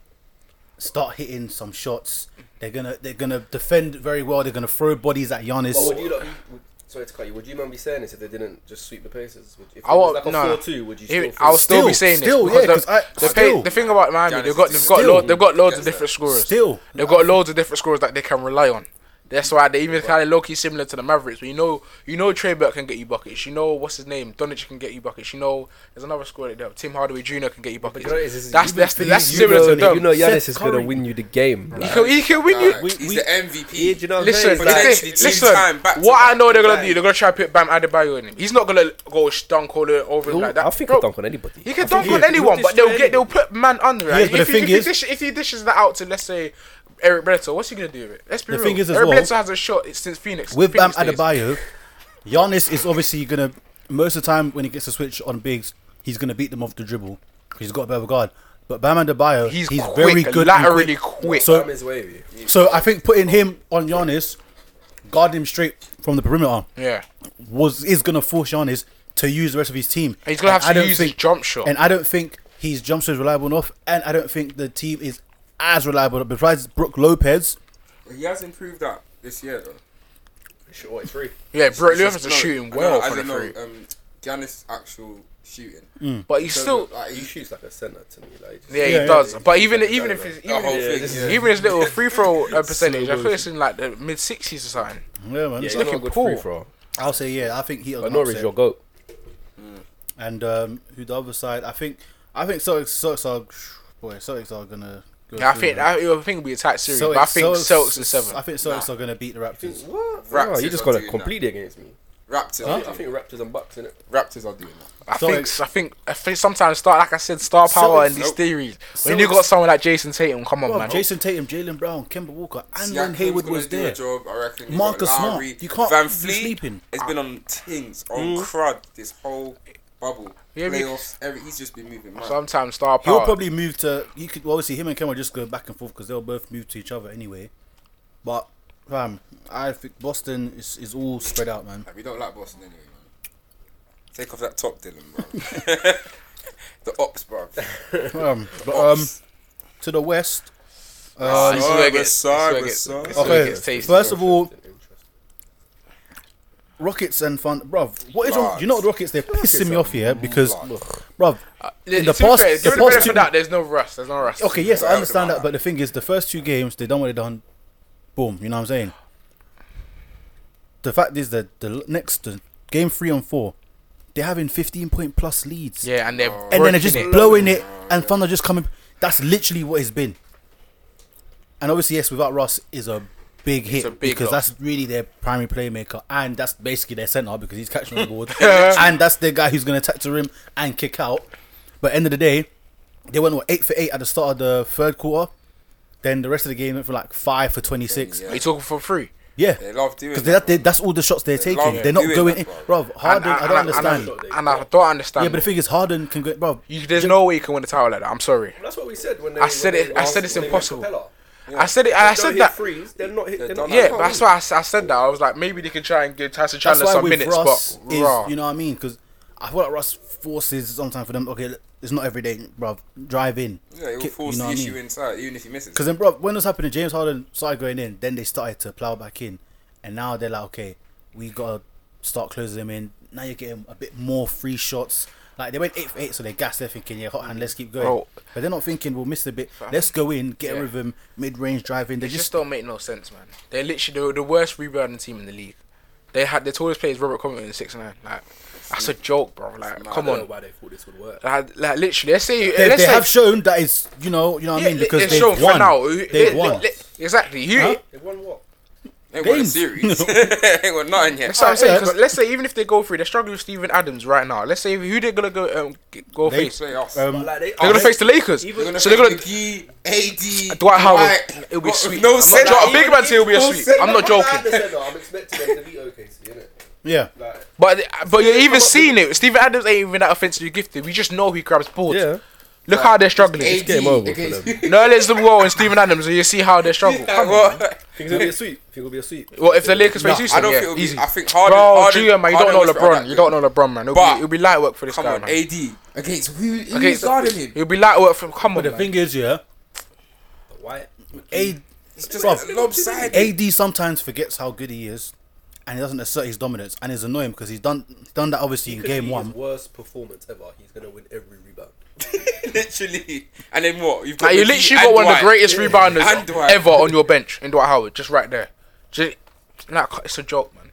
[SPEAKER 6] Start hitting some shots. They're gonna, they're gonna defend very well. They're gonna throw bodies at Giannis.
[SPEAKER 5] but would you not? be- Would, sorry to cut you. Would you man be saying this if they didn't just sweep the Pacers? Would, if
[SPEAKER 3] I
[SPEAKER 5] it was
[SPEAKER 3] won't.
[SPEAKER 5] like a
[SPEAKER 3] no.
[SPEAKER 5] four-two, would you?
[SPEAKER 3] If-
[SPEAKER 5] Still feel-
[SPEAKER 3] I'll still,
[SPEAKER 6] Still,
[SPEAKER 3] be saying
[SPEAKER 6] still,
[SPEAKER 3] this.
[SPEAKER 6] yeah,
[SPEAKER 3] because
[SPEAKER 6] 'cause I-
[SPEAKER 3] the, the,
[SPEAKER 6] still.
[SPEAKER 3] pa- the thing about Miami,
[SPEAKER 4] Giannis
[SPEAKER 3] they've got
[SPEAKER 4] is
[SPEAKER 3] they've got
[SPEAKER 6] still-
[SPEAKER 3] loads, they've got loads of
[SPEAKER 4] Still.
[SPEAKER 3] different scorers.
[SPEAKER 6] Still.
[SPEAKER 3] they've got loads of different scorers that they can rely on. That's why they even kind of low key similar to the Mavericks. But you know, you know Trey Burke can get you buckets. You know what's his name, Donich can get you buckets. You know, there's another scorer that they have. Tim Hardaway Jr. can get you buckets.
[SPEAKER 5] Because it's-
[SPEAKER 3] That's
[SPEAKER 5] you-
[SPEAKER 3] that's
[SPEAKER 5] you-
[SPEAKER 3] that's
[SPEAKER 5] you
[SPEAKER 3] similar
[SPEAKER 5] know,
[SPEAKER 3] to them.
[SPEAKER 5] You know, Giannis
[SPEAKER 6] Seth
[SPEAKER 5] is gonna
[SPEAKER 6] Curry.
[SPEAKER 5] win you the game.
[SPEAKER 3] He
[SPEAKER 5] like-
[SPEAKER 3] can, he can win you.
[SPEAKER 4] Nah,
[SPEAKER 6] we-
[SPEAKER 4] he's
[SPEAKER 6] we-
[SPEAKER 4] the MVP.
[SPEAKER 5] Yeah, do you know what
[SPEAKER 3] Listen,
[SPEAKER 5] I'm
[SPEAKER 3] the
[SPEAKER 5] saying? Like,
[SPEAKER 4] Potentially
[SPEAKER 3] thing-
[SPEAKER 4] two
[SPEAKER 3] listen.
[SPEAKER 4] time back to
[SPEAKER 3] what I
[SPEAKER 4] back
[SPEAKER 3] know they're gonna
[SPEAKER 4] to
[SPEAKER 3] do, they're gonna try and put Bam Adebayo in him. He's not gonna go dunk all the- over him like that.
[SPEAKER 5] I think
[SPEAKER 3] Bro,
[SPEAKER 5] I'll dunk on anybody.
[SPEAKER 3] He can
[SPEAKER 5] I think
[SPEAKER 3] dunk on
[SPEAKER 5] he-
[SPEAKER 3] anyone,
[SPEAKER 5] he'll
[SPEAKER 3] but they'll
[SPEAKER 5] destroy
[SPEAKER 3] get they'll
[SPEAKER 5] anybody.
[SPEAKER 3] put man under. Right?
[SPEAKER 6] Yes, but
[SPEAKER 3] if,
[SPEAKER 6] the
[SPEAKER 3] you-
[SPEAKER 6] thing
[SPEAKER 3] if,
[SPEAKER 6] is-
[SPEAKER 3] he dish, if he dishes that out to let's say Eric Bledsoe, what's he gonna do with it? Let's be
[SPEAKER 6] The
[SPEAKER 3] real.
[SPEAKER 6] thing is as
[SPEAKER 3] Eric
[SPEAKER 6] well,
[SPEAKER 3] Bledsoe hasn't shot it since Phoenix.
[SPEAKER 6] with Bam
[SPEAKER 3] Phoenix days.
[SPEAKER 6] Adebayo, Giannis is obviously gonna most of the time when he gets a switch on bigs, he's gonna beat them off the dribble. He's got a better guard. But Bam Adebayo,
[SPEAKER 3] He's
[SPEAKER 6] he's,
[SPEAKER 3] quick,
[SPEAKER 6] very good, and
[SPEAKER 3] laterally quick.
[SPEAKER 5] Bam
[SPEAKER 6] So,
[SPEAKER 5] is wavy.
[SPEAKER 6] so I think putting him on Giannis, guarding him straight from the perimeter,
[SPEAKER 3] Yeah,
[SPEAKER 6] was is gonna force Giannis to use the rest of his team.
[SPEAKER 3] He's gonna
[SPEAKER 6] And
[SPEAKER 3] have to use his jump shot.
[SPEAKER 6] and I don't think his jump shot is reliable enough. And I don't think the team is as reliable. Besides Brooke Lopez,
[SPEAKER 4] He has improved that this year though.
[SPEAKER 5] Sure, it's free.
[SPEAKER 3] yeah. Bro, Lewis
[SPEAKER 4] Just-
[SPEAKER 3] is
[SPEAKER 4] no,
[SPEAKER 3] shooting
[SPEAKER 4] I
[SPEAKER 3] well
[SPEAKER 4] know,
[SPEAKER 3] for
[SPEAKER 4] I
[SPEAKER 3] the
[SPEAKER 4] know,
[SPEAKER 3] three,
[SPEAKER 4] Um, Giannis' actual shooting.
[SPEAKER 6] Mm.
[SPEAKER 3] but he's
[SPEAKER 4] So,
[SPEAKER 3] still.
[SPEAKER 4] like,
[SPEAKER 5] He
[SPEAKER 4] he-
[SPEAKER 5] shoots like a centre to me. Like, just-
[SPEAKER 3] Yeah, he
[SPEAKER 6] Yeah, yeah.
[SPEAKER 3] does. But even even if his
[SPEAKER 4] the
[SPEAKER 3] even,
[SPEAKER 4] whole
[SPEAKER 3] if-
[SPEAKER 4] thing.
[SPEAKER 5] this
[SPEAKER 4] yeah.
[SPEAKER 3] even his little free throw uh, percentage, I feel it's in like the mid sixties or something.
[SPEAKER 6] yeah, man,
[SPEAKER 5] yeah,
[SPEAKER 6] it's
[SPEAKER 5] he's
[SPEAKER 6] looking-
[SPEAKER 5] not a good
[SPEAKER 3] poor.
[SPEAKER 5] free throw.
[SPEAKER 6] I'll say yeah. I think he.
[SPEAKER 5] But Norris, your goat.
[SPEAKER 6] And um, who the other side? I think I think Celtics, Celtics are boy. Celtics are gonna. Go
[SPEAKER 3] Yeah, I
[SPEAKER 6] through,
[SPEAKER 3] think
[SPEAKER 6] man.
[SPEAKER 3] I, I think it'll be a tight series, but I think Celtics in seven.
[SPEAKER 6] I think Celtics are gonna beat the Raptors.
[SPEAKER 5] What?
[SPEAKER 4] Raptors
[SPEAKER 5] Oh, you just
[SPEAKER 4] are
[SPEAKER 5] got to
[SPEAKER 4] doing
[SPEAKER 5] completely against me.
[SPEAKER 4] Raptors.
[SPEAKER 5] I
[SPEAKER 4] are
[SPEAKER 5] think
[SPEAKER 4] doing
[SPEAKER 5] Raptors and Bucks in it.
[SPEAKER 4] that. Raptors are doing that.
[SPEAKER 3] I
[SPEAKER 6] So
[SPEAKER 3] think
[SPEAKER 6] it's-
[SPEAKER 3] I think I think sometimes star like I said, star power
[SPEAKER 6] it's-
[SPEAKER 3] and these
[SPEAKER 4] Nope.
[SPEAKER 3] theories.
[SPEAKER 6] So
[SPEAKER 3] When you
[SPEAKER 6] it's-
[SPEAKER 3] got someone like Jason Tatum, come on,
[SPEAKER 6] Bro,
[SPEAKER 3] man.
[SPEAKER 6] Jason Tatum, Jalen Brown, Kemba Walker, and
[SPEAKER 4] Siakam's
[SPEAKER 6] when Hayward
[SPEAKER 4] gonna
[SPEAKER 6] was
[SPEAKER 4] do a
[SPEAKER 6] there.
[SPEAKER 4] Job, I reckon. You've
[SPEAKER 6] Marcus
[SPEAKER 4] got
[SPEAKER 6] Smart.
[SPEAKER 4] Lowry.
[SPEAKER 6] You can't-
[SPEAKER 4] Van
[SPEAKER 6] you're
[SPEAKER 4] Fleet
[SPEAKER 6] sleeping. Mm.
[SPEAKER 4] has been on tings, on crud this whole bubble.
[SPEAKER 3] Yeah, but-
[SPEAKER 4] Playoffs. Every, he's just been moving. mad.
[SPEAKER 3] sometimes star
[SPEAKER 6] He'll
[SPEAKER 3] power.
[SPEAKER 6] probably move to. You could well, obviously him and Kemba just go back and forth because they'll both move to each other anyway. But fam, I think Boston is, is all spread out, man.
[SPEAKER 4] Like, we don't like Boston anyway, man. Take off that top, Dylan, bro. the ops, bro.
[SPEAKER 6] Um, but um, to the west.
[SPEAKER 3] Ah, this is where it
[SPEAKER 4] Sorry,
[SPEAKER 3] gets- this is
[SPEAKER 4] sorry,
[SPEAKER 3] where it gets-
[SPEAKER 4] sorry.
[SPEAKER 3] this is where it
[SPEAKER 6] Okay,
[SPEAKER 3] gets tasty.
[SPEAKER 6] first of all, Rockets and Fun, bruv. What is wrong?
[SPEAKER 4] Rockets.
[SPEAKER 6] You know, the Rockets, they're pissing me off here because, bruv, in
[SPEAKER 3] the
[SPEAKER 6] the
[SPEAKER 3] to past,
[SPEAKER 6] past,
[SPEAKER 3] fair,
[SPEAKER 6] the
[SPEAKER 3] the
[SPEAKER 6] past
[SPEAKER 3] past
[SPEAKER 6] two,
[SPEAKER 3] that, there's no rust. There's no rust.
[SPEAKER 6] okay, yes, I
[SPEAKER 4] Yeah,
[SPEAKER 6] understand
[SPEAKER 4] come
[SPEAKER 6] that, but the thing is, the first two games, they done what they done, boom, you know what I'm saying? The fact is that the next the game three and four, they're having 15 point plus leads,
[SPEAKER 3] Yeah, and they're
[SPEAKER 6] and then they're just
[SPEAKER 3] it.
[SPEAKER 6] blowing it, and Thunder just coming. That's literally what it's been. And obviously, yes, without Ross is a big hit
[SPEAKER 3] a big
[SPEAKER 6] because
[SPEAKER 3] loss.
[SPEAKER 6] that's really their primary playmaker, and that's basically their center because he's catching the ball, and that's the guy who's going to attack to rim and kick out. But end of the day, they went what eight for eight at the start of the third quarter. Then the rest of the game went for like five for twenty six.
[SPEAKER 4] Yeah.
[SPEAKER 3] Are you talking for free?
[SPEAKER 6] Yeah,
[SPEAKER 4] They love doing
[SPEAKER 6] because
[SPEAKER 4] that,
[SPEAKER 6] that,
[SPEAKER 4] bro.
[SPEAKER 6] they- that's all the shots they're
[SPEAKER 4] love
[SPEAKER 6] taking. They're not
[SPEAKER 4] doing
[SPEAKER 6] going in,
[SPEAKER 4] that, bro.
[SPEAKER 6] bro. Harden, I don't understand.
[SPEAKER 3] And I, and I don't understand.
[SPEAKER 6] Yeah, but the thing is, Harden can go, bro.
[SPEAKER 3] you, there's no way you can win the title like that. I'm sorry.
[SPEAKER 5] That's what we said when they.
[SPEAKER 3] I said
[SPEAKER 5] when
[SPEAKER 3] it-
[SPEAKER 5] they
[SPEAKER 3] I
[SPEAKER 5] lost-
[SPEAKER 3] said it's
[SPEAKER 5] when they went
[SPEAKER 3] impossible.
[SPEAKER 5] Capella.
[SPEAKER 3] I said it. I,
[SPEAKER 5] They don't
[SPEAKER 3] said
[SPEAKER 5] hit
[SPEAKER 3] that.
[SPEAKER 5] Threes, they're not hit. They're
[SPEAKER 4] They're
[SPEAKER 5] not,
[SPEAKER 4] done.
[SPEAKER 3] Yeah,
[SPEAKER 5] I
[SPEAKER 3] but
[SPEAKER 5] can't
[SPEAKER 3] that's
[SPEAKER 5] win.
[SPEAKER 3] why I, s- I said that. I was like, maybe they can try and give Tyson
[SPEAKER 6] That's
[SPEAKER 3] Chandler
[SPEAKER 6] why
[SPEAKER 3] some
[SPEAKER 6] with
[SPEAKER 3] minutes,
[SPEAKER 6] Russ
[SPEAKER 3] but
[SPEAKER 6] is,
[SPEAKER 3] raw.
[SPEAKER 6] you know what I mean? Because I feel like Russ forces sometimes for them. Okay, look, it's not every day, bro. Drive in.
[SPEAKER 4] Yeah, it will
[SPEAKER 6] Kick-
[SPEAKER 4] force
[SPEAKER 6] you know
[SPEAKER 4] the
[SPEAKER 6] what I
[SPEAKER 4] issue
[SPEAKER 6] mean?
[SPEAKER 4] inside, even if he misses.
[SPEAKER 6] Because then, bro, when this happening, James Harden started going in. Then they started to plow back in, and now they're like, okay, we gotta start closing them in. Now you're getting a bit more free shots. Like they went eight for eight, so they gassed. They're thinking, yeah, hot hand, let's keep going.
[SPEAKER 3] Bro.
[SPEAKER 6] But they're not thinking we'll miss a bit. Let's go in, get
[SPEAKER 3] Yeah.
[SPEAKER 6] a rhythm, mid range driving. They
[SPEAKER 3] It just
[SPEAKER 6] just
[SPEAKER 3] don't make no sense, man. They're literally they were the worst rebounding team in the league. They had the tallest player is Robert Covington in six nine. Like that's a joke, bro. Like come
[SPEAKER 5] I don't know
[SPEAKER 3] on,
[SPEAKER 5] why they thought this would work.
[SPEAKER 3] like, like literally. Let's say
[SPEAKER 6] they,
[SPEAKER 3] let's
[SPEAKER 6] they
[SPEAKER 3] say,
[SPEAKER 6] have shown that is you know you know what I mean
[SPEAKER 3] Yeah,
[SPEAKER 6] because
[SPEAKER 3] it's
[SPEAKER 6] they've
[SPEAKER 3] shown
[SPEAKER 6] won.
[SPEAKER 3] for now.
[SPEAKER 6] They've
[SPEAKER 3] It-
[SPEAKER 6] won.
[SPEAKER 3] it- exactly. You,
[SPEAKER 6] Huh?
[SPEAKER 5] They won what?
[SPEAKER 4] They ain't won a
[SPEAKER 6] Games.
[SPEAKER 4] series. they ain't won nothing yet.
[SPEAKER 3] That's what I'm
[SPEAKER 6] Alright,
[SPEAKER 3] saying.
[SPEAKER 6] Oh, yeah,
[SPEAKER 3] 'cause
[SPEAKER 6] but-
[SPEAKER 3] let's say even if they go through, they're struggling with Steven Adams right now. Let's say who they're gonna go um, g- go
[SPEAKER 6] They-
[SPEAKER 3] face.
[SPEAKER 4] Play us.
[SPEAKER 6] Um,
[SPEAKER 5] But like they,
[SPEAKER 3] They're gonna face the Lakers.
[SPEAKER 5] Even-
[SPEAKER 4] they're gonna
[SPEAKER 3] so they're gonna.
[SPEAKER 4] face McGee, AD,
[SPEAKER 3] Dwight Howard.
[SPEAKER 4] Dwight.
[SPEAKER 3] It'll be
[SPEAKER 4] Got
[SPEAKER 3] sweet.
[SPEAKER 4] No
[SPEAKER 3] I'm
[SPEAKER 4] sense.
[SPEAKER 3] not- big man say it'll be a
[SPEAKER 4] No
[SPEAKER 3] sweep.
[SPEAKER 4] sense.
[SPEAKER 3] I'm not joking.
[SPEAKER 5] I'm expecting them to beat OKC, innit?
[SPEAKER 6] yeah.
[SPEAKER 5] Like,
[SPEAKER 3] But but you're
[SPEAKER 5] come
[SPEAKER 3] even
[SPEAKER 5] up
[SPEAKER 3] seeing it. Steven Adams ain't even that offensively gifted. We just know he grabs balls.
[SPEAKER 5] Yeah.
[SPEAKER 3] Look how they're struggling.
[SPEAKER 4] AD
[SPEAKER 5] game over for
[SPEAKER 4] against-
[SPEAKER 5] them.
[SPEAKER 3] No, let's the wall and Steven Adams, and you see how they struggle.
[SPEAKER 4] Like, what?
[SPEAKER 5] think it'll be a sweep. Think it'll be a sweep.
[SPEAKER 3] Well, if the Lakers face
[SPEAKER 6] No,
[SPEAKER 3] Houston,
[SPEAKER 4] I don't
[SPEAKER 3] yeah,
[SPEAKER 4] think it'll
[SPEAKER 3] easy.
[SPEAKER 4] be. I think Harden.
[SPEAKER 3] Bro,
[SPEAKER 4] Harden,
[SPEAKER 3] G, man, you
[SPEAKER 4] Harden
[SPEAKER 3] don't know
[SPEAKER 4] was right
[SPEAKER 3] LeBron.
[SPEAKER 4] back
[SPEAKER 3] You don't
[SPEAKER 4] there.
[SPEAKER 3] know LeBron, man. It'll,
[SPEAKER 4] But-
[SPEAKER 3] be, it'll be light work for this
[SPEAKER 4] Come
[SPEAKER 3] guy,
[SPEAKER 4] on,
[SPEAKER 3] man.
[SPEAKER 4] AD against who? Who's
[SPEAKER 3] Against-
[SPEAKER 4] guarding him?
[SPEAKER 3] It'll be light work from. Come on,
[SPEAKER 6] But the
[SPEAKER 3] man.
[SPEAKER 6] thing is, yeah,
[SPEAKER 5] Why?
[SPEAKER 6] AD,
[SPEAKER 4] It's just
[SPEAKER 6] bruv,
[SPEAKER 4] lopsided.
[SPEAKER 6] AD sometimes forgets how good he is, and he doesn't assert his dominance, and it's annoying because he's done done that obviously in
[SPEAKER 5] Could be
[SPEAKER 6] game one.
[SPEAKER 5] His worst performance ever. He's gonna win every rebound.
[SPEAKER 4] literally. And then what? You've got
[SPEAKER 3] Like, you
[SPEAKER 4] McGee
[SPEAKER 3] literally got
[SPEAKER 4] and
[SPEAKER 3] one of
[SPEAKER 4] Dwight.
[SPEAKER 3] the greatest
[SPEAKER 4] And
[SPEAKER 3] rebounders
[SPEAKER 4] Dwight.
[SPEAKER 3] ever on your bench in Dwight Howard, just right there. Just, nah, it's a joke, man.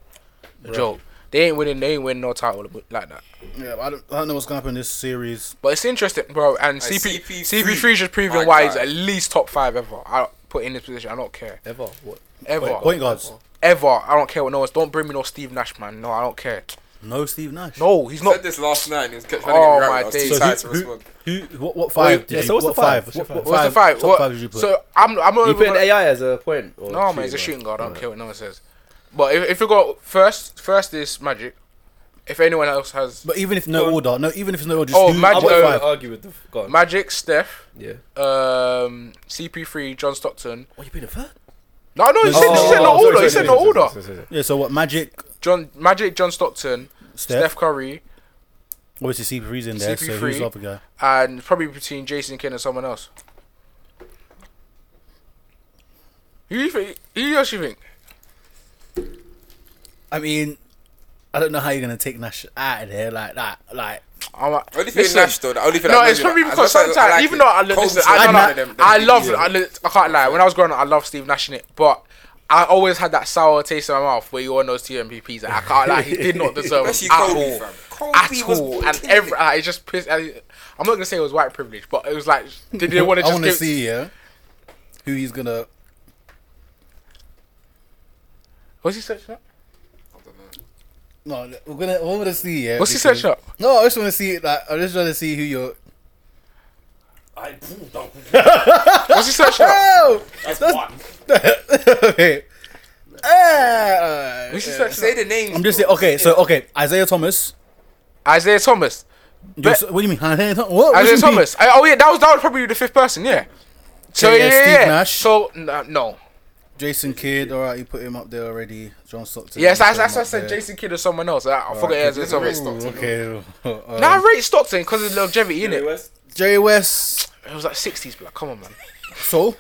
[SPEAKER 3] A joke. They ain't winning. They ain't winning no title like that.
[SPEAKER 6] Yeah, I don't, I don't know what's gonna happen in this series.
[SPEAKER 3] But it's interesting, bro. And CP,
[SPEAKER 4] CP3,
[SPEAKER 3] CP3 just
[SPEAKER 4] my
[SPEAKER 3] proving why he's
[SPEAKER 4] guy.
[SPEAKER 3] at least top five ever. I put in this position. I don't care.
[SPEAKER 5] Ever? What?
[SPEAKER 3] Ever.
[SPEAKER 6] Point, point guards,
[SPEAKER 3] Ever. I don't care what no one's. Don't bring me no Steve Nash, man. No, I don't care.
[SPEAKER 6] no Steve Nash.
[SPEAKER 3] No, he's
[SPEAKER 4] I said
[SPEAKER 3] not.
[SPEAKER 4] this last night and he was kept trying
[SPEAKER 3] Oh
[SPEAKER 4] to get me
[SPEAKER 3] my
[SPEAKER 4] right. I was too
[SPEAKER 3] days.
[SPEAKER 4] tired to
[SPEAKER 6] So who,
[SPEAKER 4] respond.
[SPEAKER 6] who, who, what, what five?
[SPEAKER 5] yeah,
[SPEAKER 6] did you,
[SPEAKER 5] so what's
[SPEAKER 6] what
[SPEAKER 5] the five? What's
[SPEAKER 6] five?
[SPEAKER 5] your
[SPEAKER 6] What,
[SPEAKER 5] five?
[SPEAKER 3] What's the five?
[SPEAKER 6] Top
[SPEAKER 3] What-
[SPEAKER 6] five did you put?
[SPEAKER 3] So I'm. I'm not
[SPEAKER 5] You
[SPEAKER 3] even
[SPEAKER 5] put an
[SPEAKER 3] gonna-
[SPEAKER 5] AI as a point? Or
[SPEAKER 3] No, man, he's a shooting guard. I don't care what no one says. But if, if we go first, first is Magic. If anyone else has
[SPEAKER 6] but even if no order, no, even if it's no order, just
[SPEAKER 3] Oh,
[SPEAKER 6] who-
[SPEAKER 5] I
[SPEAKER 3] Magic-
[SPEAKER 6] what
[SPEAKER 3] uh,
[SPEAKER 5] won't
[SPEAKER 6] five?
[SPEAKER 5] argue with the f- guard.
[SPEAKER 3] Magic, Steph,
[SPEAKER 5] yeah.
[SPEAKER 3] um, CP3, John Stockton.
[SPEAKER 6] Oh,
[SPEAKER 5] What you been a third?
[SPEAKER 3] No, no, he said, he said
[SPEAKER 5] Oh,
[SPEAKER 3] no order. He said no order.
[SPEAKER 6] Yeah, so what? Magic,
[SPEAKER 3] John Magic, John Stockton,
[SPEAKER 6] Steph,
[SPEAKER 3] Steph Curry,
[SPEAKER 6] obviously CP3's in there. So
[SPEAKER 3] CP3.
[SPEAKER 6] who's the other guy?
[SPEAKER 3] and probably between Jason Kidd and someone else. Who you think? Who else you think?
[SPEAKER 6] I mean, I don't know how you're gonna take Nash out of there like that. Like,
[SPEAKER 3] I'm like,
[SPEAKER 4] I only think
[SPEAKER 3] listen.
[SPEAKER 4] Nash though. I only think
[SPEAKER 3] No, it's probably because sometimes, even though I, listen, I, don't know, I love, I, li- I can't lie. When I was growing up, I loved Steve Nash in it, but I always had that sour taste in my mouth where you all know two MVPs. And I can't lie, he did not deserve it
[SPEAKER 4] Especially
[SPEAKER 3] at
[SPEAKER 4] Kobe,
[SPEAKER 3] all,
[SPEAKER 4] fam. Kobe
[SPEAKER 3] at
[SPEAKER 4] was
[SPEAKER 3] all. And
[SPEAKER 4] killing
[SPEAKER 3] every,
[SPEAKER 4] it.
[SPEAKER 3] uh, it just pissed. I, I'm not gonna say it was white privilege, but it was like they didn't want to
[SPEAKER 6] I
[SPEAKER 3] just
[SPEAKER 6] want to
[SPEAKER 3] give.
[SPEAKER 6] see yeah, who he's gonna.
[SPEAKER 3] What's he searching up?
[SPEAKER 6] No, we're gonna. I want to see yeah.
[SPEAKER 3] What's he
[SPEAKER 6] because-
[SPEAKER 3] searching up?
[SPEAKER 6] No, I just want to see it. Like, I just want to see who you're.
[SPEAKER 5] I proved that.
[SPEAKER 3] What's he searching up?
[SPEAKER 6] Oh,
[SPEAKER 5] That's one.
[SPEAKER 6] okay. Ah,
[SPEAKER 3] What's he
[SPEAKER 6] yeah.
[SPEAKER 3] searching
[SPEAKER 4] Say
[SPEAKER 3] up?
[SPEAKER 4] the names.
[SPEAKER 6] I'm just saying. Okay, so okay, Isaiah Thomas.
[SPEAKER 3] Isaiah Thomas.
[SPEAKER 6] You're so- what do you mean? Isaiah Thomas. What? What do
[SPEAKER 3] Isaiah
[SPEAKER 6] you mean?
[SPEAKER 3] Thomas. I, oh yeah, that was that was probably the fifth person. Yeah. So
[SPEAKER 6] Okay,
[SPEAKER 3] yeah,
[SPEAKER 6] yeah,
[SPEAKER 3] yeah,
[SPEAKER 6] Steve
[SPEAKER 3] yeah.
[SPEAKER 6] Nash.
[SPEAKER 3] So nah, no.
[SPEAKER 6] Jason Kidd. All right, you put him up there already. John Stockton.
[SPEAKER 3] Yes, that's
[SPEAKER 6] you put him
[SPEAKER 3] that's I
[SPEAKER 6] up
[SPEAKER 3] said
[SPEAKER 6] there.
[SPEAKER 3] Jason Kidd or someone else. I, I forgot it was
[SPEAKER 4] Rate
[SPEAKER 3] someone.
[SPEAKER 4] Stockton.
[SPEAKER 6] Okay. uh,
[SPEAKER 3] Now I rate Stockton because of longevity in it.
[SPEAKER 5] West.
[SPEAKER 6] Jerry West.
[SPEAKER 3] It was like sixties, blood. Come on, man.
[SPEAKER 6] So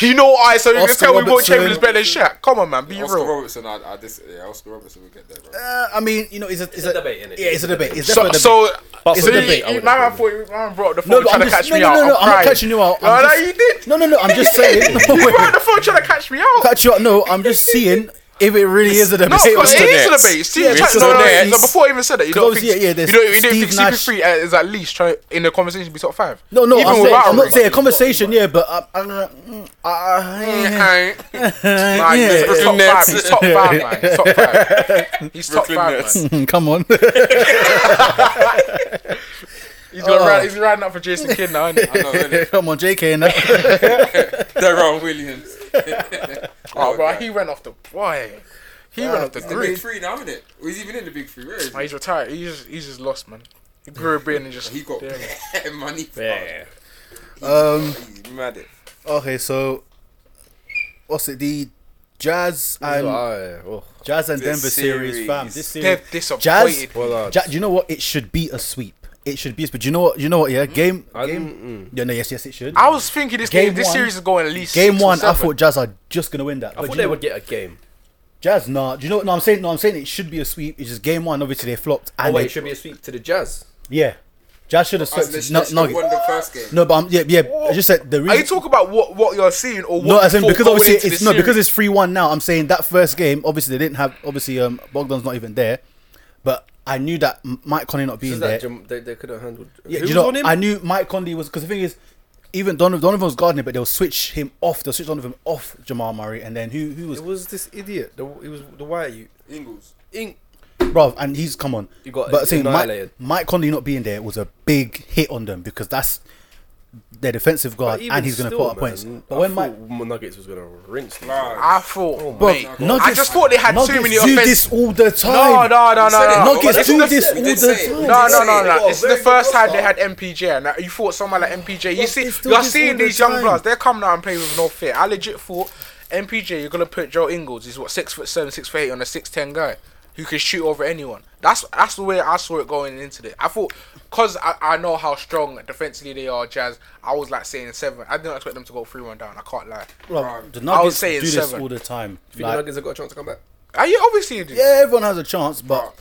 [SPEAKER 3] You know I. So you can
[SPEAKER 6] Oscar
[SPEAKER 3] tell me what
[SPEAKER 6] Robertson.
[SPEAKER 3] Chamberlain's better than Shaq. Come on, man. Be
[SPEAKER 4] Oscar
[SPEAKER 3] real.
[SPEAKER 4] Robertson. I, I dis- yeah, Oscar Robertson would get there. Bro.
[SPEAKER 6] Uh, I mean, you know, it's a, it's,
[SPEAKER 5] a debate, innit?
[SPEAKER 6] Yeah, it's a debate. It's
[SPEAKER 3] So,
[SPEAKER 6] definitely a
[SPEAKER 3] so,
[SPEAKER 6] debate.
[SPEAKER 5] But
[SPEAKER 3] so
[SPEAKER 5] for
[SPEAKER 3] you-
[SPEAKER 5] debate, I
[SPEAKER 3] you-
[SPEAKER 5] would
[SPEAKER 3] my man
[SPEAKER 5] agree.
[SPEAKER 3] thought you- my man brought up the phone
[SPEAKER 6] No, but
[SPEAKER 3] trying
[SPEAKER 6] I'm
[SPEAKER 3] to
[SPEAKER 6] just,
[SPEAKER 3] catch
[SPEAKER 6] no,
[SPEAKER 3] me
[SPEAKER 6] no,
[SPEAKER 3] out.
[SPEAKER 6] no, no, I'm not
[SPEAKER 3] crying.
[SPEAKER 6] catching you out.
[SPEAKER 3] No,
[SPEAKER 6] I'm
[SPEAKER 3] no,
[SPEAKER 6] just-
[SPEAKER 3] you did.
[SPEAKER 6] No, no, no, I'm just saying. No,
[SPEAKER 3] You
[SPEAKER 6] wait.
[SPEAKER 3] brought up the phone trying to catch me out.
[SPEAKER 6] catch you out. No, I'm just seeing if it really is a debate.
[SPEAKER 3] No, because
[SPEAKER 6] or
[SPEAKER 3] it
[SPEAKER 6] not.
[SPEAKER 3] is a debate. Steve
[SPEAKER 6] Yeah,
[SPEAKER 3] Nash-
[SPEAKER 6] because
[SPEAKER 3] no,
[SPEAKER 6] of
[SPEAKER 3] no,
[SPEAKER 6] that.
[SPEAKER 3] no, no, before I even said that, you don't
[SPEAKER 6] Because
[SPEAKER 3] think,
[SPEAKER 6] obviously, yeah, yeah,
[SPEAKER 3] you
[SPEAKER 6] there's
[SPEAKER 3] don't, you don't think
[SPEAKER 6] Steve Nash-
[SPEAKER 3] CP3 is at least trying in the conversation to be top five.
[SPEAKER 6] No, no,
[SPEAKER 3] even
[SPEAKER 6] I'm, saying,
[SPEAKER 3] without
[SPEAKER 6] I'm
[SPEAKER 3] Rory.
[SPEAKER 6] not saying a conversation, yeah, but I'm, I'm like, mm, uh, yeah.
[SPEAKER 3] Yeah.
[SPEAKER 6] yeah,
[SPEAKER 3] Nah, he's
[SPEAKER 6] yeah.
[SPEAKER 3] Brooklyn
[SPEAKER 4] Nets.
[SPEAKER 3] He's top five, man. He's top five. He's top
[SPEAKER 4] Brooklyn
[SPEAKER 3] five,
[SPEAKER 4] Nets.
[SPEAKER 3] man.
[SPEAKER 6] Mm, Come on.
[SPEAKER 3] He's, gonna ride, he's riding up for Jason Kidd now, isn't he?
[SPEAKER 4] I know, innit?
[SPEAKER 6] Come on, JK. Now.
[SPEAKER 4] Deron Williams.
[SPEAKER 3] Oh, bro, he ran off the boy. He ran off the
[SPEAKER 4] Uh, the big
[SPEAKER 3] grid.
[SPEAKER 4] three now, isn't it? Or he's even in the big three. Where is
[SPEAKER 3] Oh,
[SPEAKER 4] he?
[SPEAKER 3] he's retired. He's just, he's just lost, man. He grew a beard and just.
[SPEAKER 4] He got
[SPEAKER 3] Yeah.
[SPEAKER 4] bare money. For
[SPEAKER 5] Yeah.
[SPEAKER 6] Um,
[SPEAKER 4] He's mad. It.
[SPEAKER 6] okay, so what's it? The Jazz and
[SPEAKER 5] Oh,
[SPEAKER 6] Jazz and
[SPEAKER 4] This
[SPEAKER 6] Denver series,
[SPEAKER 4] series.
[SPEAKER 6] fam. This series,
[SPEAKER 3] They're
[SPEAKER 6] Jazz,
[SPEAKER 3] disappointed.
[SPEAKER 5] Well, uh,
[SPEAKER 6] Ja- you know what? It should be a sweep. It should be, a sweep. but you know what? You know what? Yeah, game,
[SPEAKER 5] I
[SPEAKER 6] game.
[SPEAKER 5] didn't-
[SPEAKER 6] Yeah, no, yes, yes, it should.
[SPEAKER 3] I was thinking this game,
[SPEAKER 6] Game
[SPEAKER 3] this
[SPEAKER 6] one-
[SPEAKER 3] series is going at least.
[SPEAKER 6] game
[SPEAKER 3] six or
[SPEAKER 6] one, I
[SPEAKER 3] seven.
[SPEAKER 6] thought Jazz are just gonna win that.
[SPEAKER 5] I
[SPEAKER 6] but
[SPEAKER 5] thought
[SPEAKER 6] you
[SPEAKER 5] they
[SPEAKER 6] know-
[SPEAKER 5] would get a game.
[SPEAKER 6] Jazz, nah. Do you know what? No, I'm saying, no, I'm saying it should be a sweep. It's just game one. Obviously, they flopped.
[SPEAKER 5] Oh
[SPEAKER 6] And
[SPEAKER 5] wait,
[SPEAKER 6] they-
[SPEAKER 5] it should be a sweep to the Jazz.
[SPEAKER 6] yeah, Jazz should have
[SPEAKER 4] As
[SPEAKER 6] swept.
[SPEAKER 4] Leicester
[SPEAKER 6] No,
[SPEAKER 4] should have won
[SPEAKER 6] no,
[SPEAKER 4] the first game.
[SPEAKER 6] no, but I'm, yeah, yeah. I just said the
[SPEAKER 3] Are you
[SPEAKER 6] reason.
[SPEAKER 3] talking about what, what you're seeing or what?
[SPEAKER 6] No, as in
[SPEAKER 3] you thought
[SPEAKER 6] because
[SPEAKER 3] going
[SPEAKER 6] obviously
[SPEAKER 3] into
[SPEAKER 6] it's
[SPEAKER 3] this
[SPEAKER 6] no because
[SPEAKER 3] series?
[SPEAKER 6] it's three one now. I'm saying that first game. Obviously, they didn't have. Obviously, um, Bogdan's not even there, but I knew that M- Mike Conley not being
[SPEAKER 5] Is
[SPEAKER 6] there.
[SPEAKER 5] that Jam- they, they could have handled.
[SPEAKER 6] Yeah,
[SPEAKER 5] Who
[SPEAKER 6] do
[SPEAKER 5] was
[SPEAKER 6] you know,
[SPEAKER 5] on him?
[SPEAKER 6] I knew Mike Conley was because the thing is, even Donovan, Donovan was guarding him, but they'll switch him off. They'll switch Donovan off Jamal Murray, and then who who was
[SPEAKER 5] It was this idiot. The, it was the why you.
[SPEAKER 4] Ingles.
[SPEAKER 6] Uh,
[SPEAKER 5] Ink.
[SPEAKER 6] bruv, and he's come on.
[SPEAKER 5] You got
[SPEAKER 6] but saying Mike,
[SPEAKER 5] annihilated.
[SPEAKER 6] Mike Conley not being there was a big hit on them because that's their defensive guard, and he's going to put up points. But when Mike,
[SPEAKER 5] my Nuggets was going to rinse. them.
[SPEAKER 4] Nah.
[SPEAKER 3] I thought,
[SPEAKER 6] bro,
[SPEAKER 3] mate,
[SPEAKER 6] Nuggets,
[SPEAKER 3] I just thought they had
[SPEAKER 6] Nuggets
[SPEAKER 3] too many
[SPEAKER 6] do
[SPEAKER 3] offensive.
[SPEAKER 6] this all the time.
[SPEAKER 3] No, no, no, no,
[SPEAKER 4] said it.
[SPEAKER 3] no.
[SPEAKER 4] Nuggets
[SPEAKER 3] This
[SPEAKER 6] do
[SPEAKER 3] is the-
[SPEAKER 6] this
[SPEAKER 4] We
[SPEAKER 6] all
[SPEAKER 4] did
[SPEAKER 6] the
[SPEAKER 4] say it.
[SPEAKER 6] time.
[SPEAKER 4] We did
[SPEAKER 3] No, no,
[SPEAKER 4] say
[SPEAKER 3] no,
[SPEAKER 4] it.
[SPEAKER 3] no.
[SPEAKER 5] got a
[SPEAKER 3] This is the
[SPEAKER 5] very good
[SPEAKER 3] first time
[SPEAKER 5] roster.
[SPEAKER 3] they had MPJ. And you thought someone like MPJ. You see,
[SPEAKER 6] it's still
[SPEAKER 3] you're
[SPEAKER 6] this
[SPEAKER 3] seeing
[SPEAKER 6] all the
[SPEAKER 3] these young
[SPEAKER 6] time.
[SPEAKER 3] bloods. They're coming out and playing with no fear. I legit thought MPJ. You're gonna put Joe Ingles. He's what six foot seven, six foot eight, on a six ten guy who can shoot over anyone. That's that's the way I saw it going into it. I thought because I, I know how strong defensively they are, Jazz. I was like saying seven. I didn't expect them to go three one down. I can't lie.
[SPEAKER 6] Bro, the
[SPEAKER 3] I was
[SPEAKER 6] Nuggets
[SPEAKER 3] saying
[SPEAKER 6] do this
[SPEAKER 3] seven.
[SPEAKER 6] all the time.
[SPEAKER 5] Think
[SPEAKER 6] Like,
[SPEAKER 5] the Nuggets have got a chance to come back.
[SPEAKER 3] Are you obviously? you do.
[SPEAKER 6] yeah, everyone has a chance, but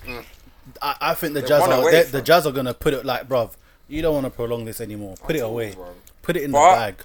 [SPEAKER 6] I, I think the Jazz
[SPEAKER 4] one
[SPEAKER 6] are
[SPEAKER 4] away
[SPEAKER 6] they-
[SPEAKER 4] from-
[SPEAKER 6] the Jazz are gonna put it like, bruv, you don't want to prolong this anymore. Put it
[SPEAKER 4] told
[SPEAKER 6] away.
[SPEAKER 4] you, bruv.
[SPEAKER 6] Put it in
[SPEAKER 4] But-
[SPEAKER 6] the bag.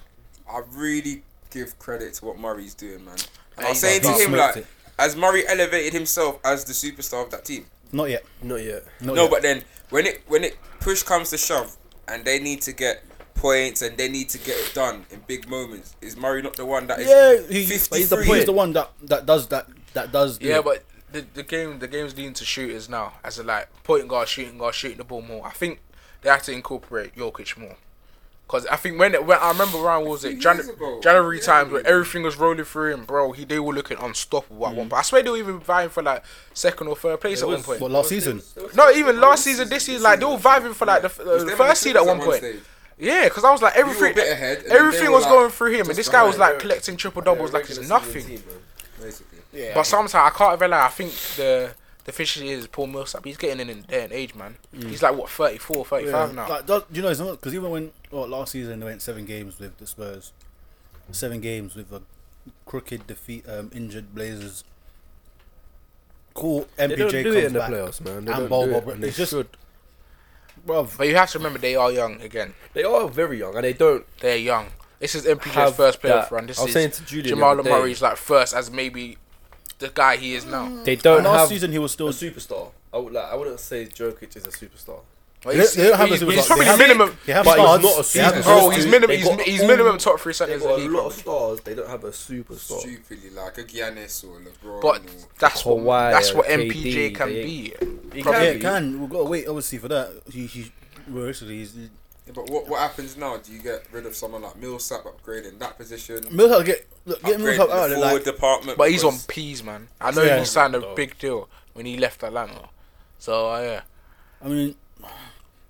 [SPEAKER 4] I really give credit to what Murray's doing, man. And I
[SPEAKER 6] Hey,
[SPEAKER 4] was saying to
[SPEAKER 6] he's
[SPEAKER 4] him,
[SPEAKER 6] smoked
[SPEAKER 4] like,
[SPEAKER 6] it.
[SPEAKER 4] as Murray elevated himself as the superstar of that team.
[SPEAKER 6] Not yet.
[SPEAKER 5] Not yet.
[SPEAKER 6] Not
[SPEAKER 4] No,
[SPEAKER 6] yet.
[SPEAKER 4] but then when it when it push comes to shove, and they need to get points and they need to get it done in big moments, is Murray not the one that is?
[SPEAKER 6] yeah, he, but he's the
[SPEAKER 4] 53.
[SPEAKER 6] he's the one that that does that that does. do
[SPEAKER 3] Yeah,
[SPEAKER 6] it.
[SPEAKER 3] but the, the game the game's leading to shooters now. As a like point guard, shooting guard, shooting the ball more. I think they have to incorporate Jokic more. Cause I think when it, when I remember Ryan what was it Jan-
[SPEAKER 4] years ago.
[SPEAKER 3] January
[SPEAKER 4] Yeah.
[SPEAKER 3] times where everything was rolling through him, bro. He they were looking unstoppable at
[SPEAKER 4] Mm.
[SPEAKER 3] one point. I swear they were even vying for like second or third place at one
[SPEAKER 6] But
[SPEAKER 3] point.
[SPEAKER 6] last season,
[SPEAKER 3] No, even last season, this season, like they were vying for like the, f-
[SPEAKER 4] was
[SPEAKER 3] uh,
[SPEAKER 4] them and
[SPEAKER 3] first
[SPEAKER 4] the
[SPEAKER 3] seed at one
[SPEAKER 4] Clippers at one
[SPEAKER 3] point.
[SPEAKER 4] stage.
[SPEAKER 3] Yeah, because I was like
[SPEAKER 4] were a
[SPEAKER 3] everything,
[SPEAKER 4] bit ahead, and then they
[SPEAKER 3] everything
[SPEAKER 4] were,
[SPEAKER 3] was
[SPEAKER 4] like,
[SPEAKER 3] going through him, and
[SPEAKER 4] just
[SPEAKER 3] this guy was
[SPEAKER 4] behind.
[SPEAKER 3] like collecting triple doubles like it's nothing.
[SPEAKER 4] Basically.
[SPEAKER 3] But sometimes I can't even lie. I think the the fish is Paul Millsap. He's getting in in there in age, man.
[SPEAKER 5] Mm.
[SPEAKER 3] He's like what 34, 35 now.
[SPEAKER 6] Like, does, you know, it's not because even when well, last season they went seven games with the Spurs, seven games with a crooked defeat, um, injured Blazers. Cool, MPJ
[SPEAKER 5] They don't do
[SPEAKER 6] comes
[SPEAKER 5] it in the
[SPEAKER 6] back.
[SPEAKER 5] playoffs, man. They
[SPEAKER 6] and
[SPEAKER 5] don't do
[SPEAKER 6] Bobo,
[SPEAKER 5] it,
[SPEAKER 6] bro,
[SPEAKER 5] and they
[SPEAKER 6] it's just,
[SPEAKER 5] should.
[SPEAKER 6] bruv,
[SPEAKER 3] but you have to remember they are young again.
[SPEAKER 5] They are very young and they don't
[SPEAKER 3] They're young. This is MPJ's
[SPEAKER 5] Have
[SPEAKER 3] first playoff
[SPEAKER 5] that.
[SPEAKER 3] run. This
[SPEAKER 5] I was
[SPEAKER 3] is
[SPEAKER 5] saying to Julian
[SPEAKER 3] Jamal
[SPEAKER 5] the other day- Mm.
[SPEAKER 3] Murray's like first as maybe the guy he is now.
[SPEAKER 5] they don't
[SPEAKER 6] last
[SPEAKER 5] have
[SPEAKER 6] season he was still
[SPEAKER 5] a superstar. I would like I wouldn't say Jokic is a superstar.
[SPEAKER 3] But
[SPEAKER 6] They don't- they don't have a
[SPEAKER 3] he's,
[SPEAKER 6] superstar.
[SPEAKER 3] he's probably
[SPEAKER 6] They have-
[SPEAKER 3] minimum.
[SPEAKER 6] They have
[SPEAKER 5] But he's not
[SPEAKER 6] stars.
[SPEAKER 5] a
[SPEAKER 6] They have
[SPEAKER 5] superstar.
[SPEAKER 6] stars
[SPEAKER 3] Bro, he's
[SPEAKER 6] too.
[SPEAKER 3] minimum.
[SPEAKER 5] They
[SPEAKER 3] He's,
[SPEAKER 5] got
[SPEAKER 3] he's
[SPEAKER 5] all-
[SPEAKER 3] minimum top three
[SPEAKER 5] They've
[SPEAKER 3] centers.
[SPEAKER 5] got
[SPEAKER 3] in
[SPEAKER 5] a
[SPEAKER 3] the
[SPEAKER 5] lot of
[SPEAKER 3] league,
[SPEAKER 5] stars. They don't have a superstar.
[SPEAKER 4] Stupidly, like a Giannis or LeBron.
[SPEAKER 3] But
[SPEAKER 4] or-
[SPEAKER 3] that's what
[SPEAKER 5] Kawhi,
[SPEAKER 3] that's what
[SPEAKER 5] KD,
[SPEAKER 3] MPJ can
[SPEAKER 5] they-
[SPEAKER 3] be.
[SPEAKER 5] He
[SPEAKER 3] Probably-
[SPEAKER 6] Yeah,
[SPEAKER 5] can
[SPEAKER 6] it
[SPEAKER 5] be.
[SPEAKER 6] can. We've got to wait, obviously, for that. He, he, realistically, he's,
[SPEAKER 4] Yeah, but what, what happens now? Do you get rid of someone like Millsap upgrading that position?
[SPEAKER 6] Millsap get look, get
[SPEAKER 4] Upgrading
[SPEAKER 6] Millsap
[SPEAKER 4] the
[SPEAKER 6] out of it.
[SPEAKER 4] forward
[SPEAKER 6] Like,
[SPEAKER 4] department.
[SPEAKER 3] But he's on
[SPEAKER 4] because-
[SPEAKER 3] peas, man. I know
[SPEAKER 6] Yeah.
[SPEAKER 3] he signed a big deal when he left Atlanta. So uh, yeah.
[SPEAKER 6] I mean,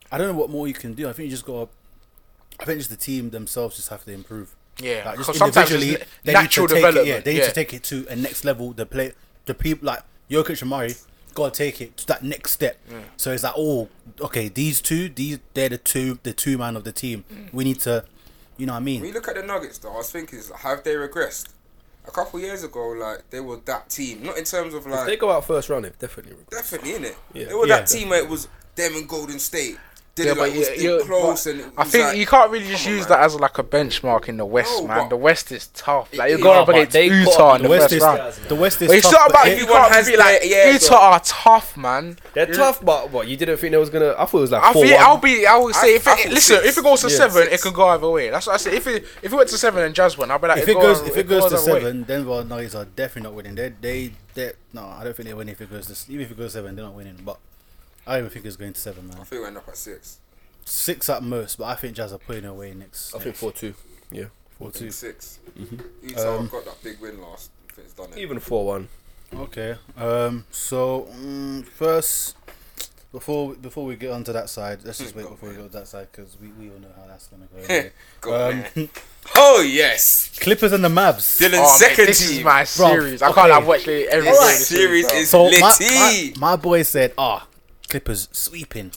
[SPEAKER 6] I don't know what more you can do. I think you just got. I think just the team themselves just have to improve.
[SPEAKER 3] Yeah,
[SPEAKER 6] like just
[SPEAKER 3] 'cause sometimes it's
[SPEAKER 6] individually,
[SPEAKER 3] n-
[SPEAKER 6] they
[SPEAKER 3] natural
[SPEAKER 6] need to take it. Yeah,
[SPEAKER 3] development,
[SPEAKER 6] they need
[SPEAKER 3] yeah.
[SPEAKER 6] to take it to a next level. The play, the people like Jokic and Murray gotta take it to that next step. So it's like, oh, okay, these two, these they're the two, the two man of the team.
[SPEAKER 3] Mm.
[SPEAKER 6] We need to, you know what I mean?
[SPEAKER 4] When you look at the Nuggets, though, I was thinking, is, like, have they regressed? A couple years ago, like they were that team, not in terms of like
[SPEAKER 5] If they go out first round, they've definitely
[SPEAKER 4] definitely in it.
[SPEAKER 5] Yeah.
[SPEAKER 4] They were
[SPEAKER 6] Yeah.
[SPEAKER 4] that team where it was them and Golden State. Did
[SPEAKER 3] Yeah,
[SPEAKER 4] it like
[SPEAKER 3] but
[SPEAKER 4] it was
[SPEAKER 3] yeah,
[SPEAKER 4] in
[SPEAKER 3] yeah,
[SPEAKER 4] close
[SPEAKER 3] but
[SPEAKER 4] and it
[SPEAKER 3] I
[SPEAKER 4] was
[SPEAKER 3] think
[SPEAKER 4] like,
[SPEAKER 3] you can't really just
[SPEAKER 4] come on,
[SPEAKER 3] use
[SPEAKER 4] man.
[SPEAKER 3] that as like a benchmark in the West,
[SPEAKER 4] No,
[SPEAKER 3] man.
[SPEAKER 4] but-
[SPEAKER 3] The West is tough. Like you're
[SPEAKER 4] is.
[SPEAKER 3] going
[SPEAKER 4] No,
[SPEAKER 3] up
[SPEAKER 5] but
[SPEAKER 3] against
[SPEAKER 5] they got-
[SPEAKER 3] Utah in
[SPEAKER 6] the
[SPEAKER 3] the
[SPEAKER 6] West
[SPEAKER 3] first
[SPEAKER 6] is
[SPEAKER 3] round.
[SPEAKER 6] the West is.
[SPEAKER 3] But it's
[SPEAKER 6] tough,
[SPEAKER 3] not
[SPEAKER 6] but
[SPEAKER 3] about
[SPEAKER 6] it-
[SPEAKER 3] you
[SPEAKER 4] everyone
[SPEAKER 3] can't
[SPEAKER 4] has
[SPEAKER 3] be like
[SPEAKER 4] their- yeah,
[SPEAKER 3] Utah are tough, man.
[SPEAKER 5] They're tough, but what you didn't think they was gonna? I thought it was like
[SPEAKER 3] I
[SPEAKER 5] four.
[SPEAKER 3] feel, I'll be. I would say
[SPEAKER 4] I-
[SPEAKER 3] if
[SPEAKER 4] I
[SPEAKER 3] it,
[SPEAKER 4] think
[SPEAKER 3] listen,
[SPEAKER 4] six.
[SPEAKER 3] if it goes to
[SPEAKER 5] Yeah,
[SPEAKER 3] seven,
[SPEAKER 5] six.
[SPEAKER 3] it could go either way. That's what I said. If it if it went to seven and Jazz won, I'd be like,
[SPEAKER 6] if it goes,
[SPEAKER 3] either-
[SPEAKER 6] if it goes to
[SPEAKER 3] either way.
[SPEAKER 6] seven, Denver Nuggets are uh, definitely not winning. They, they, they, no, I don't think they win if it goes to even if it goes seven, they're not winning. But I don't even think it's going to seven, man.
[SPEAKER 4] I think we end up at six.
[SPEAKER 6] Six at most, but I think Jazz are putting away next.
[SPEAKER 5] I think
[SPEAKER 6] next.
[SPEAKER 5] four two. Yeah,
[SPEAKER 6] four two.
[SPEAKER 4] Six. Utah got that big win last. I think it's done it.
[SPEAKER 5] Mm-hmm. Um, even four one.
[SPEAKER 6] Okay. Um. So mm, first, before before we get onto that side, let's just wait before we go to that side because we, we all know how that's gonna go. anyway. Um,
[SPEAKER 4] Got there. oh yes,
[SPEAKER 6] Clippers and the Mavs.
[SPEAKER 4] Dylan
[SPEAKER 3] um, Oh, mate,
[SPEAKER 4] second
[SPEAKER 3] this
[SPEAKER 4] team.
[SPEAKER 3] is my series. I can't.
[SPEAKER 6] okay.
[SPEAKER 3] I've watched it every
[SPEAKER 4] this
[SPEAKER 3] day. this
[SPEAKER 4] series is
[SPEAKER 6] So my,
[SPEAKER 4] litty.
[SPEAKER 6] my, my boy said, "Ah, Clippers sweeping."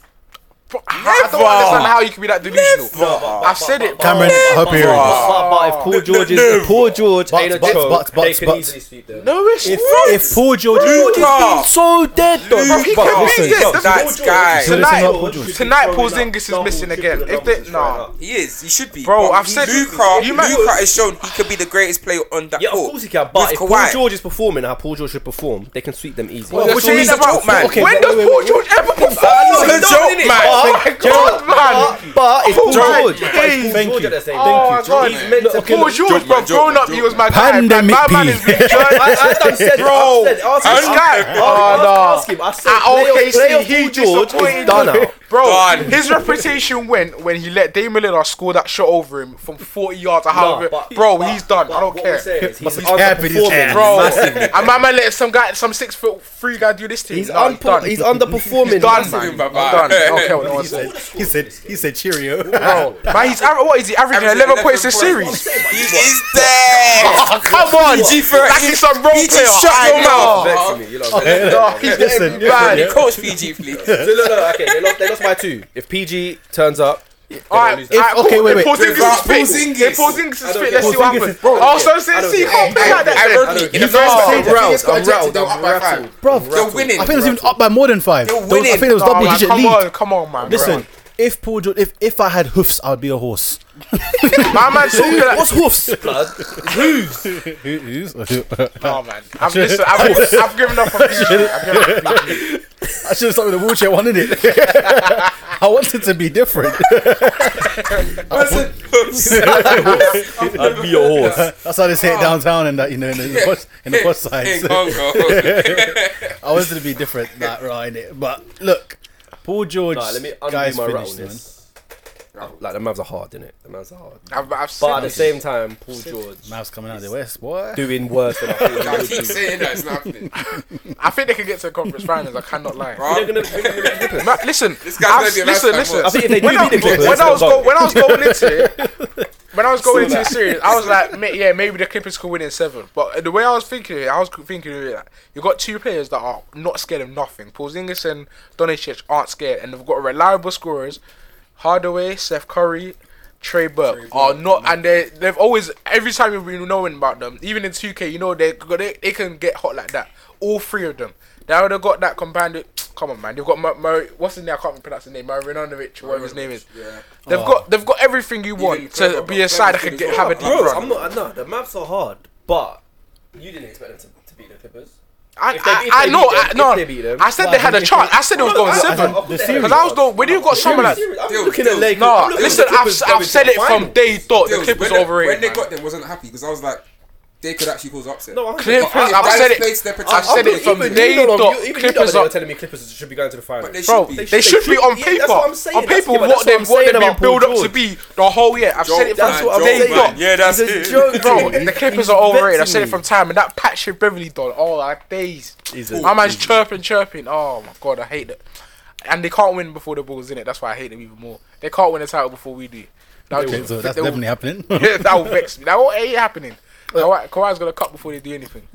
[SPEAKER 3] Bro, I don't understand how you can be that delusional.
[SPEAKER 4] Never.
[SPEAKER 3] I've said it. bro.
[SPEAKER 6] Cameron, I hope you're hearing this.
[SPEAKER 5] But, but if Paul George is if Paul George
[SPEAKER 6] But-
[SPEAKER 5] ain't a
[SPEAKER 6] but-
[SPEAKER 5] troll,
[SPEAKER 6] but- but-
[SPEAKER 5] they can
[SPEAKER 6] but-
[SPEAKER 5] easily sweep them.
[SPEAKER 3] No, it's
[SPEAKER 6] If,
[SPEAKER 3] not.
[SPEAKER 6] if Paul George, Paul George
[SPEAKER 4] Luka.
[SPEAKER 6] been so dead though,
[SPEAKER 4] Luka.
[SPEAKER 6] Bruv,
[SPEAKER 3] He
[SPEAKER 6] but
[SPEAKER 3] can't
[SPEAKER 6] listen,
[SPEAKER 3] be dead.
[SPEAKER 4] Fuck that
[SPEAKER 3] That's-
[SPEAKER 4] guy.
[SPEAKER 6] So listen, what Paul
[SPEAKER 3] Tonight,
[SPEAKER 6] George is
[SPEAKER 3] tonight, Porzingis is missing again. If they, nah,
[SPEAKER 4] He is. He should be.
[SPEAKER 3] Bro,
[SPEAKER 4] But
[SPEAKER 3] I've said-
[SPEAKER 4] Luka.
[SPEAKER 3] you might-
[SPEAKER 4] Luka has shown he could be the greatest player on that
[SPEAKER 5] Yeah,
[SPEAKER 4] court.
[SPEAKER 5] of course he can. But
[SPEAKER 4] With
[SPEAKER 5] if Paul
[SPEAKER 4] Kawhi.
[SPEAKER 5] George is performing how Paul George should perform, they can sweep them easy.
[SPEAKER 6] Well,
[SPEAKER 3] which
[SPEAKER 6] what
[SPEAKER 3] is
[SPEAKER 6] do you mean
[SPEAKER 3] about
[SPEAKER 6] that's
[SPEAKER 3] man.
[SPEAKER 6] a- okay,
[SPEAKER 3] when
[SPEAKER 6] wait,
[SPEAKER 3] does
[SPEAKER 6] wait,
[SPEAKER 3] Paul
[SPEAKER 6] wait.
[SPEAKER 3] George ever
[SPEAKER 4] He's
[SPEAKER 3] perform?
[SPEAKER 4] a joke, man.
[SPEAKER 5] Oh,
[SPEAKER 3] my God, man.
[SPEAKER 5] But, but it's Paul
[SPEAKER 3] George,
[SPEAKER 5] George. But it's Paul
[SPEAKER 3] thank
[SPEAKER 5] George
[SPEAKER 6] you.
[SPEAKER 5] at the same
[SPEAKER 3] Oh
[SPEAKER 5] time.
[SPEAKER 3] my God.
[SPEAKER 5] He's meant to
[SPEAKER 3] Paul
[SPEAKER 5] be-
[SPEAKER 3] George,
[SPEAKER 4] Joke,
[SPEAKER 3] bro,
[SPEAKER 4] man, joke,
[SPEAKER 3] growing
[SPEAKER 4] man,
[SPEAKER 3] up,
[SPEAKER 4] joke,
[SPEAKER 3] he was my
[SPEAKER 4] man.
[SPEAKER 3] guy. man.
[SPEAKER 6] Pandemic
[SPEAKER 3] My man
[SPEAKER 6] P.
[SPEAKER 3] is rejoicing.
[SPEAKER 5] I, I done said,
[SPEAKER 3] Bro,
[SPEAKER 5] I said, ask him,
[SPEAKER 3] this
[SPEAKER 5] ask,
[SPEAKER 3] guy-
[SPEAKER 5] ask,
[SPEAKER 3] Oh,
[SPEAKER 5] ask,
[SPEAKER 3] no.
[SPEAKER 5] ask him. I said,
[SPEAKER 3] At
[SPEAKER 5] player, player
[SPEAKER 3] OKC, he
[SPEAKER 5] Paul George
[SPEAKER 3] disappointed
[SPEAKER 5] is done
[SPEAKER 3] me.
[SPEAKER 5] out.
[SPEAKER 3] Bro,
[SPEAKER 4] Done.
[SPEAKER 3] his reputation went when he let Damian Lillard score that shot over him from 40 yards or
[SPEAKER 5] Nah,
[SPEAKER 3] however.
[SPEAKER 5] but-
[SPEAKER 3] bro,
[SPEAKER 5] but-
[SPEAKER 3] he's done.
[SPEAKER 5] but
[SPEAKER 3] I don't
[SPEAKER 5] what we're
[SPEAKER 3] care.
[SPEAKER 5] saying is He's
[SPEAKER 6] Must be happy this
[SPEAKER 5] underperforming.
[SPEAKER 6] time.
[SPEAKER 5] Bro,
[SPEAKER 3] Bro, I might man let some guy, some six foot three guy do this to him.
[SPEAKER 5] He's,
[SPEAKER 3] Nah, he's
[SPEAKER 5] unpo-
[SPEAKER 3] done.
[SPEAKER 5] he's underperforming.
[SPEAKER 3] He's done, man. I'm
[SPEAKER 4] Bye-bye.
[SPEAKER 3] done. I don't care what no one
[SPEAKER 6] he
[SPEAKER 3] said.
[SPEAKER 6] said, he said, he said, cheerio.
[SPEAKER 3] Bro, man, he's aver- what is he averaging?
[SPEAKER 4] Averaging
[SPEAKER 3] 11 points a
[SPEAKER 4] 11
[SPEAKER 3] series.
[SPEAKER 4] He is dead.
[SPEAKER 3] Oh, come on,
[SPEAKER 4] PG for
[SPEAKER 3] like he's some role
[SPEAKER 4] PG,
[SPEAKER 3] player.
[SPEAKER 4] shut your
[SPEAKER 3] I
[SPEAKER 4] mouth.
[SPEAKER 3] know.
[SPEAKER 5] Vexing me, you lot are vexing me.
[SPEAKER 3] No, he's
[SPEAKER 6] Listen,
[SPEAKER 3] getting bad.
[SPEAKER 6] yeah.
[SPEAKER 4] Coach PG, please.
[SPEAKER 5] No, no, no. Okay, they lost. They lost by two. If PG turns up,
[SPEAKER 3] All right,
[SPEAKER 5] lose
[SPEAKER 3] all right,
[SPEAKER 6] that. Okay,
[SPEAKER 3] cool. If
[SPEAKER 6] wait, wait.
[SPEAKER 3] Porzingis is
[SPEAKER 4] Porzingis.
[SPEAKER 3] fit. If Porzingis is
[SPEAKER 5] I don't
[SPEAKER 3] fit,
[SPEAKER 5] care.
[SPEAKER 3] let's see what happens.
[SPEAKER 6] Porzingis-
[SPEAKER 3] Oh, so
[SPEAKER 5] I
[SPEAKER 3] since
[SPEAKER 5] don't
[SPEAKER 3] he
[SPEAKER 5] care.
[SPEAKER 3] can't play like
[SPEAKER 4] I
[SPEAKER 3] that,
[SPEAKER 4] repeat,
[SPEAKER 5] You
[SPEAKER 4] in the first
[SPEAKER 5] guys
[SPEAKER 4] half,
[SPEAKER 5] say that.
[SPEAKER 4] Rouse,
[SPEAKER 5] I'm
[SPEAKER 4] I'm rattled.
[SPEAKER 5] rattled,
[SPEAKER 4] They're up
[SPEAKER 5] I'm
[SPEAKER 4] by
[SPEAKER 5] rattled.
[SPEAKER 4] five.
[SPEAKER 6] Bruv,
[SPEAKER 4] They're winning.
[SPEAKER 6] I think it was even up by more than five. There was- I
[SPEAKER 4] winning.
[SPEAKER 6] think it was double
[SPEAKER 3] Nah, man,
[SPEAKER 6] digit
[SPEAKER 3] come
[SPEAKER 6] lead.
[SPEAKER 3] on, come on, man.
[SPEAKER 6] Listen, if Paul George, if if I had hoofs, I'd be a horse.
[SPEAKER 3] my man's talking like,
[SPEAKER 6] What's hoofs?
[SPEAKER 5] blood.
[SPEAKER 6] I
[SPEAKER 3] oh man, I've, listen, I've, I've given up on this. shit. I've given up.
[SPEAKER 6] should have started with a wheelchair one, didn't it? I wanted to be different.
[SPEAKER 5] I'd be your horse.
[SPEAKER 6] That's how they say it downtown and that you know in the bus in the bus
[SPEAKER 4] In
[SPEAKER 6] sides.
[SPEAKER 4] Congo.
[SPEAKER 6] I wanted to be different, that right? innit? But look, Paul George,
[SPEAKER 5] Nah, let me undo
[SPEAKER 6] guys,
[SPEAKER 5] my
[SPEAKER 6] finished, man.
[SPEAKER 5] rattleness. Like the Mavs are hard, innit? The Mavs are hard.
[SPEAKER 3] I've, I've seen
[SPEAKER 5] But at the
[SPEAKER 3] this.
[SPEAKER 5] same time, Paul George
[SPEAKER 6] Mavs coming out of the west, boy.
[SPEAKER 5] doing worse than I thought.
[SPEAKER 4] I keep saying that it's not happening.
[SPEAKER 3] I think they can get to the conference finals. I cannot lie.
[SPEAKER 5] They're gonna- they're gonna beat the Clippers.
[SPEAKER 3] Ma- listen,
[SPEAKER 4] guy's
[SPEAKER 3] I've-
[SPEAKER 4] gonna be a
[SPEAKER 3] listen, listen.
[SPEAKER 4] lifetime boss. I
[SPEAKER 5] think if they do
[SPEAKER 3] when, I,
[SPEAKER 5] beat the Clippers,
[SPEAKER 3] when I was
[SPEAKER 5] they're
[SPEAKER 3] go,
[SPEAKER 5] done.
[SPEAKER 3] when I was going into it, when I was going into
[SPEAKER 4] that.
[SPEAKER 3] the series, I was like, ma- yeah, maybe the Clippers could win in seven. But the way I was thinking of it, I was thinking of it like, you got two players that are not scared of nothing. Porzingis and Doncic aren't scared, and they've got reliable scorers. Hardaway, Seth Curry. Trey Burke are not, and they they've always every time you've been knowing about them, even in 2K, you know they they, they can get hot like that. All three of them, they would have got that combined. With, come on, man, they've got Mur- Murray. What's his name? I can't pronounce his name. Marinovic, whatever his name is.
[SPEAKER 4] Yeah.
[SPEAKER 3] They've got they've got everything you want to
[SPEAKER 4] clever,
[SPEAKER 3] be
[SPEAKER 4] but
[SPEAKER 3] a side that
[SPEAKER 4] clever
[SPEAKER 3] can
[SPEAKER 4] too
[SPEAKER 3] get
[SPEAKER 4] as
[SPEAKER 3] have a
[SPEAKER 4] well.
[SPEAKER 3] deep
[SPEAKER 5] Bro, I'm
[SPEAKER 3] run.
[SPEAKER 5] not. No, the maps are hard, but you didn't expect them to, to beat the Clippers.
[SPEAKER 3] I,
[SPEAKER 5] if they- if
[SPEAKER 3] I, I
[SPEAKER 5] they
[SPEAKER 3] know,
[SPEAKER 5] beat them,
[SPEAKER 3] I, no,
[SPEAKER 5] if they beat them,
[SPEAKER 3] I said
[SPEAKER 6] why
[SPEAKER 3] they had a
[SPEAKER 6] didn't
[SPEAKER 3] chance. I said it was going
[SPEAKER 5] I- I-
[SPEAKER 3] seven
[SPEAKER 5] I- the series-
[SPEAKER 3] because I was going when you got someone like.
[SPEAKER 5] Serious, I'm
[SPEAKER 4] Dude,
[SPEAKER 5] looking at
[SPEAKER 4] dude,
[SPEAKER 5] Lakers.
[SPEAKER 3] Nah,
[SPEAKER 5] I'm looking at
[SPEAKER 3] listen,
[SPEAKER 5] the
[SPEAKER 3] I've,
[SPEAKER 5] Clippers
[SPEAKER 3] I've
[SPEAKER 5] going
[SPEAKER 3] said
[SPEAKER 5] to
[SPEAKER 3] it from
[SPEAKER 5] finals.
[SPEAKER 3] day dot. The
[SPEAKER 4] Deals,
[SPEAKER 3] Clippers
[SPEAKER 4] when
[SPEAKER 3] are
[SPEAKER 4] they-
[SPEAKER 3] overrated.
[SPEAKER 4] When they
[SPEAKER 3] man.
[SPEAKER 4] got them, wasn't happy because I was like, they could actually cause upset.
[SPEAKER 5] No, I'm-
[SPEAKER 3] Clippers,
[SPEAKER 5] But I-
[SPEAKER 3] I've
[SPEAKER 5] I-
[SPEAKER 3] said it.
[SPEAKER 4] Clippers, they're
[SPEAKER 3] I've said it
[SPEAKER 4] protected.
[SPEAKER 3] from
[SPEAKER 5] Even
[SPEAKER 3] day
[SPEAKER 5] you know,
[SPEAKER 3] dot.
[SPEAKER 5] you- even you know
[SPEAKER 3] Clippers
[SPEAKER 5] that they were
[SPEAKER 3] are.
[SPEAKER 5] telling me Clippers should be going to the final.
[SPEAKER 4] But they
[SPEAKER 3] Bro,
[SPEAKER 4] should
[SPEAKER 3] they,
[SPEAKER 4] be.
[SPEAKER 5] they
[SPEAKER 3] should be
[SPEAKER 5] should
[SPEAKER 3] on
[SPEAKER 5] be.
[SPEAKER 3] paper.
[SPEAKER 5] Yeah, that's what I'm saying.
[SPEAKER 3] On
[SPEAKER 5] That's-
[SPEAKER 3] paper,
[SPEAKER 5] yeah, but
[SPEAKER 3] what
[SPEAKER 5] that's what
[SPEAKER 3] they've
[SPEAKER 5] I'm
[SPEAKER 3] what
[SPEAKER 5] saying
[SPEAKER 3] they've been
[SPEAKER 5] about Paul
[SPEAKER 3] built up to
[SPEAKER 5] George.
[SPEAKER 3] be the whole year. I've said it
[SPEAKER 4] Joe,
[SPEAKER 5] That's
[SPEAKER 4] man,
[SPEAKER 3] from
[SPEAKER 5] what I'm
[SPEAKER 4] Joe,
[SPEAKER 3] day
[SPEAKER 5] saying.
[SPEAKER 3] dot.
[SPEAKER 4] man. Yeah, that's
[SPEAKER 5] He's a
[SPEAKER 4] it.
[SPEAKER 5] joke,
[SPEAKER 3] Bro,
[SPEAKER 5] man.
[SPEAKER 3] the Clippers
[SPEAKER 5] He's
[SPEAKER 3] are overrated.
[SPEAKER 5] vexing
[SPEAKER 3] I said it
[SPEAKER 5] me.
[SPEAKER 3] from time, and that Patrick Beverly done. Oh, like days.
[SPEAKER 6] a-
[SPEAKER 3] My man's chirping, chirping. Oh my god, I hate that. And they can't win before the Bulls in it. That's why I hate them even more. They can't win the title before we do. That
[SPEAKER 6] Okay,
[SPEAKER 3] will-
[SPEAKER 6] so that's
[SPEAKER 3] that will-
[SPEAKER 6] definitely happening.
[SPEAKER 3] Yeah, that will vex me. That will ain't happening.
[SPEAKER 6] Uh,
[SPEAKER 3] Kawhi, Kawhi's gonna cut before they do anything.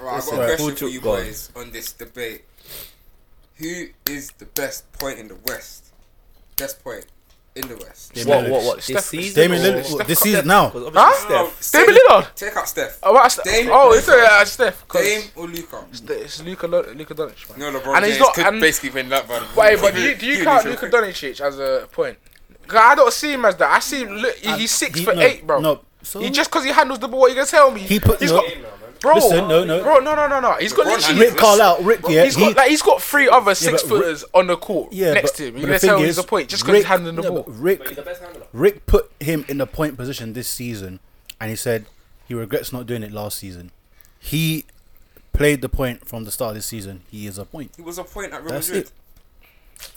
[SPEAKER 4] Right, I've got
[SPEAKER 6] Right,
[SPEAKER 4] a
[SPEAKER 6] who
[SPEAKER 4] question for
[SPEAKER 6] took
[SPEAKER 4] you
[SPEAKER 6] God?
[SPEAKER 4] boys on this debate. Who is the best point in the West? Best point in the West.
[SPEAKER 6] Damien
[SPEAKER 5] What?
[SPEAKER 6] Lillard.
[SPEAKER 5] What? What?
[SPEAKER 3] Steph-
[SPEAKER 5] This season?
[SPEAKER 6] Damien
[SPEAKER 5] or-
[SPEAKER 6] Lillard,
[SPEAKER 3] Steph
[SPEAKER 6] this
[SPEAKER 3] Curry.
[SPEAKER 6] season now.
[SPEAKER 5] Because obviously
[SPEAKER 3] Huh?
[SPEAKER 5] Steph.
[SPEAKER 3] David Lillard.
[SPEAKER 4] Take out Steph.
[SPEAKER 3] Oh, that's,
[SPEAKER 4] Dame-
[SPEAKER 3] oh it's uh, Steph. 'cause
[SPEAKER 4] Dame or Luca?
[SPEAKER 3] It's Luka, Lo- Luka Doncic, man.
[SPEAKER 4] No,
[SPEAKER 3] and
[SPEAKER 4] LeBron James
[SPEAKER 3] he's not.
[SPEAKER 4] could
[SPEAKER 3] and,
[SPEAKER 4] basically win that, man.
[SPEAKER 3] Wait, but do you, do
[SPEAKER 4] He
[SPEAKER 3] you
[SPEAKER 4] would
[SPEAKER 3] count
[SPEAKER 4] be
[SPEAKER 3] Luka
[SPEAKER 4] so quick.
[SPEAKER 3] Doncic as a point? 'Cause I don't see him as that. I see look, he- he's six
[SPEAKER 6] he-
[SPEAKER 3] for
[SPEAKER 6] no,
[SPEAKER 3] eight, bro.
[SPEAKER 6] no. So-
[SPEAKER 3] he just because he handles the ball, what you gonna tell me?
[SPEAKER 6] He put-
[SPEAKER 3] He's
[SPEAKER 6] no.
[SPEAKER 3] got, bro.
[SPEAKER 6] Listen, no, no.
[SPEAKER 3] bro, no, no, no, no. He's got
[SPEAKER 4] LeBron
[SPEAKER 3] literally.
[SPEAKER 4] handles
[SPEAKER 6] Rip Carl out, Rip. Yeah,
[SPEAKER 3] he's got
[SPEAKER 6] he-
[SPEAKER 3] like he's got three other six
[SPEAKER 6] but
[SPEAKER 3] footers on the court
[SPEAKER 6] yeah.
[SPEAKER 3] next
[SPEAKER 6] but,
[SPEAKER 3] to him. You
[SPEAKER 6] but the
[SPEAKER 3] gonna tell
[SPEAKER 6] thing
[SPEAKER 3] me
[SPEAKER 6] is,
[SPEAKER 3] he's a point just because he's
[SPEAKER 6] Rick-
[SPEAKER 3] handling the
[SPEAKER 6] no,
[SPEAKER 3] ball?
[SPEAKER 6] but Rick,
[SPEAKER 5] He's the best handler.
[SPEAKER 6] Rick put him in the point position this season, and he said he regrets not doing it last season. He played the point from the start of this season. He is a point,
[SPEAKER 4] He was a point at Real
[SPEAKER 6] That's
[SPEAKER 4] Madrid.
[SPEAKER 6] it.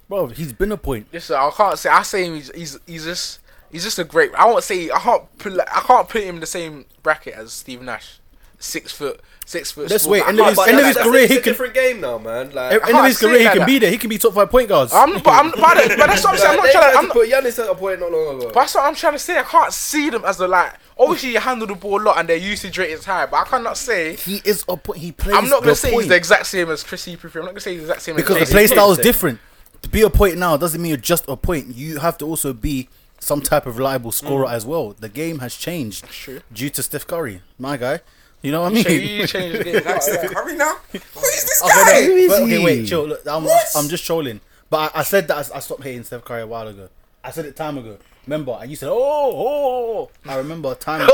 [SPEAKER 6] bro. He's been a point.
[SPEAKER 3] Listen, I can't say. I say him. He's he's, he's just he's just a great. I won't say. I can't. Put, like, I can't put him in the same bracket as Steve Nash. Six foot. Six foot.
[SPEAKER 6] Let's
[SPEAKER 3] small-
[SPEAKER 6] wait,
[SPEAKER 3] I
[SPEAKER 6] end of
[SPEAKER 3] can't
[SPEAKER 6] his-
[SPEAKER 3] say
[SPEAKER 6] end of
[SPEAKER 3] that.
[SPEAKER 6] his career,
[SPEAKER 5] It's
[SPEAKER 6] he
[SPEAKER 5] a
[SPEAKER 6] can-
[SPEAKER 5] different game now, man. Like.
[SPEAKER 6] End of his
[SPEAKER 3] say
[SPEAKER 6] career, he
[SPEAKER 3] that.
[SPEAKER 6] can be there. He can be top five point guards.
[SPEAKER 3] I'm, but I'm, but, I- but that's what I'm saying. I'm not
[SPEAKER 5] They tried
[SPEAKER 3] trying. To,
[SPEAKER 5] to
[SPEAKER 3] I'm not,
[SPEAKER 5] put Giannis at a point not long ago.
[SPEAKER 3] but that's what I'm trying to say. I can't see them as a like. Obviously, you handle the ball a lot, and their usage rate is high. But I cannot say.
[SPEAKER 6] he is a point. He plays.
[SPEAKER 3] I'm not
[SPEAKER 6] the
[SPEAKER 3] gonna say
[SPEAKER 6] point
[SPEAKER 3] he's the exact same as Chris Epipri. I'm not gonna say he's the exact same
[SPEAKER 6] because the
[SPEAKER 3] as
[SPEAKER 5] play-
[SPEAKER 6] play style is
[SPEAKER 5] Same.
[SPEAKER 6] different. to be a point now doesn't mean you're just a point. You have to also be some type of reliable scorer as well. The game has changed
[SPEAKER 3] True.
[SPEAKER 6] due to Steph Curry, my guy. You know what I mean?
[SPEAKER 3] You changed the game.
[SPEAKER 4] Steph Curry now? Who is this
[SPEAKER 6] Okay,
[SPEAKER 4] guy?
[SPEAKER 6] no,
[SPEAKER 5] Who is
[SPEAKER 6] but- okay,
[SPEAKER 5] he?
[SPEAKER 6] wait, chill. Look, I'm,
[SPEAKER 4] What?
[SPEAKER 6] I'm just trolling. But I, I said that I, I stopped hating Steph Curry a while ago. I said it time ago. Remember? And you said, oh, oh, oh." I remember a time ago.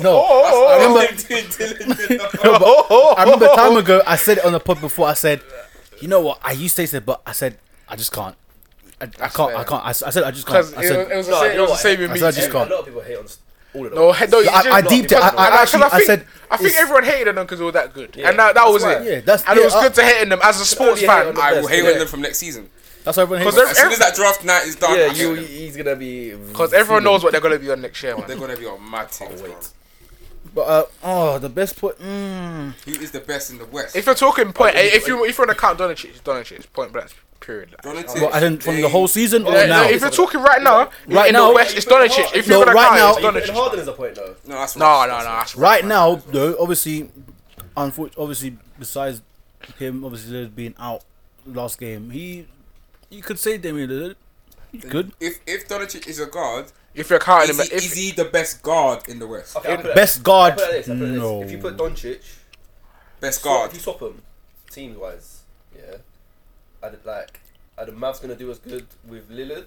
[SPEAKER 6] no,
[SPEAKER 3] Oh.
[SPEAKER 6] I remember.
[SPEAKER 4] remember.
[SPEAKER 6] I remember a time ago. I said it on the pod before. I said, you know what? I used to say, it, but I said I just can't. I, I can't. I
[SPEAKER 3] fair.
[SPEAKER 6] can't. I, s- I said I just can't.
[SPEAKER 3] Because
[SPEAKER 6] I
[SPEAKER 3] it,
[SPEAKER 6] said
[SPEAKER 3] was- it was a,
[SPEAKER 5] No,
[SPEAKER 3] sa-
[SPEAKER 5] you know
[SPEAKER 3] it was a
[SPEAKER 5] what?
[SPEAKER 3] saving
[SPEAKER 6] I
[SPEAKER 3] me.
[SPEAKER 6] said I just
[SPEAKER 5] A
[SPEAKER 6] can't.
[SPEAKER 5] lot of people hate on s- all of them.
[SPEAKER 3] No, he- no, you
[SPEAKER 6] I-
[SPEAKER 3] just-
[SPEAKER 6] I deeped it. I- I
[SPEAKER 3] Because-
[SPEAKER 6] actually-
[SPEAKER 3] because
[SPEAKER 6] I
[SPEAKER 3] think-
[SPEAKER 6] said-
[SPEAKER 3] I think
[SPEAKER 6] it's-
[SPEAKER 3] everyone hated on them because they were that good,
[SPEAKER 5] Yeah.
[SPEAKER 3] and that, that was
[SPEAKER 4] why.
[SPEAKER 3] it.
[SPEAKER 6] Yeah, that's-
[SPEAKER 3] and it
[SPEAKER 6] yeah,
[SPEAKER 3] was
[SPEAKER 6] I-
[SPEAKER 3] good to hating them as a sports
[SPEAKER 5] yeah,
[SPEAKER 3] fan.
[SPEAKER 5] yeah,
[SPEAKER 4] I will hate
[SPEAKER 5] Yeah.
[SPEAKER 4] on them from next season.
[SPEAKER 6] That's why everyone hates.
[SPEAKER 3] Because
[SPEAKER 4] As soon as that draft night is done,
[SPEAKER 5] Yeah,
[SPEAKER 4] I hate
[SPEAKER 5] you,
[SPEAKER 4] them.
[SPEAKER 5] he's gonna be
[SPEAKER 3] Because everyone knows what they're gonna be on next year,
[SPEAKER 4] they're
[SPEAKER 3] man.
[SPEAKER 4] gonna be on mad teams, bro.
[SPEAKER 6] But uh, oh, the best point. Mm,
[SPEAKER 4] Who is the best in the West?
[SPEAKER 3] If you're talking point, if you if you want to count Doncic, Doncic, point blank, period. Like.
[SPEAKER 4] Doncic,
[SPEAKER 6] well, I didn't from the
[SPEAKER 4] they-
[SPEAKER 6] whole season or
[SPEAKER 3] Yeah,
[SPEAKER 6] now.
[SPEAKER 3] no, if you're talking right now,
[SPEAKER 6] Oh, Right
[SPEAKER 3] in
[SPEAKER 6] now-
[SPEAKER 3] the West, it's Doncic. If
[SPEAKER 6] No,
[SPEAKER 3] you're gonna
[SPEAKER 6] right
[SPEAKER 3] count,
[SPEAKER 6] now-
[SPEAKER 3] it's
[SPEAKER 5] And
[SPEAKER 3] Doncic.
[SPEAKER 5] Harden is a point though.
[SPEAKER 4] No, that's
[SPEAKER 3] No, no, no. that's-
[SPEAKER 6] Right now, though, obviously, unfortunately, obviously, besides him, obviously Lillard being out last game, he, you could say Damian Lillard, he's good,
[SPEAKER 4] If if Doncic is a guard,
[SPEAKER 3] If you're counting
[SPEAKER 4] is
[SPEAKER 3] him,
[SPEAKER 4] he,
[SPEAKER 3] if,
[SPEAKER 4] is he the best guard in the West?
[SPEAKER 5] Okay, I'll put it-
[SPEAKER 6] best guard.
[SPEAKER 5] I'll put it like this, I'll put it like this.
[SPEAKER 6] no,
[SPEAKER 5] If you put Doncic,
[SPEAKER 4] Best
[SPEAKER 5] swap-
[SPEAKER 4] guard.
[SPEAKER 5] if you swap him, team wise, yeah. Are the, like, are the Mavs gonna do as good with Lillard?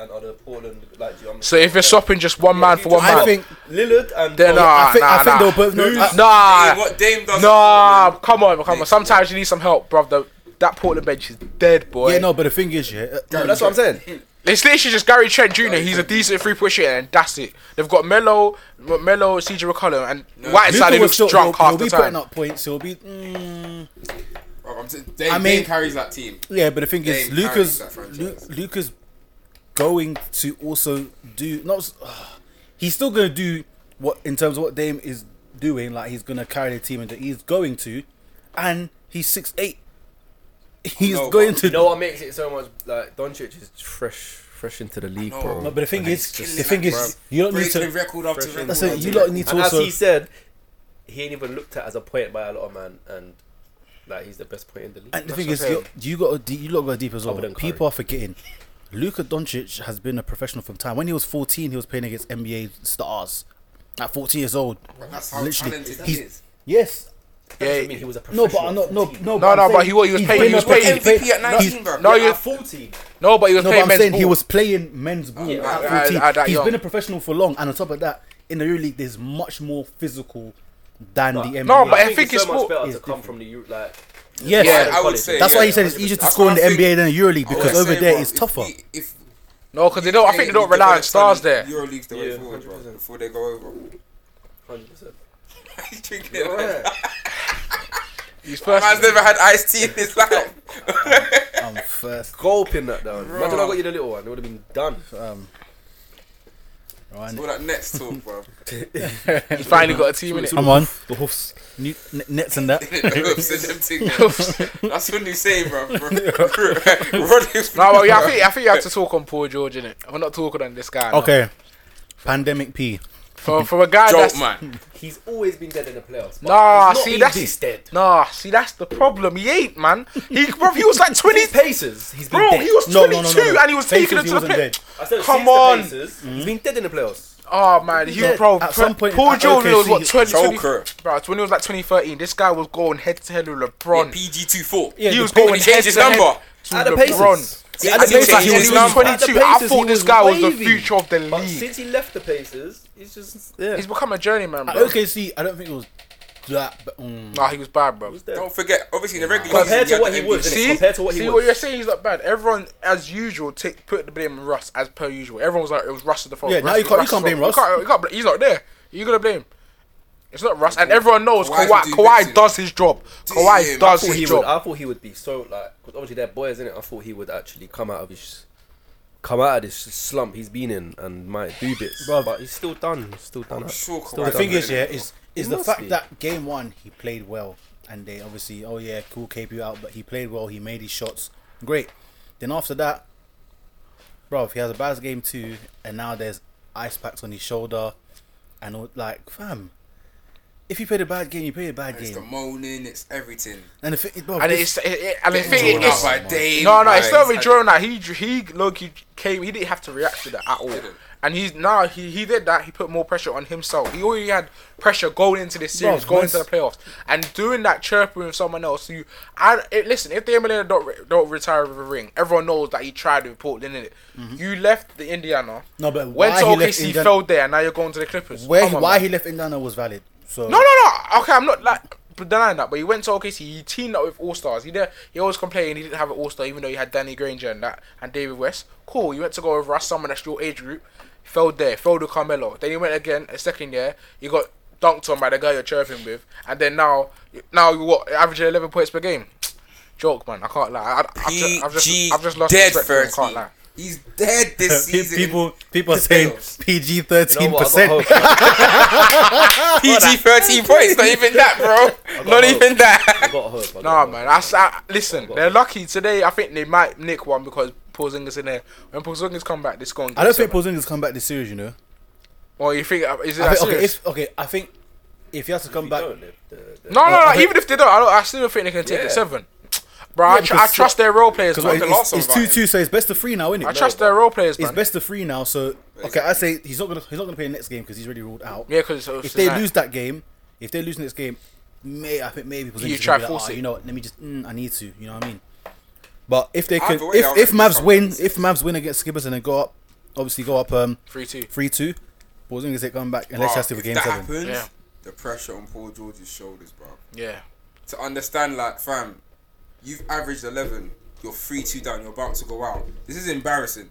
[SPEAKER 5] And are the Portland like? Do you know what I'm
[SPEAKER 3] so if you're
[SPEAKER 5] saying?
[SPEAKER 3] swapping just one
[SPEAKER 5] Yeah,
[SPEAKER 3] man
[SPEAKER 5] if
[SPEAKER 3] for
[SPEAKER 5] you
[SPEAKER 3] one
[SPEAKER 5] just-
[SPEAKER 6] I
[SPEAKER 3] man,
[SPEAKER 6] think,
[SPEAKER 5] Lillard and
[SPEAKER 3] then uh,
[SPEAKER 5] Doncic-
[SPEAKER 3] nah,
[SPEAKER 6] I think,
[SPEAKER 3] nah,
[SPEAKER 6] I think
[SPEAKER 3] nah.
[SPEAKER 6] they'll both know. I-
[SPEAKER 4] Hey,
[SPEAKER 3] Nah,
[SPEAKER 4] what Dame does?
[SPEAKER 3] nah. Come on, come on. Sometimes you need some help, bruv. The- That Portland bench is dead, boy.
[SPEAKER 6] yeah, no, but the thing is, yeah, uh,
[SPEAKER 5] No, that's what I'm saying.
[SPEAKER 3] It's literally just Gary Trent Jr. He's a decent three point shooter, and that's it. They've got Melo, Melo, CJ McCollum, and
[SPEAKER 6] Luka
[SPEAKER 3] Whiteside
[SPEAKER 6] will
[SPEAKER 3] looks
[SPEAKER 6] still-
[SPEAKER 3] drunk
[SPEAKER 6] he'll,
[SPEAKER 3] half
[SPEAKER 6] he'll
[SPEAKER 3] the
[SPEAKER 6] be putting
[SPEAKER 3] time.
[SPEAKER 6] up points. He'll be, mm,
[SPEAKER 4] Bro, Oh, I'm just, Dame,
[SPEAKER 6] I
[SPEAKER 4] Dame
[SPEAKER 6] mean-
[SPEAKER 4] carries that team.
[SPEAKER 6] yeah, but the thing
[SPEAKER 4] Dame
[SPEAKER 6] is,
[SPEAKER 4] carries
[SPEAKER 6] Luca's
[SPEAKER 4] that franchise.
[SPEAKER 6] Lu- Luca's going to also do not. s- uh, he's still going to do what in terms of what Dame is doing. Like he's going to carry the team, and that he's going to, and he's six eight. He's
[SPEAKER 4] No,
[SPEAKER 6] going
[SPEAKER 4] but-
[SPEAKER 6] to.
[SPEAKER 5] You know what makes it so much like Doncic is fresh, fresh into the league,
[SPEAKER 4] No,
[SPEAKER 5] bro.
[SPEAKER 6] No, but the thing
[SPEAKER 5] And
[SPEAKER 6] is,
[SPEAKER 5] he's just-
[SPEAKER 6] the thing is, you don't need
[SPEAKER 4] Breaking
[SPEAKER 6] to.
[SPEAKER 4] record after record.
[SPEAKER 6] That's it. You
[SPEAKER 4] after
[SPEAKER 6] lot need to
[SPEAKER 5] and as
[SPEAKER 6] also.
[SPEAKER 5] he said, he ain't even looked at as a point by a lot of man, and like he's the best point in the league.
[SPEAKER 6] And the thing
[SPEAKER 3] That's
[SPEAKER 6] is,
[SPEAKER 3] what I'm
[SPEAKER 6] you you got to, you lot got deep as well.
[SPEAKER 5] Other than Curry.
[SPEAKER 6] People are forgetting. Luka Doncic has been a professional from time. When he was 14, he was playing against NBA stars. At 14 years old,
[SPEAKER 4] That's how talented he
[SPEAKER 6] he's-
[SPEAKER 4] is.
[SPEAKER 6] Yes.
[SPEAKER 5] I mean,
[SPEAKER 3] Yeah,
[SPEAKER 5] he was a
[SPEAKER 6] No, but
[SPEAKER 5] professional
[SPEAKER 6] I'm not. No,
[SPEAKER 5] at 14.
[SPEAKER 6] no.
[SPEAKER 3] No,
[SPEAKER 6] I'm
[SPEAKER 3] no,
[SPEAKER 6] saying
[SPEAKER 3] but he- what he was
[SPEAKER 6] he's
[SPEAKER 3] playing-
[SPEAKER 6] been
[SPEAKER 3] he
[SPEAKER 6] a
[SPEAKER 3] was playing-
[SPEAKER 6] professional-
[SPEAKER 4] MVP at
[SPEAKER 6] he's-
[SPEAKER 4] 19, bro.
[SPEAKER 3] no,
[SPEAKER 5] At
[SPEAKER 3] you-
[SPEAKER 5] 40.
[SPEAKER 3] no, but he was
[SPEAKER 6] No, but
[SPEAKER 3] playing
[SPEAKER 6] I'm
[SPEAKER 3] men's
[SPEAKER 6] saying he
[SPEAKER 3] ball.
[SPEAKER 6] was playing men's ball
[SPEAKER 5] yeah,
[SPEAKER 6] at
[SPEAKER 3] at- at-
[SPEAKER 6] 14.
[SPEAKER 3] at that
[SPEAKER 6] He's
[SPEAKER 3] young.
[SPEAKER 6] been a professional for long, and on top of that, in the EuroLeague, there's much more physical than the NBA.
[SPEAKER 3] No, but I think
[SPEAKER 5] it's
[SPEAKER 3] it's
[SPEAKER 5] so much
[SPEAKER 3] sport-
[SPEAKER 5] better
[SPEAKER 6] is
[SPEAKER 5] to come
[SPEAKER 6] different.
[SPEAKER 5] from the Eu- like.
[SPEAKER 6] yes,
[SPEAKER 3] Yeah,
[SPEAKER 4] I would say
[SPEAKER 6] that's
[SPEAKER 4] yeah,
[SPEAKER 6] why he said it's
[SPEAKER 4] 100%.
[SPEAKER 6] easier to
[SPEAKER 4] That's
[SPEAKER 6] score in
[SPEAKER 4] what
[SPEAKER 6] the
[SPEAKER 4] I think-
[SPEAKER 6] NBA than the
[SPEAKER 4] I
[SPEAKER 6] EuroLeague
[SPEAKER 4] would
[SPEAKER 6] because
[SPEAKER 4] say,
[SPEAKER 6] over
[SPEAKER 4] bro,
[SPEAKER 6] there it's
[SPEAKER 4] if
[SPEAKER 6] tougher.
[SPEAKER 4] we- If
[SPEAKER 3] No, because they don't. I think they don't rely on stars there.
[SPEAKER 4] EuroLeague's the way
[SPEAKER 5] Yeah,
[SPEAKER 4] forward, bro.
[SPEAKER 5] 100%.
[SPEAKER 4] Before they go over.
[SPEAKER 5] 100%.
[SPEAKER 4] He's drinking it.
[SPEAKER 5] Alright.
[SPEAKER 3] He's first.
[SPEAKER 4] Man's never had iced tea in his life.
[SPEAKER 6] I'm first.
[SPEAKER 5] Gulping that down. Imagine I got you the little one, it would have been done.
[SPEAKER 6] Um, right,
[SPEAKER 4] All that next talk, bro.
[SPEAKER 3] He finally got a team in it.
[SPEAKER 6] I'm on the hoofs, New, n- nets and that.
[SPEAKER 4] Oops, and them thing, bro. That's what you say, bro. bro. Rodri-
[SPEAKER 3] No, well, yeah, I think I think you have to talk on Paul George in it. We're not talking on this guy. no.
[SPEAKER 6] Okay, pandemic P.
[SPEAKER 3] From from a guy
[SPEAKER 4] Joke,
[SPEAKER 3] that's
[SPEAKER 4] man.
[SPEAKER 5] He's always been dead in the playoffs. but
[SPEAKER 3] Nah,
[SPEAKER 5] he's not
[SPEAKER 3] see
[SPEAKER 5] been
[SPEAKER 3] that's
[SPEAKER 5] this dead.
[SPEAKER 3] Nah, see that's the problem. He ain't man. He bro, he was like twenty.
[SPEAKER 5] These Pacers, he's been
[SPEAKER 3] Bro,
[SPEAKER 5] dead.
[SPEAKER 3] he was
[SPEAKER 6] No,
[SPEAKER 3] twenty two
[SPEAKER 6] no, no, no, no.
[SPEAKER 3] and he was
[SPEAKER 6] Pacers,
[SPEAKER 3] taking it to
[SPEAKER 6] he
[SPEAKER 3] the
[SPEAKER 6] wasn't
[SPEAKER 3] play.
[SPEAKER 6] dead.
[SPEAKER 5] I said,
[SPEAKER 3] Come
[SPEAKER 5] since the
[SPEAKER 3] on.
[SPEAKER 5] Pacers, he's been dead in the playoffs.
[SPEAKER 3] Oh man, he
[SPEAKER 6] Yeah,
[SPEAKER 3] bro.
[SPEAKER 6] at some point-
[SPEAKER 3] Paul
[SPEAKER 6] at-
[SPEAKER 3] George
[SPEAKER 6] okay,
[SPEAKER 3] was what
[SPEAKER 6] see,
[SPEAKER 3] 20, 20
[SPEAKER 4] Joker.
[SPEAKER 3] bro. When he was like twenty thirteen, this guy was going head to head with LeBron.
[SPEAKER 4] PG24.
[SPEAKER 6] Yeah,
[SPEAKER 3] he was
[SPEAKER 6] the-
[SPEAKER 3] going
[SPEAKER 4] when
[SPEAKER 3] head
[SPEAKER 4] he
[SPEAKER 3] to
[SPEAKER 4] changed
[SPEAKER 3] head
[SPEAKER 4] his
[SPEAKER 3] to
[SPEAKER 4] number.
[SPEAKER 5] At the
[SPEAKER 3] LeBron.
[SPEAKER 5] Pacers.
[SPEAKER 4] See,
[SPEAKER 3] At the
[SPEAKER 4] I think
[SPEAKER 3] Pacers,
[SPEAKER 4] he
[SPEAKER 3] he
[SPEAKER 4] changed
[SPEAKER 3] was
[SPEAKER 4] his number.
[SPEAKER 3] twenty two. I
[SPEAKER 6] Pacers,
[SPEAKER 3] thought
[SPEAKER 6] he
[SPEAKER 3] this
[SPEAKER 6] was
[SPEAKER 3] guy was the
[SPEAKER 6] wavy.
[SPEAKER 3] future of the
[SPEAKER 5] But
[SPEAKER 3] league.
[SPEAKER 5] since he left the Pacers, he's just yeah.
[SPEAKER 3] He's become a journeyman,
[SPEAKER 6] At
[SPEAKER 3] bro.
[SPEAKER 6] OKC, I don't think it was that. But, mm.
[SPEAKER 3] Nah, he was bad, bro.
[SPEAKER 5] he's dead.
[SPEAKER 4] Don't forget, obviously, in the regular
[SPEAKER 5] Compared to
[SPEAKER 4] season,
[SPEAKER 5] what
[SPEAKER 4] had
[SPEAKER 5] he
[SPEAKER 4] the
[SPEAKER 5] was,
[SPEAKER 4] MVP.
[SPEAKER 5] innit?
[SPEAKER 3] See,
[SPEAKER 5] compared to what he
[SPEAKER 3] see
[SPEAKER 5] was.
[SPEAKER 3] what you're saying, he's not bad. Everyone, as usual, take put the blame on Russ as per usual. Everyone was like, it was Russ at the fault.
[SPEAKER 6] Yeah,
[SPEAKER 3] Russ,
[SPEAKER 6] now you can't- you
[SPEAKER 3] Russ's
[SPEAKER 6] can't blame
[SPEAKER 3] fault.
[SPEAKER 6] Russ.
[SPEAKER 3] You can't- you can't bl- he's not there. You're gonna blame. It's not Russ, and everyone knows
[SPEAKER 4] Kawhi
[SPEAKER 3] Kawhi.
[SPEAKER 4] can do
[SPEAKER 3] Kawhi
[SPEAKER 4] bits,
[SPEAKER 3] does his job. Kawhi
[SPEAKER 4] Damn, I
[SPEAKER 3] does
[SPEAKER 5] I thought he
[SPEAKER 3] his
[SPEAKER 5] would.
[SPEAKER 3] job.
[SPEAKER 5] I thought he would be so like because obviously they're boys, innit? I thought he would actually come out of his come out of this slump he's been in and might do bits,
[SPEAKER 6] Bruv.
[SPEAKER 5] but he's still done. He's still done.
[SPEAKER 4] sure
[SPEAKER 5] still
[SPEAKER 4] Kawhi
[SPEAKER 6] The thing
[SPEAKER 4] done
[SPEAKER 6] is,
[SPEAKER 4] it.
[SPEAKER 6] yeah, is is
[SPEAKER 5] He
[SPEAKER 6] the
[SPEAKER 5] must
[SPEAKER 6] fact
[SPEAKER 5] be.
[SPEAKER 6] that game one he played well, and they obviously, oh yeah, cool KP you out, but he played well. He made his shots, great. Then after that, bro, if he has a bad game too, and now there's ice packs on his shoulder, and all, like, fam, if you played a bad game, you played a bad
[SPEAKER 4] It's the
[SPEAKER 6] game.
[SPEAKER 4] moaning, it's everything.
[SPEAKER 6] And if it, bro,
[SPEAKER 3] And
[SPEAKER 6] this-
[SPEAKER 3] it's it, it, and the
[SPEAKER 4] Drawn
[SPEAKER 3] thing
[SPEAKER 4] out
[SPEAKER 3] is,
[SPEAKER 4] by Dave.
[SPEAKER 3] no, no, it's
[SPEAKER 4] by-
[SPEAKER 3] not really drawn out. He he Loki came. He didn't have to react to that at all.
[SPEAKER 4] Didn't.
[SPEAKER 3] And he's now he, he did that. He put more pressure on himself. He already had pressure going into this
[SPEAKER 6] Bro,
[SPEAKER 3] series, going
[SPEAKER 6] man's-
[SPEAKER 3] into the playoffs, and doing that chirping with someone else. Who I it, listen, if the Emiliano don't re- don't retire with a ring, everyone knows that he tried with Portland in it. You left the Indiana.
[SPEAKER 6] Mm-hmm. No, but
[SPEAKER 3] went
[SPEAKER 6] why
[SPEAKER 3] to
[SPEAKER 6] he left
[SPEAKER 3] OKC,
[SPEAKER 6] Indiana-
[SPEAKER 3] failed there, and now you're going to the Clippers.
[SPEAKER 6] where
[SPEAKER 3] Come
[SPEAKER 6] he,
[SPEAKER 3] on,
[SPEAKER 6] why
[SPEAKER 3] man.
[SPEAKER 6] he left Indiana was valid. So
[SPEAKER 3] No, no, no. Okay, I'm not like denying that, but he went to OKC. He teamed up with All Stars. He did, He always complained he didn't have an All Star, even though he had Danny Granger and that and David West. Cool. He went to go over us, someone that's your age group. Fell there. Fell to Carmelo. Then he went again a second year. He got dunked on by the guy you're chirping with, and then now, now you what? Averaging 11 points per game. Joke, man. I can't lie. I, I've, just, I've
[SPEAKER 4] PG
[SPEAKER 3] just, I've just lost
[SPEAKER 4] dead
[SPEAKER 3] respect for him, I
[SPEAKER 4] Fergie.
[SPEAKER 3] can't lie.
[SPEAKER 4] He's dead this
[SPEAKER 6] Pe-
[SPEAKER 4] season.
[SPEAKER 6] people people are
[SPEAKER 4] The
[SPEAKER 6] saying
[SPEAKER 4] playoffs.
[SPEAKER 6] PG
[SPEAKER 5] You
[SPEAKER 6] thirteen
[SPEAKER 5] know what, I got
[SPEAKER 6] percent.
[SPEAKER 5] hope, man.
[SPEAKER 4] PG thirteen points. Not even that, bro. Not
[SPEAKER 5] hope.
[SPEAKER 4] even
[SPEAKER 5] I
[SPEAKER 4] that.
[SPEAKER 5] got hope. I got
[SPEAKER 3] Nah,
[SPEAKER 5] hope.
[SPEAKER 3] man. That's, I, listen, they're lucky today. I think they might nick one because Porzingis in there. When Porzingis come back, this going.
[SPEAKER 6] I don't think Porzingis come back this series. You know,
[SPEAKER 3] Or you think uh, is it
[SPEAKER 6] I
[SPEAKER 3] that
[SPEAKER 6] think, okay,
[SPEAKER 3] serious?
[SPEAKER 6] if, okay, I think if he has to come
[SPEAKER 5] You
[SPEAKER 6] back,
[SPEAKER 5] don't live the- the-
[SPEAKER 3] No, no, no.
[SPEAKER 6] I think-
[SPEAKER 3] even if they don't, I, don't, I still think they can take
[SPEAKER 5] Yeah.
[SPEAKER 3] it seven. Bro, I,
[SPEAKER 6] Yeah,
[SPEAKER 3] tr- I
[SPEAKER 6] because-
[SPEAKER 3] trust their role players.
[SPEAKER 6] because
[SPEAKER 3] Man.
[SPEAKER 4] the
[SPEAKER 6] it's,
[SPEAKER 4] last one
[SPEAKER 6] it's
[SPEAKER 4] about
[SPEAKER 6] two
[SPEAKER 4] him.
[SPEAKER 6] two, so it's best of three now, isn't it?
[SPEAKER 3] I trust their role players,
[SPEAKER 6] It's
[SPEAKER 3] man.
[SPEAKER 6] best of three now, so okay. I say he's not gonna he's not gonna play the next game because he's already ruled out.
[SPEAKER 3] Yeah, because
[SPEAKER 6] if they lose that game, if they lose next game, may I think maybe Porzingis
[SPEAKER 3] You
[SPEAKER 6] is
[SPEAKER 3] try
[SPEAKER 6] gonna be
[SPEAKER 3] force
[SPEAKER 6] "Ah,
[SPEAKER 3] it."
[SPEAKER 6] You know what? Let me just. Mm, I need to. You know what I mean? But if they can,
[SPEAKER 4] Either way,
[SPEAKER 6] if
[SPEAKER 4] I'll
[SPEAKER 6] if
[SPEAKER 4] take
[SPEAKER 6] Mavs
[SPEAKER 4] some.
[SPEAKER 6] win, if Mavs win against Skippers and then go up, obviously go up um
[SPEAKER 3] three two,
[SPEAKER 6] three two, Porzingis they come back unless he has to
[SPEAKER 4] Bruh,
[SPEAKER 6] be
[SPEAKER 4] if
[SPEAKER 6] game
[SPEAKER 4] that
[SPEAKER 6] seven.
[SPEAKER 4] happens,
[SPEAKER 3] Yeah.
[SPEAKER 4] the pressure on Paul George's shoulders, bro.
[SPEAKER 3] yeah,
[SPEAKER 4] To understand, like, fam, you've averaged eleven. You're three two down. You're about to go out. This is embarrassing.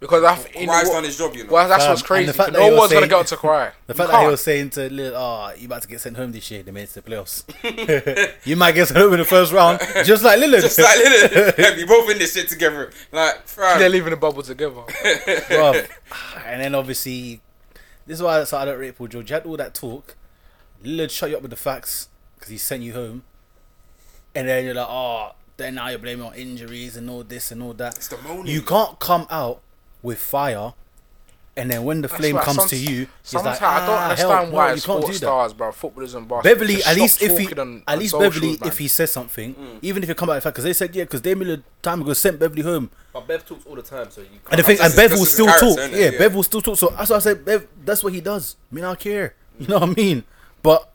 [SPEAKER 3] because I think
[SPEAKER 4] Kawhi's done his job, you know.
[SPEAKER 3] well, that's
[SPEAKER 6] Um,
[SPEAKER 3] what's
[SPEAKER 6] and
[SPEAKER 3] crazy.
[SPEAKER 6] the fact that
[SPEAKER 3] No
[SPEAKER 6] he was
[SPEAKER 3] one's gonna
[SPEAKER 6] saying-
[SPEAKER 3] get on to Kawhi.
[SPEAKER 6] The
[SPEAKER 3] You
[SPEAKER 6] fact that he
[SPEAKER 3] can't.
[SPEAKER 6] was saying to Lil, "Ah, you about to get sent home this year. They made it to the playoffs. you might get sent home in the first round, just like Lillard.
[SPEAKER 4] Just like Lillard, we both in this shit together. Like, fam,
[SPEAKER 3] they're leaving the bubble together.
[SPEAKER 6] Bruv. Ah, And then obviously, this is why that's why I don't rate Paul George. You had all that talk. Lillard shut you up with the facts because he sent you home. And then you're like, oh, then now you're blaming on injuries and all this and all that.
[SPEAKER 4] the moaning.
[SPEAKER 6] You can't come out with fire. And then when the flame
[SPEAKER 3] That's right,
[SPEAKER 6] comes
[SPEAKER 3] some-
[SPEAKER 6] to you, it's like,
[SPEAKER 3] Sometimes I don't
[SPEAKER 6] "Ah, help,
[SPEAKER 3] understand
[SPEAKER 6] no,
[SPEAKER 3] why
[SPEAKER 6] you can't
[SPEAKER 3] sports
[SPEAKER 6] do that."
[SPEAKER 3] stars, bro, footballers and basketball.
[SPEAKER 6] Beverly,
[SPEAKER 3] just
[SPEAKER 6] at least
[SPEAKER 3] stop
[SPEAKER 6] if he,
[SPEAKER 3] talking on-
[SPEAKER 6] at
[SPEAKER 3] on
[SPEAKER 6] least
[SPEAKER 3] socials,
[SPEAKER 6] Beverly,
[SPEAKER 3] man.
[SPEAKER 6] if he says something, even if it come out of fact, because they said yeah, because Damian Lillard time ago sent Beverly home,
[SPEAKER 5] But Bev talks all the time, so you can't.
[SPEAKER 6] and the thing,
[SPEAKER 4] just
[SPEAKER 6] and Bev will
[SPEAKER 4] discussing
[SPEAKER 6] still
[SPEAKER 4] character, innit?
[SPEAKER 6] talk. Yeah,
[SPEAKER 4] Yeah.
[SPEAKER 6] Bev will still talk. So that's why I said Bev. That's what he does. Me not care. You know what I mean? But,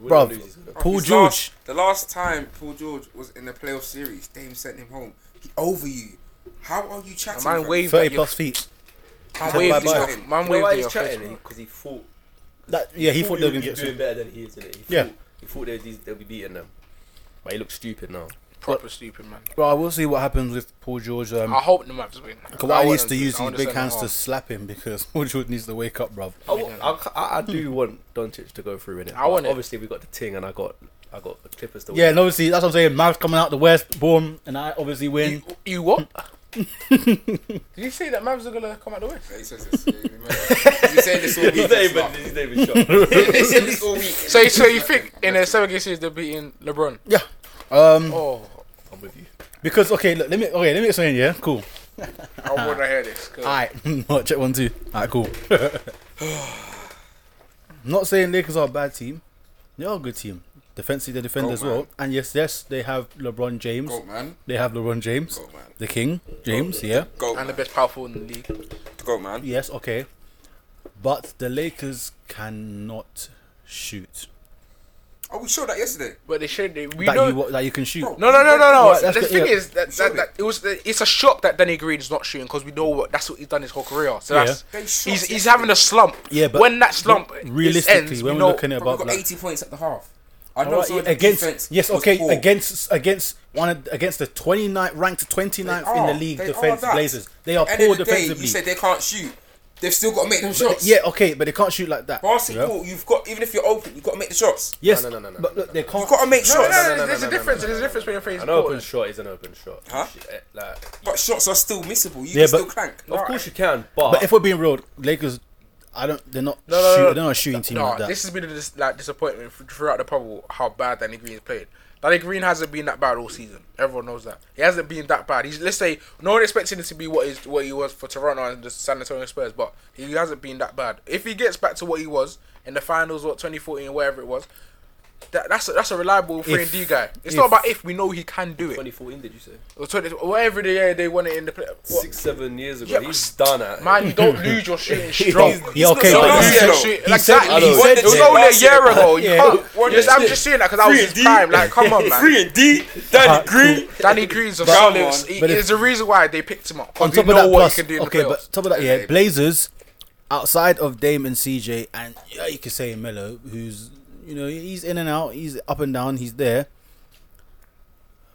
[SPEAKER 6] bro,
[SPEAKER 5] lose, he's gonna-
[SPEAKER 6] Paul
[SPEAKER 4] His
[SPEAKER 6] George.
[SPEAKER 4] last- the last time Paul George was in the playoff series, Dame sent him home. He over you. How are you chatting?
[SPEAKER 3] man
[SPEAKER 4] fam?
[SPEAKER 3] waved
[SPEAKER 6] Thirty
[SPEAKER 3] at your-
[SPEAKER 6] plus feet.
[SPEAKER 4] How
[SPEAKER 3] man
[SPEAKER 4] are you
[SPEAKER 3] waved at your- man
[SPEAKER 4] chatting?
[SPEAKER 5] You know
[SPEAKER 3] waved
[SPEAKER 5] why
[SPEAKER 3] at
[SPEAKER 5] he's
[SPEAKER 3] your face,
[SPEAKER 5] chatting?
[SPEAKER 3] man.
[SPEAKER 5] Because he thought.
[SPEAKER 6] That, yeah, he thought they were
[SPEAKER 5] would
[SPEAKER 6] gonna
[SPEAKER 5] be
[SPEAKER 6] get
[SPEAKER 5] doing
[SPEAKER 6] some.
[SPEAKER 5] better than he is. Innit? He
[SPEAKER 6] Yeah.
[SPEAKER 5] Thought, he thought they'd, they'd be beating them, but he looks stupid now.
[SPEAKER 3] Proper stupid man.
[SPEAKER 6] Bro, I will see what happens with Paul George. Um,
[SPEAKER 3] I hope the Mavs win. I
[SPEAKER 6] Kawhi
[SPEAKER 3] want
[SPEAKER 6] needs
[SPEAKER 3] them
[SPEAKER 6] to use
[SPEAKER 3] I
[SPEAKER 6] his
[SPEAKER 3] want
[SPEAKER 6] big
[SPEAKER 3] send them
[SPEAKER 6] hands to
[SPEAKER 3] home.
[SPEAKER 6] slap him because Paul George needs to wake up, bro.
[SPEAKER 5] I, wa- I, ca- I, I
[SPEAKER 6] Hmm.
[SPEAKER 5] do want Doncic to go through in it.
[SPEAKER 3] I want it.
[SPEAKER 5] Obviously, we got the ting, and I got I got the Clippers to
[SPEAKER 6] Yeah,
[SPEAKER 5] win.
[SPEAKER 6] and obviously that's what I'm saying. Mavs coming out the West, boom, and I obviously win.
[SPEAKER 3] You, you what? Did you see that Mavs are gonna come out the West?
[SPEAKER 4] He says this, yeah, remember. He's saying this all week.
[SPEAKER 5] He's
[SPEAKER 4] He's
[SPEAKER 5] not even,
[SPEAKER 4] like-
[SPEAKER 5] he's not even shocked.
[SPEAKER 4] He's saying this all week.
[SPEAKER 3] So, so you think in a seven game series they're beating LeBron?
[SPEAKER 6] Yeah. Um,
[SPEAKER 3] Oh,
[SPEAKER 5] I'm with you.
[SPEAKER 6] Because okay, look, let me okay, let me explain. Yeah, cool.
[SPEAKER 3] I want to hear this. 'cause-
[SPEAKER 6] All right, check one two. All right, cool. Not saying Lakers are a bad team. They are a good team. Defensively, they defend
[SPEAKER 4] Go,
[SPEAKER 6] as well.
[SPEAKER 4] man.
[SPEAKER 6] And yes, yes, they have LeBron James.
[SPEAKER 4] Goat man.
[SPEAKER 6] They have LeBron James,
[SPEAKER 4] Go, man.
[SPEAKER 6] the King James. Yeah.
[SPEAKER 4] Goat
[SPEAKER 3] and the
[SPEAKER 4] man.
[SPEAKER 3] best power forward in the league.
[SPEAKER 4] Goat man.
[SPEAKER 6] Yes. Okay. But the Lakers cannot shoot.
[SPEAKER 4] Oh, we showed that yesterday.
[SPEAKER 3] But they should. They, we
[SPEAKER 6] that
[SPEAKER 3] know.
[SPEAKER 6] you wa- that you can shoot.
[SPEAKER 4] Bro,
[SPEAKER 3] no, no, no, no, no.
[SPEAKER 6] Yeah, that's
[SPEAKER 3] the
[SPEAKER 6] good,
[SPEAKER 3] thing
[SPEAKER 6] yeah.
[SPEAKER 3] is that, that, that it was. It's a shock that Danny Green is not shooting because we know what that's what he's done his whole career. So
[SPEAKER 6] Yeah.
[SPEAKER 3] that's
[SPEAKER 4] They shot
[SPEAKER 3] he's he's
[SPEAKER 4] yesterday.
[SPEAKER 3] having a slump.
[SPEAKER 6] Yeah, but
[SPEAKER 3] when that slump is-
[SPEAKER 6] realistically,
[SPEAKER 3] ends,
[SPEAKER 6] when
[SPEAKER 3] we
[SPEAKER 6] we're
[SPEAKER 3] know,
[SPEAKER 6] looking at
[SPEAKER 4] Bro, we
[SPEAKER 6] about
[SPEAKER 4] got
[SPEAKER 6] like,
[SPEAKER 4] 80 points at the half. I know
[SPEAKER 6] Alright,
[SPEAKER 4] some of
[SPEAKER 6] yeah,
[SPEAKER 4] the
[SPEAKER 6] against
[SPEAKER 4] defense
[SPEAKER 6] yes,
[SPEAKER 4] was
[SPEAKER 6] okay,
[SPEAKER 4] poor.
[SPEAKER 6] against against one of- against the 29th ranked 29th
[SPEAKER 4] They
[SPEAKER 6] in the
[SPEAKER 4] are.
[SPEAKER 6] league
[SPEAKER 4] Ah, They
[SPEAKER 6] defense
[SPEAKER 4] are that.
[SPEAKER 6] Blazers. They are
[SPEAKER 4] End
[SPEAKER 6] poor
[SPEAKER 4] of the day, you
[SPEAKER 6] defensively.
[SPEAKER 4] said they can't shoot. They've still got to make them shots.
[SPEAKER 6] yeah, okay, but they can't shoot like that. you know?
[SPEAKER 4] Basketball, you've got even if you're open, you've got to make the shots.
[SPEAKER 6] Yes,
[SPEAKER 5] No, no, no, no, no,
[SPEAKER 6] but
[SPEAKER 5] no,
[SPEAKER 6] look, they can't.
[SPEAKER 4] You've got to make
[SPEAKER 3] No, no,
[SPEAKER 4] shots.
[SPEAKER 3] no,
[SPEAKER 5] no,
[SPEAKER 3] there's
[SPEAKER 5] no,
[SPEAKER 3] a
[SPEAKER 5] no,
[SPEAKER 3] difference.
[SPEAKER 5] no,
[SPEAKER 3] There's a
[SPEAKER 5] no,
[SPEAKER 3] difference when you're facing
[SPEAKER 5] An open
[SPEAKER 3] Portland.
[SPEAKER 5] shot is an open shot.
[SPEAKER 4] Huh?
[SPEAKER 5] Shit, eh, Like,
[SPEAKER 4] But shots are still missable. You
[SPEAKER 6] Yeah,
[SPEAKER 4] can still
[SPEAKER 6] but-
[SPEAKER 4] crank.
[SPEAKER 5] of course you can, but,
[SPEAKER 6] But if we're being real, Lakers, I don't. They're not.
[SPEAKER 3] No, no,
[SPEAKER 6] shoot,
[SPEAKER 3] no, no.
[SPEAKER 6] They're not a shooting team
[SPEAKER 3] No,
[SPEAKER 6] like that.
[SPEAKER 3] this has been a dis- like disappointment f- throughout the bubble. How bad Danny Green's played. Danny Green hasn't been that bad all season. Everyone knows that. He hasn't been that bad. He's let's say no one expected him to be what is what he was for Toronto and the San Antonio Spurs, but he hasn't been that bad. If he gets back to what he was in the finals, what 2014, wherever it was, that, that's a, that's a reliable three and D guy. It's not
[SPEAKER 6] if-
[SPEAKER 3] about if we know he can do it
[SPEAKER 5] 2014, did you say?
[SPEAKER 3] or 20, whatever the year they won it in the play. what-
[SPEAKER 5] Six, seven years ago.
[SPEAKER 3] Yeah,
[SPEAKER 5] he's
[SPEAKER 3] but-
[SPEAKER 5] done at.
[SPEAKER 3] Man, you don't lose your shooting
[SPEAKER 6] Yeah,
[SPEAKER 3] stroke.
[SPEAKER 6] yeah,
[SPEAKER 4] he's
[SPEAKER 6] okay,
[SPEAKER 4] not so
[SPEAKER 6] but he
[SPEAKER 4] bad.
[SPEAKER 6] said,
[SPEAKER 4] though.
[SPEAKER 3] Shit,
[SPEAKER 6] he
[SPEAKER 3] like,
[SPEAKER 6] said-
[SPEAKER 3] exactly.
[SPEAKER 5] I know.
[SPEAKER 3] It was
[SPEAKER 4] He
[SPEAKER 3] only a
[SPEAKER 4] said-
[SPEAKER 3] year ago. You
[SPEAKER 6] Yeah.
[SPEAKER 3] can't.
[SPEAKER 4] What
[SPEAKER 3] Just,
[SPEAKER 4] is
[SPEAKER 3] I'm
[SPEAKER 4] it?
[SPEAKER 3] just saying that because I was
[SPEAKER 4] Three
[SPEAKER 3] his
[SPEAKER 4] and D?
[SPEAKER 3] prime. Like, come on,
[SPEAKER 4] Three
[SPEAKER 3] man.
[SPEAKER 4] and D,
[SPEAKER 6] Ah,
[SPEAKER 4] Danny Green.
[SPEAKER 3] Danny Green's a
[SPEAKER 4] Come
[SPEAKER 3] solid.
[SPEAKER 4] on.
[SPEAKER 3] He,
[SPEAKER 6] But if-
[SPEAKER 3] there's a reason why they picked him up.
[SPEAKER 6] on
[SPEAKER 3] Because we
[SPEAKER 6] top of
[SPEAKER 3] know
[SPEAKER 6] that,
[SPEAKER 3] what
[SPEAKER 6] plus
[SPEAKER 3] he can do in
[SPEAKER 6] okay,
[SPEAKER 3] the
[SPEAKER 6] but
[SPEAKER 3] playoffs.
[SPEAKER 6] top of that, yeah, Blazers outside of Dame and CJ, and yeah, you could say Melo, who's you know he's in and out, he's up and down, he's there.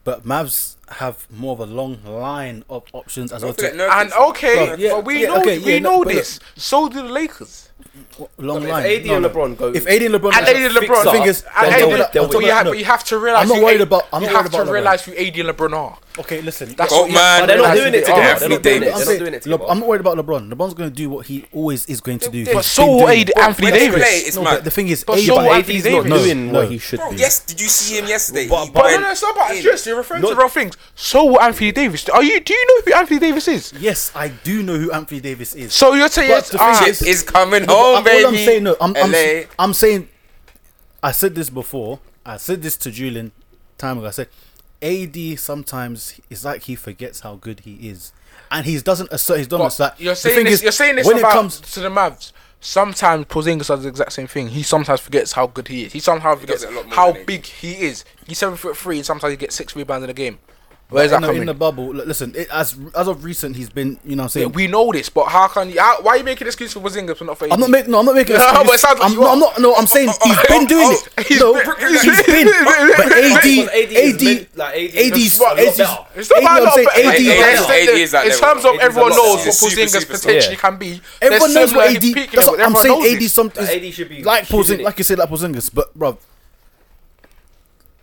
[SPEAKER 6] But Mavs have more of a long line of options as well.
[SPEAKER 4] forget
[SPEAKER 6] To,
[SPEAKER 4] Nurkic.
[SPEAKER 3] And okay,
[SPEAKER 6] Well, yeah,
[SPEAKER 3] but we
[SPEAKER 6] yeah,
[SPEAKER 3] know
[SPEAKER 6] okay,
[SPEAKER 3] we
[SPEAKER 6] yeah, no,
[SPEAKER 3] know
[SPEAKER 6] but
[SPEAKER 3] this. So do the Lakers.
[SPEAKER 6] long
[SPEAKER 5] If
[SPEAKER 6] line.
[SPEAKER 5] AD
[SPEAKER 6] No,
[SPEAKER 5] and
[SPEAKER 6] no.
[SPEAKER 5] LeBron go.
[SPEAKER 6] If AD and LeBron,
[SPEAKER 3] And
[SPEAKER 6] that's
[SPEAKER 3] AD and
[SPEAKER 6] fixed
[SPEAKER 3] LeBron.
[SPEAKER 6] up. Thing is,
[SPEAKER 5] They'll
[SPEAKER 3] And
[SPEAKER 6] on
[SPEAKER 5] do
[SPEAKER 6] top
[SPEAKER 3] AD,
[SPEAKER 6] of
[SPEAKER 5] it.
[SPEAKER 6] that-
[SPEAKER 5] They'll
[SPEAKER 6] on
[SPEAKER 5] do
[SPEAKER 3] but
[SPEAKER 5] it.
[SPEAKER 6] top
[SPEAKER 3] you
[SPEAKER 6] of
[SPEAKER 3] have,
[SPEAKER 6] that,
[SPEAKER 3] but you have to realize.
[SPEAKER 6] I'm not
[SPEAKER 3] who
[SPEAKER 6] worried
[SPEAKER 3] AD
[SPEAKER 6] about- I'm
[SPEAKER 3] you
[SPEAKER 6] not worried
[SPEAKER 3] have
[SPEAKER 6] about
[SPEAKER 3] to
[SPEAKER 6] LeBron.
[SPEAKER 3] realize who AD and LeBron are.
[SPEAKER 6] no. Okay, listen.
[SPEAKER 5] But
[SPEAKER 3] That's
[SPEAKER 4] Oh,
[SPEAKER 3] what you have
[SPEAKER 4] man,
[SPEAKER 3] to
[SPEAKER 5] they're not
[SPEAKER 3] realize
[SPEAKER 5] doing
[SPEAKER 3] who
[SPEAKER 5] it
[SPEAKER 3] they are.
[SPEAKER 5] together. They're
[SPEAKER 4] Anthony
[SPEAKER 5] not doing it.
[SPEAKER 4] Davis.
[SPEAKER 5] They're
[SPEAKER 6] I'm,
[SPEAKER 5] not
[SPEAKER 6] saying,
[SPEAKER 5] doing it
[SPEAKER 6] Le-
[SPEAKER 5] together.
[SPEAKER 6] I'm not worried about LeBron. LeBron's going to do what he always is going to do.
[SPEAKER 3] But
[SPEAKER 6] He's
[SPEAKER 3] so
[SPEAKER 6] been
[SPEAKER 3] will
[SPEAKER 6] doing
[SPEAKER 3] AD
[SPEAKER 6] it.
[SPEAKER 3] Anthony
[SPEAKER 4] When it's play,
[SPEAKER 3] Davis.
[SPEAKER 4] it's
[SPEAKER 6] No,
[SPEAKER 4] mad.
[SPEAKER 6] but the thing is,
[SPEAKER 3] But
[SPEAKER 6] AD
[SPEAKER 3] so
[SPEAKER 5] But
[SPEAKER 3] what
[SPEAKER 5] AD's not
[SPEAKER 3] No,
[SPEAKER 5] doing
[SPEAKER 6] no.
[SPEAKER 5] what he should
[SPEAKER 4] Bro,
[SPEAKER 5] be.
[SPEAKER 4] yes, did you see him yesterday?
[SPEAKER 5] But-
[SPEAKER 4] He
[SPEAKER 5] but-
[SPEAKER 3] But
[SPEAKER 4] went
[SPEAKER 3] no, no, it's not about
[SPEAKER 4] in.
[SPEAKER 3] just you're referring
[SPEAKER 5] No.
[SPEAKER 3] to real things. So will Anthony Davis. Are you? Do you know who Anthony Davis is?
[SPEAKER 6] yes, I do know who Anthony Davis is.
[SPEAKER 3] So you're saying
[SPEAKER 6] But
[SPEAKER 3] yes,
[SPEAKER 6] the thing
[SPEAKER 3] ah,
[SPEAKER 4] Chip is coming
[SPEAKER 6] No, but
[SPEAKER 4] home,
[SPEAKER 6] I'm-
[SPEAKER 4] baby.
[SPEAKER 6] all I'm saying, no, I'm, I'm,
[SPEAKER 4] LA.
[SPEAKER 6] I'm saying, I said this before. I said this to Julian time ago. I said, AD sometimes it's like he forgets how good he is, and he doesn't assert his dominance.
[SPEAKER 3] But
[SPEAKER 6] That
[SPEAKER 3] you're
[SPEAKER 6] the
[SPEAKER 3] saying
[SPEAKER 6] thing
[SPEAKER 3] this,
[SPEAKER 6] is,
[SPEAKER 3] you're saying this
[SPEAKER 6] when
[SPEAKER 3] about
[SPEAKER 6] it comes.
[SPEAKER 3] to the Mavs. Sometimes Porzingis does the exact same thing. He sometimes forgets how good he is. He somehow
[SPEAKER 4] does
[SPEAKER 3] forgets
[SPEAKER 4] it a lot more
[SPEAKER 3] how
[SPEAKER 4] than they do.
[SPEAKER 3] big he is. He's seven foot three, and sometimes he gets six rebounds in a game. Where's that
[SPEAKER 6] In the,
[SPEAKER 3] coming?
[SPEAKER 6] in the bubble, look, listen. It, as as of recent, he's been, you know, what I'm saying
[SPEAKER 3] we know this, but how can you? How, why are you making excuses for Porzingis for not for?
[SPEAKER 6] I'm not making. No, I'm not making.
[SPEAKER 3] No,
[SPEAKER 6] excuses.
[SPEAKER 3] but it sounds like
[SPEAKER 6] I'm,
[SPEAKER 3] you
[SPEAKER 6] no,
[SPEAKER 3] are.
[SPEAKER 6] I'm not. No, I'm saying
[SPEAKER 4] oh,
[SPEAKER 6] he's
[SPEAKER 4] oh,
[SPEAKER 6] been doing
[SPEAKER 4] oh,
[SPEAKER 6] it.
[SPEAKER 3] he's
[SPEAKER 6] no,
[SPEAKER 3] been-
[SPEAKER 6] he's been. But
[SPEAKER 5] AD is
[SPEAKER 6] AD,
[SPEAKER 5] mid- like, AD
[SPEAKER 6] AD, 's-
[SPEAKER 5] is a lot
[SPEAKER 6] AD 's-
[SPEAKER 5] better.
[SPEAKER 3] It's not
[SPEAKER 6] AD,
[SPEAKER 3] about
[SPEAKER 6] I'm
[SPEAKER 3] a lot
[SPEAKER 6] saying
[SPEAKER 3] of
[SPEAKER 6] AD 's
[SPEAKER 4] AD
[SPEAKER 6] better.
[SPEAKER 4] is- AD is that
[SPEAKER 3] in
[SPEAKER 4] level.
[SPEAKER 3] terms of
[SPEAKER 4] AD is
[SPEAKER 3] everyone
[SPEAKER 5] that level.
[SPEAKER 3] knows what
[SPEAKER 4] He's a super
[SPEAKER 3] Porzingis
[SPEAKER 4] superstar.
[SPEAKER 3] potentially
[SPEAKER 5] Yeah.
[SPEAKER 3] can be. They're
[SPEAKER 6] Everyone knows
[SPEAKER 3] similar
[SPEAKER 6] what
[SPEAKER 3] in
[SPEAKER 6] AD.
[SPEAKER 3] peak
[SPEAKER 6] That's
[SPEAKER 3] level.
[SPEAKER 6] what I'm
[SPEAKER 3] Everyone
[SPEAKER 6] saying.
[SPEAKER 3] knows
[SPEAKER 6] AD
[SPEAKER 3] this.
[SPEAKER 6] 's some is
[SPEAKER 5] AD should be-
[SPEAKER 6] like
[SPEAKER 5] shouldn't
[SPEAKER 6] Porzingis,
[SPEAKER 5] it?
[SPEAKER 6] like you said, like Porzingis. But bro,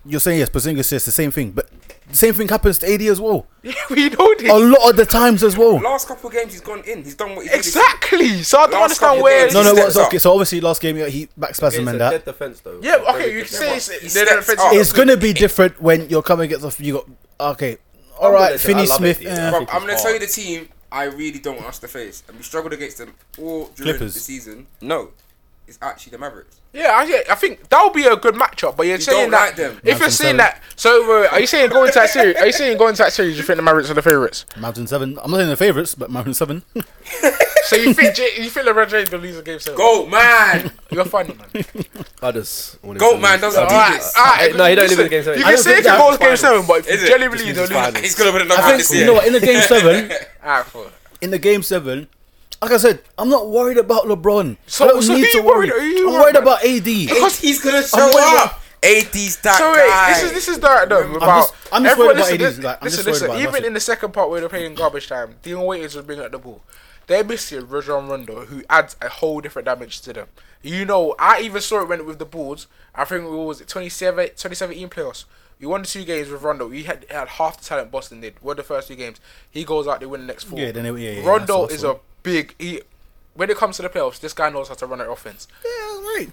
[SPEAKER 6] you're saying yes, Porzingis says the same thing, but the same thing happens to AD as well.
[SPEAKER 3] we know this.
[SPEAKER 6] A lot of the times as well.
[SPEAKER 4] Last couple of games, he's gone in. He's done what he did.
[SPEAKER 3] Exactly. So I don't
[SPEAKER 4] Last
[SPEAKER 3] understand
[SPEAKER 4] couple
[SPEAKER 3] where.
[SPEAKER 4] days.
[SPEAKER 6] No, no,
[SPEAKER 4] steps
[SPEAKER 6] what's
[SPEAKER 4] up.
[SPEAKER 6] okay? So obviously, last game yeah, he back spasm
[SPEAKER 5] It's a
[SPEAKER 6] and
[SPEAKER 5] dead
[SPEAKER 6] that.
[SPEAKER 5] defense though.
[SPEAKER 3] Yeah,
[SPEAKER 5] It's a
[SPEAKER 3] okay,
[SPEAKER 5] very
[SPEAKER 3] you can
[SPEAKER 5] good
[SPEAKER 3] say it's,
[SPEAKER 5] defense.
[SPEAKER 4] He
[SPEAKER 3] they're not
[SPEAKER 4] steps up.
[SPEAKER 3] offensive.
[SPEAKER 6] It's gonna be different when you're coming against a. You got okay. All
[SPEAKER 5] I'm gonna
[SPEAKER 6] right,
[SPEAKER 5] listen, I
[SPEAKER 6] Finney
[SPEAKER 5] love
[SPEAKER 6] Smith.
[SPEAKER 5] AD. I
[SPEAKER 6] eh.
[SPEAKER 4] Bro,
[SPEAKER 5] think
[SPEAKER 4] I'm
[SPEAKER 5] it's
[SPEAKER 4] gonna tell
[SPEAKER 5] hard.
[SPEAKER 4] you the team I really don't want us to face, and we struggled against them all during
[SPEAKER 6] Clippers.
[SPEAKER 4] the season. No, it's actually the Mavericks.
[SPEAKER 3] Yeah, I, yeah, I think that would be a good matchup. But you're saying
[SPEAKER 4] don't
[SPEAKER 3] that
[SPEAKER 4] like them.
[SPEAKER 3] if you're
[SPEAKER 6] Madison
[SPEAKER 3] saying
[SPEAKER 6] Taylor.
[SPEAKER 3] that, so uh, are you saying going to that series? Are you saying going to that series? You think the Mavericks are the favorites?
[SPEAKER 6] Mountain Seven. I'm not saying the favorites, but Mountain Seven.
[SPEAKER 3] So you think J- you think LeBron James will lose a game seven?
[SPEAKER 4] Goat Oh, man,
[SPEAKER 3] You're funny, man.
[SPEAKER 5] I just want him
[SPEAKER 4] goat
[SPEAKER 5] to
[SPEAKER 4] man
[SPEAKER 5] lose.
[SPEAKER 4] doesn't do
[SPEAKER 3] Alright,
[SPEAKER 4] this.
[SPEAKER 3] alright,
[SPEAKER 5] No, he don't
[SPEAKER 3] listen,
[SPEAKER 5] live in game seven.
[SPEAKER 3] You
[SPEAKER 5] I
[SPEAKER 3] can
[SPEAKER 5] don't
[SPEAKER 3] say
[SPEAKER 5] think
[SPEAKER 3] it can
[SPEAKER 5] that-
[SPEAKER 3] go to game seven, but if
[SPEAKER 4] Is
[SPEAKER 3] you
[SPEAKER 4] it?
[SPEAKER 3] generally
[SPEAKER 5] Just means
[SPEAKER 3] believe they'll
[SPEAKER 5] it's
[SPEAKER 3] lose.
[SPEAKER 5] finals.
[SPEAKER 4] He's gonna win a
[SPEAKER 6] I
[SPEAKER 4] knockout
[SPEAKER 6] think
[SPEAKER 4] this
[SPEAKER 6] you
[SPEAKER 4] year.
[SPEAKER 6] know what, in the game seven.
[SPEAKER 3] Alright, cool.
[SPEAKER 6] in the game seven, like I said, I'm not worried about LeBron.
[SPEAKER 3] So-
[SPEAKER 6] I don't
[SPEAKER 3] so who
[SPEAKER 6] need to
[SPEAKER 3] you worried-
[SPEAKER 6] worry.
[SPEAKER 3] who you
[SPEAKER 6] I'm
[SPEAKER 3] worried
[SPEAKER 6] worried
[SPEAKER 3] about?
[SPEAKER 6] about AD.
[SPEAKER 4] Because he's gonna
[SPEAKER 6] I'm
[SPEAKER 4] show
[SPEAKER 6] worried
[SPEAKER 4] up. 80s that
[SPEAKER 3] So
[SPEAKER 4] guy.
[SPEAKER 3] wait, this is this is direct though. About
[SPEAKER 6] just- I'm just
[SPEAKER 3] everyone-
[SPEAKER 6] worried about
[SPEAKER 3] listen,
[SPEAKER 6] ADs,
[SPEAKER 3] listen,
[SPEAKER 6] like, I'm
[SPEAKER 3] listen,
[SPEAKER 6] just worried
[SPEAKER 3] listen,
[SPEAKER 6] about
[SPEAKER 3] even
[SPEAKER 6] Russell.
[SPEAKER 3] in the second part where they're playing garbage time, Dean Waiters was bringing up the ball. They're missing Rajon Rondo, who adds a whole different dimension to them. You know, I even saw it when with the Bulls. I think it was 27, 2017 playoffs. We won the two games with Rondo. He had, had half the talent Boston did. Won the first two games. He goes out, they win the next four.
[SPEAKER 6] Yeah, then they- yeah, yeah, yeah,
[SPEAKER 3] Rondo
[SPEAKER 6] that's- that's
[SPEAKER 3] is
[SPEAKER 6] what-
[SPEAKER 3] a big. He, when it comes to the playoffs, this guy knows how to run an offense.
[SPEAKER 6] Yeah, right.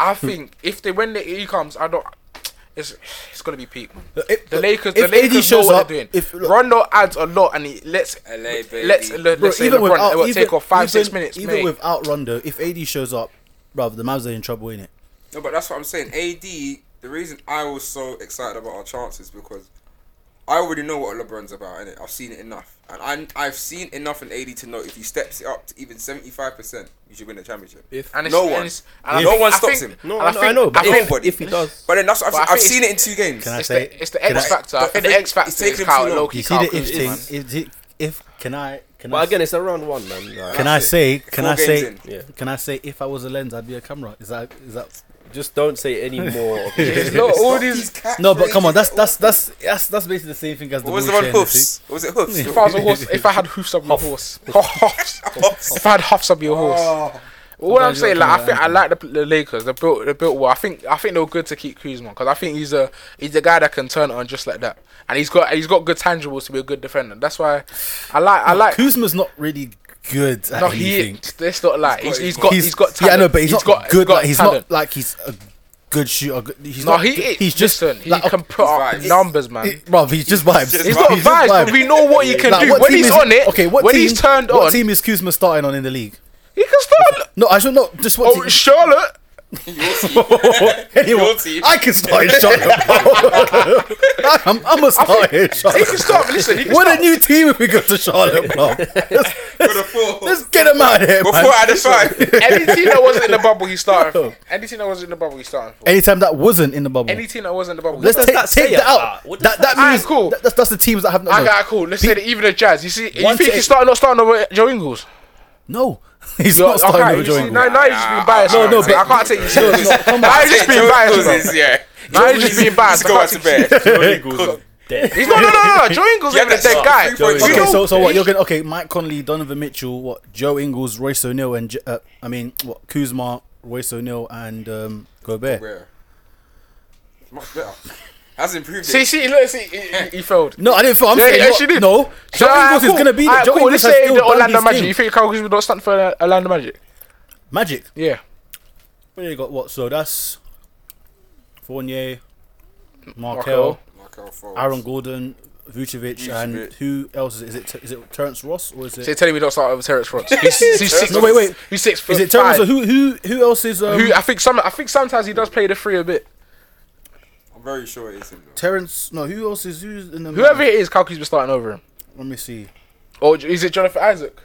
[SPEAKER 3] I think if they when the, he comes, I don't. It's it's gonna be peak. man.
[SPEAKER 6] Look, if-
[SPEAKER 3] the Lakers,
[SPEAKER 6] if
[SPEAKER 3] the Lakers
[SPEAKER 6] AD shows
[SPEAKER 3] know what
[SPEAKER 6] up,
[SPEAKER 3] they're doing.
[SPEAKER 6] if- look-
[SPEAKER 3] Rondo adds a lot, and he lets
[SPEAKER 4] LA, baby.
[SPEAKER 3] let's let's
[SPEAKER 6] Bro,
[SPEAKER 3] say LeBron it will take off five six
[SPEAKER 6] even-
[SPEAKER 3] minutes.
[SPEAKER 6] Even
[SPEAKER 3] mate.
[SPEAKER 6] without Rondo, if AD shows up, brother, the Mavs are in trouble, innit?
[SPEAKER 4] No, but that's what I'm saying. AD, the reason I was so excited about our chances because I already know what LeBron's about, and I've seen it enough, and I, I've seen enough in AD to know if he steps it up to even 75, percent you should win the championship.
[SPEAKER 5] If-
[SPEAKER 3] and it's,
[SPEAKER 4] no
[SPEAKER 3] and
[SPEAKER 4] one,
[SPEAKER 3] it's- and I
[SPEAKER 4] no
[SPEAKER 3] think-
[SPEAKER 4] one
[SPEAKER 3] I
[SPEAKER 4] stops
[SPEAKER 3] think-
[SPEAKER 4] him.
[SPEAKER 5] No,
[SPEAKER 3] and
[SPEAKER 5] I know, I know, but
[SPEAKER 3] think-
[SPEAKER 5] if,
[SPEAKER 4] nobody.
[SPEAKER 5] if he does,
[SPEAKER 4] But then that's what
[SPEAKER 3] But I
[SPEAKER 4] I've, I've
[SPEAKER 3] think
[SPEAKER 4] seen it in
[SPEAKER 3] it's-
[SPEAKER 4] two games.
[SPEAKER 6] Can I
[SPEAKER 3] It's
[SPEAKER 6] say?
[SPEAKER 3] the, it's the X
[SPEAKER 6] I-
[SPEAKER 3] factor. I
[SPEAKER 4] but
[SPEAKER 3] think
[SPEAKER 4] I
[SPEAKER 3] the
[SPEAKER 4] think
[SPEAKER 3] X
[SPEAKER 4] it's
[SPEAKER 3] factor
[SPEAKER 4] taken
[SPEAKER 3] is
[SPEAKER 4] him too
[SPEAKER 3] Kyle
[SPEAKER 4] long.
[SPEAKER 3] Loki.
[SPEAKER 6] You see the if
[SPEAKER 3] Kyle
[SPEAKER 6] thing?
[SPEAKER 3] Kuzma, man.
[SPEAKER 6] If, if- if- can I? Can I?
[SPEAKER 5] but again,
[SPEAKER 6] s-
[SPEAKER 5] it's a round one, man. Like,
[SPEAKER 6] can I
[SPEAKER 4] that's it.
[SPEAKER 6] say? Can
[SPEAKER 4] Four
[SPEAKER 6] I
[SPEAKER 4] games
[SPEAKER 6] say?
[SPEAKER 4] in.
[SPEAKER 5] Yeah.
[SPEAKER 6] Can I say? If I was a lens, I'd be a camera. Is that? Is that?
[SPEAKER 5] just don't say any more. of
[SPEAKER 3] It's
[SPEAKER 5] this.
[SPEAKER 3] not all
[SPEAKER 4] Fuck
[SPEAKER 3] these.
[SPEAKER 4] cats,
[SPEAKER 6] No, but
[SPEAKER 4] they
[SPEAKER 6] come on,
[SPEAKER 4] do
[SPEAKER 6] that's
[SPEAKER 4] it
[SPEAKER 6] that's that's that's that's basically the same thing as the.
[SPEAKER 4] What was the
[SPEAKER 6] ball
[SPEAKER 4] one
[SPEAKER 6] sharing, you see?
[SPEAKER 4] hoofs? What was it hoofs?
[SPEAKER 3] If I was a horse, if I had hoofs up your horse, Huffs. if I had huffs up your horse.
[SPEAKER 6] Oh.
[SPEAKER 3] What I'm
[SPEAKER 6] Guys,
[SPEAKER 3] saying,
[SPEAKER 6] you're
[SPEAKER 3] like I
[SPEAKER 6] talking
[SPEAKER 3] think I like the, the Lakers. They built, they built well. I think, I think they were good to keep Kuzma because I think he's a, he's a guy that can turn it on just like that, and he's got, he's got good tangibles to be a good defender. That's why, I like, I like.
[SPEAKER 6] Kuzma's not really good at
[SPEAKER 3] No, he.
[SPEAKER 6] anything.
[SPEAKER 3] Let's not lie. He's, he's got, he's got.
[SPEAKER 6] yeah,
[SPEAKER 3] Talent.
[SPEAKER 6] no, but he's, not
[SPEAKER 3] got,
[SPEAKER 6] good.
[SPEAKER 3] got
[SPEAKER 6] like he's
[SPEAKER 3] talent.
[SPEAKER 6] not like he's a good shooter. good- He's
[SPEAKER 3] No,
[SPEAKER 6] not.
[SPEAKER 3] he
[SPEAKER 6] good-
[SPEAKER 3] is.
[SPEAKER 6] he's just
[SPEAKER 3] listen, he
[SPEAKER 6] like,
[SPEAKER 3] can put up
[SPEAKER 4] vibes.
[SPEAKER 3] numbers, man.
[SPEAKER 6] He, bruv, he's just vibes.
[SPEAKER 4] just
[SPEAKER 3] He's got
[SPEAKER 4] He's
[SPEAKER 3] vibes, but we know what he can
[SPEAKER 6] Like,
[SPEAKER 3] do.
[SPEAKER 6] what
[SPEAKER 3] When
[SPEAKER 6] team
[SPEAKER 3] he's
[SPEAKER 6] is-
[SPEAKER 3] on it,
[SPEAKER 6] okay, what
[SPEAKER 3] when
[SPEAKER 6] team,
[SPEAKER 3] he's turned
[SPEAKER 6] what
[SPEAKER 3] on,
[SPEAKER 6] team is Kuzma starting on in the league?
[SPEAKER 3] he can start.
[SPEAKER 6] No, I should not. Just what
[SPEAKER 3] Oh,
[SPEAKER 6] team?
[SPEAKER 3] Charlotte.
[SPEAKER 6] Anyone.
[SPEAKER 4] your team.
[SPEAKER 6] I can start in Charlotte. bro. I'm, I'm a start in
[SPEAKER 3] He
[SPEAKER 6] Charlotte.
[SPEAKER 3] can start. Listen, he can
[SPEAKER 6] What
[SPEAKER 3] start.
[SPEAKER 6] a new team if we go to Charlotte, bro. Let's,
[SPEAKER 4] Got a four.
[SPEAKER 6] let's get them out of here,
[SPEAKER 4] Got
[SPEAKER 6] man.
[SPEAKER 4] four out of five.
[SPEAKER 3] Any team that wasn't in the bubble, he started. for. Any team that wasn't in the bubble, he started. for.
[SPEAKER 6] Anytime that wasn't in the bubble.
[SPEAKER 3] Any team that wasn't in the bubble. he
[SPEAKER 6] Let's
[SPEAKER 5] does
[SPEAKER 6] take
[SPEAKER 5] that
[SPEAKER 6] that,
[SPEAKER 5] say
[SPEAKER 6] take that
[SPEAKER 5] about
[SPEAKER 6] out.
[SPEAKER 5] that? What does
[SPEAKER 6] That, that,
[SPEAKER 3] that- Alright,
[SPEAKER 6] means
[SPEAKER 3] cool.
[SPEAKER 6] that, that's, that's the teams that have not.
[SPEAKER 3] I
[SPEAKER 6] no.
[SPEAKER 3] got cool. Let's say that even the Jazz. You see, you
[SPEAKER 6] One
[SPEAKER 3] think
[SPEAKER 6] take-
[SPEAKER 3] he's starting not starting over Joe Ingles?
[SPEAKER 6] No, he's
[SPEAKER 3] You're-
[SPEAKER 6] not starting
[SPEAKER 3] okay,
[SPEAKER 6] over
[SPEAKER 3] you
[SPEAKER 6] Joe
[SPEAKER 3] see,
[SPEAKER 6] Ingles.
[SPEAKER 3] Now, now you're just being biased.
[SPEAKER 4] No,
[SPEAKER 3] man.
[SPEAKER 4] no,
[SPEAKER 3] I
[SPEAKER 4] but-
[SPEAKER 3] can't take you serious. Now you're just being
[SPEAKER 4] Joe
[SPEAKER 3] biased.
[SPEAKER 4] Ingles
[SPEAKER 3] bro.
[SPEAKER 4] is- yeah.
[SPEAKER 3] Now you're just being biased. I
[SPEAKER 4] Go out
[SPEAKER 3] can't
[SPEAKER 4] to
[SPEAKER 3] take you serious.
[SPEAKER 4] bed.
[SPEAKER 3] He's no, no, no, no, no. Joe Ingles
[SPEAKER 4] Yeah,
[SPEAKER 3] ain't a
[SPEAKER 4] that's
[SPEAKER 3] dead
[SPEAKER 4] not-
[SPEAKER 3] guy.
[SPEAKER 4] Joe
[SPEAKER 3] We
[SPEAKER 4] Ingles.
[SPEAKER 6] Okay,
[SPEAKER 3] know-
[SPEAKER 6] so so what?
[SPEAKER 3] he-
[SPEAKER 6] You're going okay? Mike Conley, Donovan Mitchell, what? Joe Ingles, Royce O'Neal, and J- uh, I mean what? Kuzma, Royce O'Neal, and um, Gobert.
[SPEAKER 4] Where? Much better. Has improved.
[SPEAKER 3] See,
[SPEAKER 4] it.
[SPEAKER 3] see, look, see, he, he- he failed.
[SPEAKER 6] No, I didn't feel. I'm
[SPEAKER 3] Yeah,
[SPEAKER 6] saying
[SPEAKER 3] yeah,
[SPEAKER 6] what-
[SPEAKER 3] she did.
[SPEAKER 6] no. Joe
[SPEAKER 3] Alright,
[SPEAKER 6] Ingles is
[SPEAKER 3] cool.
[SPEAKER 6] going to be.
[SPEAKER 3] Alright,
[SPEAKER 6] Joe
[SPEAKER 3] cool.
[SPEAKER 6] Ingles
[SPEAKER 3] Let's
[SPEAKER 6] has
[SPEAKER 3] say
[SPEAKER 6] still
[SPEAKER 3] the
[SPEAKER 6] done
[SPEAKER 3] Orlando
[SPEAKER 6] his
[SPEAKER 3] Magic.
[SPEAKER 6] thing.
[SPEAKER 3] You think Kyle Kuzma don't stand for Orlando Magic?
[SPEAKER 6] Magic.
[SPEAKER 3] Yeah.
[SPEAKER 6] What you got? What? So that's Fournier, Markel,
[SPEAKER 3] Markel.
[SPEAKER 4] Like oh, our fault.
[SPEAKER 6] Aaron Gordon, Vucevic, and
[SPEAKER 4] Vucevic.
[SPEAKER 6] who else is it? Is it, is it Terrence Ross or is
[SPEAKER 3] So you're
[SPEAKER 6] it?
[SPEAKER 3] telling me don't start over Terrence Ross? He's, he's six.
[SPEAKER 6] No, wait, wait.
[SPEAKER 3] He's six foot
[SPEAKER 6] Is it
[SPEAKER 3] five.
[SPEAKER 6] Terrence? Or who? Who? Who else is? Um,
[SPEAKER 3] Who- I think some. I think sometimes he does play the three a bit.
[SPEAKER 4] I'm very sure it isn't. though.
[SPEAKER 6] Terrence? No. Who else is? Who's in the?
[SPEAKER 3] Whoever it is, Kyle Kuzma's starting over him.
[SPEAKER 6] Let me see.
[SPEAKER 3] Or is it Jonathan Isaac?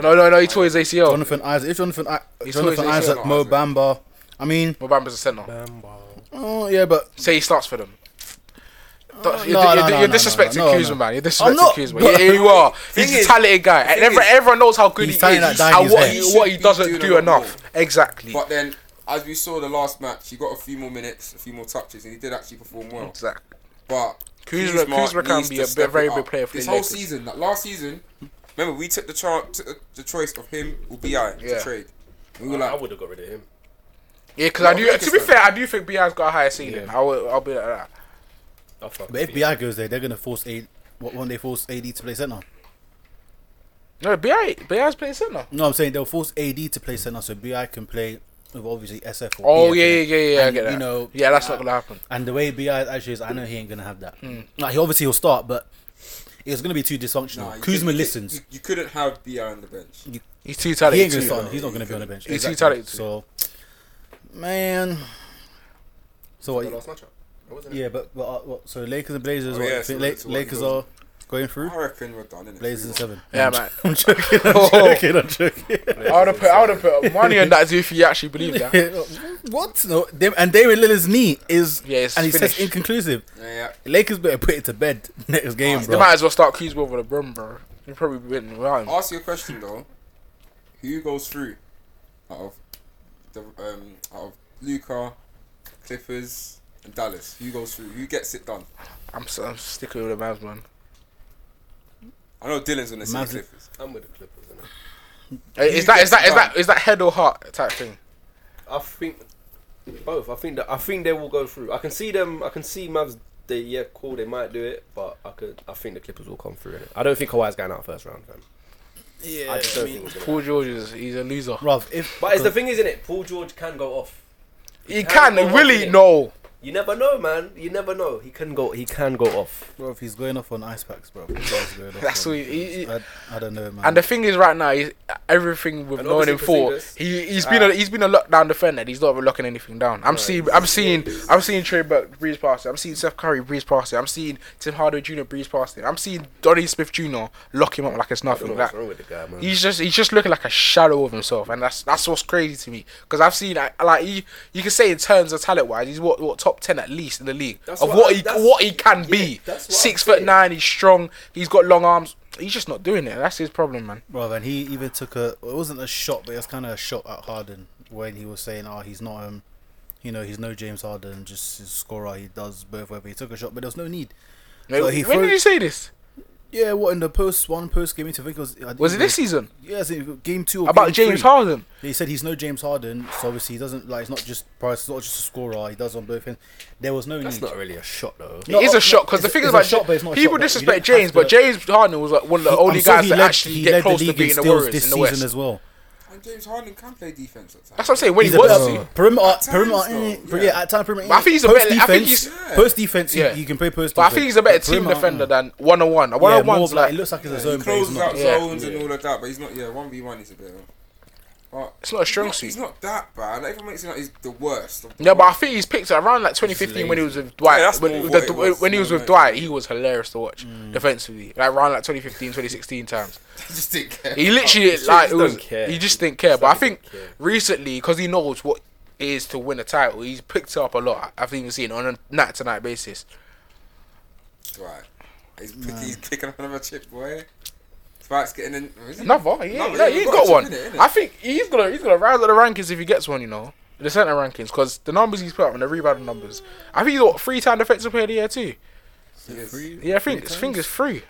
[SPEAKER 3] No, no, no. He tore his ACL.
[SPEAKER 6] Jonathan Isaac. If Jonathan, I-
[SPEAKER 3] He's
[SPEAKER 6] Jonathan
[SPEAKER 3] always- he's
[SPEAKER 6] Isaac,
[SPEAKER 4] not
[SPEAKER 6] Mo
[SPEAKER 4] Isaac.
[SPEAKER 6] Bamba. I mean,
[SPEAKER 3] Mobamba's a
[SPEAKER 6] Um,
[SPEAKER 3] centre.
[SPEAKER 6] oh yeah, but
[SPEAKER 3] Say he starts for them. Don't- you're,
[SPEAKER 6] Uh, no,
[SPEAKER 3] you're,
[SPEAKER 6] no,
[SPEAKER 3] you're
[SPEAKER 6] no, no,
[SPEAKER 3] disrespecting
[SPEAKER 6] no, no,
[SPEAKER 3] Kuzma,
[SPEAKER 6] no.
[SPEAKER 3] man. You're
[SPEAKER 6] I'm
[SPEAKER 3] disrespecting
[SPEAKER 6] not,
[SPEAKER 3] Kuzma.
[SPEAKER 6] but-
[SPEAKER 3] Yeah, you are. He's
[SPEAKER 4] is-
[SPEAKER 3] a talented guy.
[SPEAKER 4] thing
[SPEAKER 3] Everyone,
[SPEAKER 4] is-
[SPEAKER 3] everyone knows how good
[SPEAKER 6] He's
[SPEAKER 3] he
[SPEAKER 6] talented
[SPEAKER 3] is
[SPEAKER 6] at dying
[SPEAKER 3] and
[SPEAKER 6] his
[SPEAKER 3] what
[SPEAKER 6] hair.
[SPEAKER 3] he,
[SPEAKER 4] He
[SPEAKER 3] what he
[SPEAKER 4] should be
[SPEAKER 3] doesn't
[SPEAKER 4] doing a
[SPEAKER 3] do
[SPEAKER 4] lot
[SPEAKER 3] enough. Exactly.
[SPEAKER 4] But then, as we saw the last match, he got a few more minutes, a few more touches, and he did actually perform well.
[SPEAKER 3] Exactly.
[SPEAKER 4] But
[SPEAKER 3] Kuzma- Kuzma can
[SPEAKER 4] needs
[SPEAKER 3] be
[SPEAKER 4] to
[SPEAKER 3] a
[SPEAKER 4] step
[SPEAKER 3] bit- very
[SPEAKER 4] it
[SPEAKER 3] big
[SPEAKER 4] up.
[SPEAKER 3] player for
[SPEAKER 4] This
[SPEAKER 3] the
[SPEAKER 4] whole
[SPEAKER 3] Lakers.
[SPEAKER 4] season, like last season, remember we took the chance, took the- the choice of him or Bi
[SPEAKER 3] Yeah.
[SPEAKER 4] to trade. We were
[SPEAKER 5] I
[SPEAKER 4] like,
[SPEAKER 5] would have got rid of him.
[SPEAKER 3] Yeah, because
[SPEAKER 4] Well,
[SPEAKER 3] I do. To be
[SPEAKER 4] Lakers
[SPEAKER 3] fair, I do think Bi's got a higher ceiling.
[SPEAKER 5] Yeah.
[SPEAKER 3] I will, I'll be like that.
[SPEAKER 5] I fuck
[SPEAKER 6] but
[SPEAKER 5] with
[SPEAKER 6] if
[SPEAKER 5] him.
[SPEAKER 6] Bi goes there, they're gonna force a. What won't they force AD to play center?
[SPEAKER 3] No, Bi, Bi's playing centre.
[SPEAKER 6] No, I'm saying they'll force AD to play center, so Bi can play with obviously SF. Or
[SPEAKER 3] Oh
[SPEAKER 6] Bi
[SPEAKER 3] yeah,
[SPEAKER 6] can-
[SPEAKER 3] yeah, yeah, yeah. I
[SPEAKER 6] and,
[SPEAKER 3] get that.
[SPEAKER 6] You know, uh,
[SPEAKER 3] yeah, that's not gonna Hmm. happen.
[SPEAKER 6] And the way Bi actually is, I know he ain't gonna have that. Like he obviously will start, but it's gonna be too dysfunctional.
[SPEAKER 4] nah, you
[SPEAKER 6] Kuzma
[SPEAKER 4] couldn't-
[SPEAKER 6] listens.
[SPEAKER 4] You, you couldn't have Bi on the bench.
[SPEAKER 3] He's too
[SPEAKER 6] he ain't gonna
[SPEAKER 3] talented.
[SPEAKER 6] start.
[SPEAKER 3] too.
[SPEAKER 6] He's not gonna be on the bench.
[SPEAKER 3] He's too talented to.
[SPEAKER 6] So, man. So what?
[SPEAKER 4] The last matchup. That wasn't it?
[SPEAKER 6] Yeah, but, but uh, what, so Lakers and Blazers.
[SPEAKER 4] Oh,
[SPEAKER 6] what,
[SPEAKER 4] yeah,
[SPEAKER 6] you think
[SPEAKER 4] so
[SPEAKER 6] La-
[SPEAKER 4] it's what
[SPEAKER 6] Lakers
[SPEAKER 4] it goes.
[SPEAKER 6] are going through.
[SPEAKER 4] I reckon we're done. Innit?
[SPEAKER 6] Blazers in seven.
[SPEAKER 3] Yeah,
[SPEAKER 6] I'm
[SPEAKER 3] man.
[SPEAKER 6] j- I'm joking. I'm
[SPEAKER 3] Oh.
[SPEAKER 6] joking. I'm joking.
[SPEAKER 3] I would have put, I would have put money on that if you actually believe that.
[SPEAKER 6] what? No, Dam- and David Lillard's knee is
[SPEAKER 3] Yeah, it's
[SPEAKER 6] and he says
[SPEAKER 3] finished.
[SPEAKER 6] inconclusive.
[SPEAKER 4] Yeah, yeah.
[SPEAKER 6] Lakers better put it to bed next game,
[SPEAKER 3] They
[SPEAKER 6] bro.
[SPEAKER 3] might as well start Kuzma over LeBron, bro. You probably win without him.
[SPEAKER 4] Ask you a question though. Who goes through out of the um out of Luca, Clippers, and Dallas? Who goes through? Who gets it done?
[SPEAKER 3] I'm, s- I'm sticking with the Mavs, man.
[SPEAKER 4] I know Dylan's gonna say
[SPEAKER 6] Mavs-
[SPEAKER 4] Clippers.
[SPEAKER 5] I'm with the Clippers. innit?
[SPEAKER 3] Hey, Uh, Is
[SPEAKER 4] Who
[SPEAKER 3] that is
[SPEAKER 4] gets
[SPEAKER 3] that is
[SPEAKER 4] it
[SPEAKER 3] that is that head or heart type thing?
[SPEAKER 5] I think both. I think that I think they will go through. I can see them. I can see Mavs. They yeah, cool. They might do it, but I could. I think the Clippers will come through. Innit? I don't think Kawhi's going out first round, fam.
[SPEAKER 6] Yeah,
[SPEAKER 5] I just don't think. He's gonna.
[SPEAKER 3] Paul George is he's a loser.
[SPEAKER 6] Bruv, if
[SPEAKER 5] But it's the thing, isn't it? Paul George can go off.
[SPEAKER 3] He
[SPEAKER 5] can't
[SPEAKER 3] can
[SPEAKER 5] go off,
[SPEAKER 3] really
[SPEAKER 5] innit?
[SPEAKER 3] no.
[SPEAKER 5] You never know, man. You never know. He can go. He can go off.
[SPEAKER 6] bro, if he's going off on ice packs, bro. That's going off
[SPEAKER 3] That's
[SPEAKER 6] on.
[SPEAKER 3] what he- he-
[SPEAKER 6] I, I don't know, man.
[SPEAKER 3] And the thing is, right now, he's, everything we've
[SPEAKER 5] And
[SPEAKER 3] known him
[SPEAKER 5] obviously
[SPEAKER 3] for,
[SPEAKER 5] Porzingis.
[SPEAKER 3] he he's been a, he's been a lockdown defender. He's not locking anything down. I'm seeing I'm seeing I'm seeing Trey Burke breeze past it. I'm seeing Seth Curry breeze past it. I'm seeing Tim Hardaway Jr. breeze past it. I'm seeing Donny Smith Jr. lock him up like it's
[SPEAKER 5] I don't
[SPEAKER 3] nothing.
[SPEAKER 5] know
[SPEAKER 3] Like,
[SPEAKER 5] what's wrong with the guy, man.
[SPEAKER 3] He's just he's just looking like a shadow of himself, and that's that's what's crazy to me. Because I've seen like, like he, you can say in terms of talent wise, he's what, what top ten at least in the league
[SPEAKER 5] That's
[SPEAKER 3] of
[SPEAKER 5] what
[SPEAKER 3] what,
[SPEAKER 5] I-
[SPEAKER 3] he
[SPEAKER 5] that's-
[SPEAKER 3] what he can be.
[SPEAKER 5] that's what
[SPEAKER 3] Six
[SPEAKER 5] I'm
[SPEAKER 3] foot
[SPEAKER 5] saying.
[SPEAKER 3] nine, he's strong. He's got long arms. He's just not doing it. That's his problem, man.
[SPEAKER 6] Bro, and he even took a. It wasn't a shot, but it was kind of a shot at Harden when he was saying, "Oh, he's not um, you know, he's no James Harden, just his scorer. He does both whatever." He took a shot, but there was no need. So
[SPEAKER 3] when
[SPEAKER 6] he
[SPEAKER 3] did
[SPEAKER 6] threw-
[SPEAKER 3] you say this?
[SPEAKER 6] Yeah, what in the post one post game interview? I think it was I
[SPEAKER 3] Was it
[SPEAKER 6] think
[SPEAKER 3] this season
[SPEAKER 6] Yeah, I think it was game two or
[SPEAKER 3] about
[SPEAKER 6] game
[SPEAKER 3] James
[SPEAKER 6] three.
[SPEAKER 3] Harden?
[SPEAKER 6] He said he's no James Harden, so obviously he doesn't like. It's not just price. It's not just a scorer. He does on both ends. There was no
[SPEAKER 5] That's
[SPEAKER 6] need.
[SPEAKER 5] not really a shot, though.
[SPEAKER 6] No,
[SPEAKER 3] it is
[SPEAKER 6] no,
[SPEAKER 3] a shock because the
[SPEAKER 6] it's-
[SPEAKER 3] thing
[SPEAKER 6] it's
[SPEAKER 3] is
[SPEAKER 6] a
[SPEAKER 3] about
[SPEAKER 6] shot, but it's not a
[SPEAKER 3] people
[SPEAKER 6] shot, though. You
[SPEAKER 3] disrespect
[SPEAKER 6] don't have
[SPEAKER 3] James, but
[SPEAKER 6] to-
[SPEAKER 3] James Harden was like one of the
[SPEAKER 6] He-
[SPEAKER 3] only
[SPEAKER 6] I'm sure
[SPEAKER 3] guys
[SPEAKER 6] he
[SPEAKER 3] that
[SPEAKER 6] led-
[SPEAKER 3] actually
[SPEAKER 6] he
[SPEAKER 3] get
[SPEAKER 6] led the
[SPEAKER 3] close to
[SPEAKER 6] league in
[SPEAKER 3] being the
[SPEAKER 6] steals
[SPEAKER 3] Warriors
[SPEAKER 6] this
[SPEAKER 3] in the
[SPEAKER 6] season
[SPEAKER 3] West.
[SPEAKER 6] as well.
[SPEAKER 4] And James Harden can play defense at times.
[SPEAKER 3] That's what I'm saying. When
[SPEAKER 6] He's
[SPEAKER 3] he
[SPEAKER 6] a
[SPEAKER 3] wants
[SPEAKER 6] better
[SPEAKER 3] to.
[SPEAKER 6] perimeter,
[SPEAKER 4] At times,
[SPEAKER 6] perimeter,
[SPEAKER 4] though,
[SPEAKER 6] eh,
[SPEAKER 4] yeah.
[SPEAKER 6] yeah. at time perimeter.
[SPEAKER 3] But I think he's a
[SPEAKER 6] post
[SPEAKER 3] better- I
[SPEAKER 6] Defense,
[SPEAKER 3] think
[SPEAKER 4] he's-
[SPEAKER 6] post defense. you-
[SPEAKER 3] Yeah.
[SPEAKER 6] You, can play post.
[SPEAKER 3] But I
[SPEAKER 6] defense.
[SPEAKER 3] think he's a better
[SPEAKER 6] But
[SPEAKER 3] team
[SPEAKER 6] perimeter,
[SPEAKER 3] defender
[SPEAKER 6] eh,
[SPEAKER 3] than one on one. One
[SPEAKER 6] Yeah,
[SPEAKER 3] on
[SPEAKER 6] more
[SPEAKER 3] one's
[SPEAKER 6] of like,
[SPEAKER 3] like
[SPEAKER 6] it looks like it's a
[SPEAKER 4] He
[SPEAKER 6] zone. but he's
[SPEAKER 4] closes
[SPEAKER 6] not.
[SPEAKER 4] out
[SPEAKER 3] yeah.
[SPEAKER 4] zones and all of that, but he's not. Yeah, one v one is a bit. of- But
[SPEAKER 3] it's not a strong
[SPEAKER 4] he's
[SPEAKER 3] suit.
[SPEAKER 4] He's not that bad. Like, everyone makes him like he's the worst. of the
[SPEAKER 3] No, but I
[SPEAKER 4] worst.
[SPEAKER 3] think he's picked around like 2015 when he was with Dwight.
[SPEAKER 4] Yeah, that's
[SPEAKER 3] when,
[SPEAKER 4] more
[SPEAKER 3] with
[SPEAKER 4] what
[SPEAKER 3] the-
[SPEAKER 4] it was,
[SPEAKER 3] when he was
[SPEAKER 4] yeah,
[SPEAKER 3] with
[SPEAKER 4] mate.
[SPEAKER 3] Dwight, he was hilarious to watch
[SPEAKER 6] Mm.
[SPEAKER 3] defensively. Like around like 2015, 2016 times.
[SPEAKER 4] just didn't care.
[SPEAKER 3] He literally
[SPEAKER 5] just
[SPEAKER 3] like it
[SPEAKER 5] don't
[SPEAKER 3] was,
[SPEAKER 5] care.
[SPEAKER 3] he just didn't care.
[SPEAKER 5] Just
[SPEAKER 3] But I
[SPEAKER 5] don't
[SPEAKER 3] think
[SPEAKER 5] care.
[SPEAKER 3] recently, because he knows what it is to win a title, he's picked up a lot. I've even seen it on a night to night basis.
[SPEAKER 4] Right. He's, pick, he's picking up another chip, boy. Dwight's getting in. is he-
[SPEAKER 3] Another, he ain't,
[SPEAKER 4] Another,
[SPEAKER 3] no,
[SPEAKER 4] he's
[SPEAKER 3] he ain't
[SPEAKER 4] got a
[SPEAKER 3] got
[SPEAKER 4] chip
[SPEAKER 3] one.
[SPEAKER 4] in it, innit?
[SPEAKER 3] I think he's gonna he's gonna rise up the rankings if he gets one. You know, the center rankings because the numbers he's put up and the rebound numbers. I think he's got three time defensive player of the year too.
[SPEAKER 4] He is.
[SPEAKER 3] Yeah, I think I think it's three.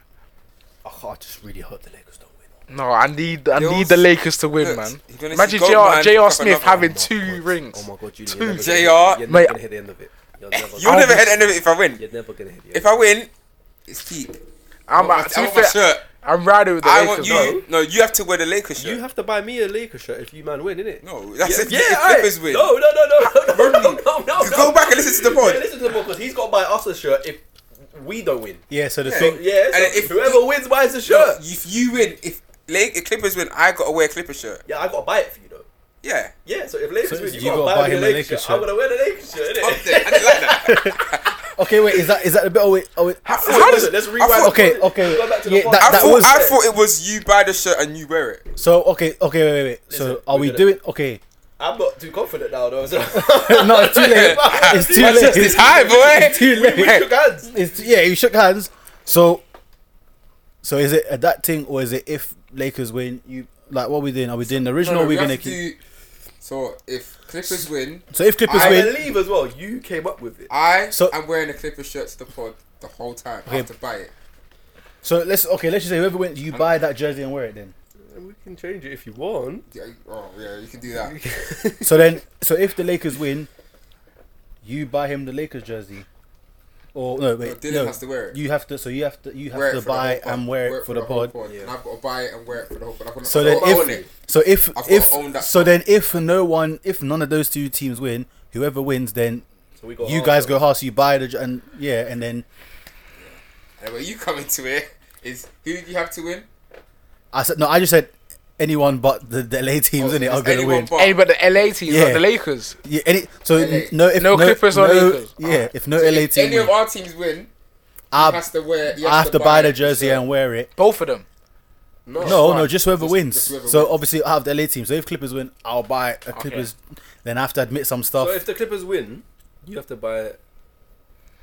[SPEAKER 5] Oh, I just really hope the Lakers don't win.
[SPEAKER 3] No, I need I
[SPEAKER 4] Yo,
[SPEAKER 3] need the Lakers to win,
[SPEAKER 4] look,
[SPEAKER 3] man.
[SPEAKER 4] you're gonna
[SPEAKER 3] Imagine
[SPEAKER 4] see
[SPEAKER 3] JR,
[SPEAKER 4] Goldman pick
[SPEAKER 3] JR
[SPEAKER 4] up
[SPEAKER 3] Smith
[SPEAKER 4] another
[SPEAKER 3] having
[SPEAKER 4] one.
[SPEAKER 3] two rings.
[SPEAKER 5] Oh my god, Julian.
[SPEAKER 3] Two.
[SPEAKER 5] You're never gonna-
[SPEAKER 4] JR.
[SPEAKER 5] You're never
[SPEAKER 3] Mate,
[SPEAKER 5] gonna hit the end of it. You're never,
[SPEAKER 4] You'll never hit end of it if I win.
[SPEAKER 5] you're never gonna hit the
[SPEAKER 4] If
[SPEAKER 5] end.
[SPEAKER 4] I win, it's keep.
[SPEAKER 3] I'm
[SPEAKER 4] I want Oh my-
[SPEAKER 3] to
[SPEAKER 4] I
[SPEAKER 3] be
[SPEAKER 4] want my
[SPEAKER 3] fair,
[SPEAKER 4] shirt.
[SPEAKER 3] I'm riding with the
[SPEAKER 4] I
[SPEAKER 3] Lakers.
[SPEAKER 4] want you. No, you have to wear the Lakers shirt.
[SPEAKER 5] You have to buy me a Lakers shirt if you man win, innit?
[SPEAKER 4] no, that's if,
[SPEAKER 5] yeah,
[SPEAKER 4] if
[SPEAKER 5] alright.
[SPEAKER 4] Clippers win.
[SPEAKER 5] No, no, no, no, no, no, no, no, no,
[SPEAKER 4] You go back and listen to the pod.
[SPEAKER 5] Yeah, listen to the pod because he's got to buy us a shirt if we don't win.
[SPEAKER 6] Yeah, so the
[SPEAKER 5] So,
[SPEAKER 6] thing.
[SPEAKER 5] yeah, so
[SPEAKER 4] And if-
[SPEAKER 5] whoever wins buys the
[SPEAKER 4] No,
[SPEAKER 5] shirt.
[SPEAKER 4] If you win, if Lake, if Clippers win, I gotta wear a Clipper shirt.
[SPEAKER 5] Yeah, I got to buy it for you though.
[SPEAKER 4] Yeah.
[SPEAKER 5] Yeah, so if Lakers
[SPEAKER 6] So
[SPEAKER 5] win, you,
[SPEAKER 6] you
[SPEAKER 5] got to
[SPEAKER 6] gotta
[SPEAKER 5] buy, me a Lakers, shirt. I'm
[SPEAKER 6] shirt.
[SPEAKER 5] gonna wear the Lakers shirt,
[SPEAKER 4] Up
[SPEAKER 5] innit?
[SPEAKER 4] there. I didn't like that.
[SPEAKER 6] Okay, wait, is that is that the bit? Oh wait, oh wait.
[SPEAKER 5] So
[SPEAKER 4] How
[SPEAKER 5] listen, let's
[SPEAKER 4] does- I
[SPEAKER 5] rewind.
[SPEAKER 4] thought-
[SPEAKER 5] the
[SPEAKER 6] okay,
[SPEAKER 5] pod.
[SPEAKER 6] okay,
[SPEAKER 5] Go back to
[SPEAKER 6] yeah,
[SPEAKER 5] the pod.
[SPEAKER 6] that-
[SPEAKER 4] I
[SPEAKER 6] that
[SPEAKER 4] thought
[SPEAKER 6] was-
[SPEAKER 4] I thought it was you buy the shirt and you wear it.
[SPEAKER 6] So okay, okay, wait, wait, wait.
[SPEAKER 5] Listen,
[SPEAKER 6] so are
[SPEAKER 5] we're
[SPEAKER 6] we
[SPEAKER 5] gonna-
[SPEAKER 6] doing? Okay,
[SPEAKER 5] I'm not too confident now, though. So.
[SPEAKER 6] no, it's too late. It's too
[SPEAKER 4] My
[SPEAKER 6] late.
[SPEAKER 4] chest is high, boy.
[SPEAKER 6] It's too
[SPEAKER 5] we
[SPEAKER 6] late.
[SPEAKER 5] shook hands.
[SPEAKER 6] It's too- yeah, you shook hands. So, so is it at that thing or is it if Lakers win? You like what are we doing? Are we doing the original? or are we
[SPEAKER 4] have
[SPEAKER 6] gonna
[SPEAKER 4] to
[SPEAKER 6] keep?
[SPEAKER 4] do- So if Clippers win,
[SPEAKER 6] So if Clippers
[SPEAKER 4] I
[SPEAKER 5] I
[SPEAKER 6] win,
[SPEAKER 5] believe as well. You came up with it.
[SPEAKER 4] I
[SPEAKER 6] So-
[SPEAKER 4] am wearing a Clipper shirt to the pod the whole time. I have to buy it.
[SPEAKER 6] so let's okay. Let's just say whoever wins,
[SPEAKER 4] Um,
[SPEAKER 6] you buy that jersey and wear it then.
[SPEAKER 5] We can change it if you want.
[SPEAKER 4] Yeah, oh yeah, you can do that.
[SPEAKER 6] So then, so if the Lakers win, you buy him the Lakers jersey. Or no,
[SPEAKER 4] No,
[SPEAKER 6] wait,
[SPEAKER 4] Dylan
[SPEAKER 6] no,
[SPEAKER 4] has to wear it.
[SPEAKER 6] You have to. So you have to. You have
[SPEAKER 4] Wear it
[SPEAKER 6] to
[SPEAKER 4] for the
[SPEAKER 6] buy
[SPEAKER 4] whole pod.
[SPEAKER 6] and wear it for, the
[SPEAKER 4] whole
[SPEAKER 6] pod.
[SPEAKER 4] And I've got to buy it and wear it for the whole pod. I've got to,
[SPEAKER 6] So
[SPEAKER 4] I've
[SPEAKER 6] then,
[SPEAKER 4] got to own
[SPEAKER 6] if
[SPEAKER 4] it.
[SPEAKER 6] so, if
[SPEAKER 4] I've gotta own that
[SPEAKER 6] if so,
[SPEAKER 4] pod.
[SPEAKER 6] then if no one, if none of those two teams win, whoever wins, then
[SPEAKER 5] So we got
[SPEAKER 6] you
[SPEAKER 5] half
[SPEAKER 6] guys
[SPEAKER 5] of
[SPEAKER 6] go half. So you buy the j- and yeah, and then
[SPEAKER 4] And when you come into it, is who do you have to win?
[SPEAKER 6] I said no. I just said anyone but the, the LA teams in it
[SPEAKER 4] It's
[SPEAKER 6] are gonna
[SPEAKER 4] Oh, anyone
[SPEAKER 6] win.
[SPEAKER 4] but-
[SPEAKER 3] Hey, but the LA team,
[SPEAKER 6] Yeah.
[SPEAKER 3] not the Lakers.
[SPEAKER 6] Yeah, any so
[SPEAKER 4] LA.
[SPEAKER 6] no if
[SPEAKER 3] No Clippers or Lakers.
[SPEAKER 6] Yeah, if no
[SPEAKER 4] Ah. so
[SPEAKER 6] LA
[SPEAKER 4] if
[SPEAKER 6] team,
[SPEAKER 4] Any of
[SPEAKER 6] win,
[SPEAKER 4] our teams win.
[SPEAKER 6] I,
[SPEAKER 4] He has to wear. he has
[SPEAKER 6] I have to buy the
[SPEAKER 4] it,
[SPEAKER 6] jersey
[SPEAKER 4] so-
[SPEAKER 6] and wear it.
[SPEAKER 3] Both of them.
[SPEAKER 4] No,
[SPEAKER 6] No,
[SPEAKER 4] fine.
[SPEAKER 6] no, just whoever wins.
[SPEAKER 4] just whoever
[SPEAKER 6] so
[SPEAKER 4] wins.
[SPEAKER 6] obviously I have the LA team. So if Clippers win, I'll buy a Clippers. Then I have to admit some stuff.
[SPEAKER 5] So if the Clippers win, you have to buy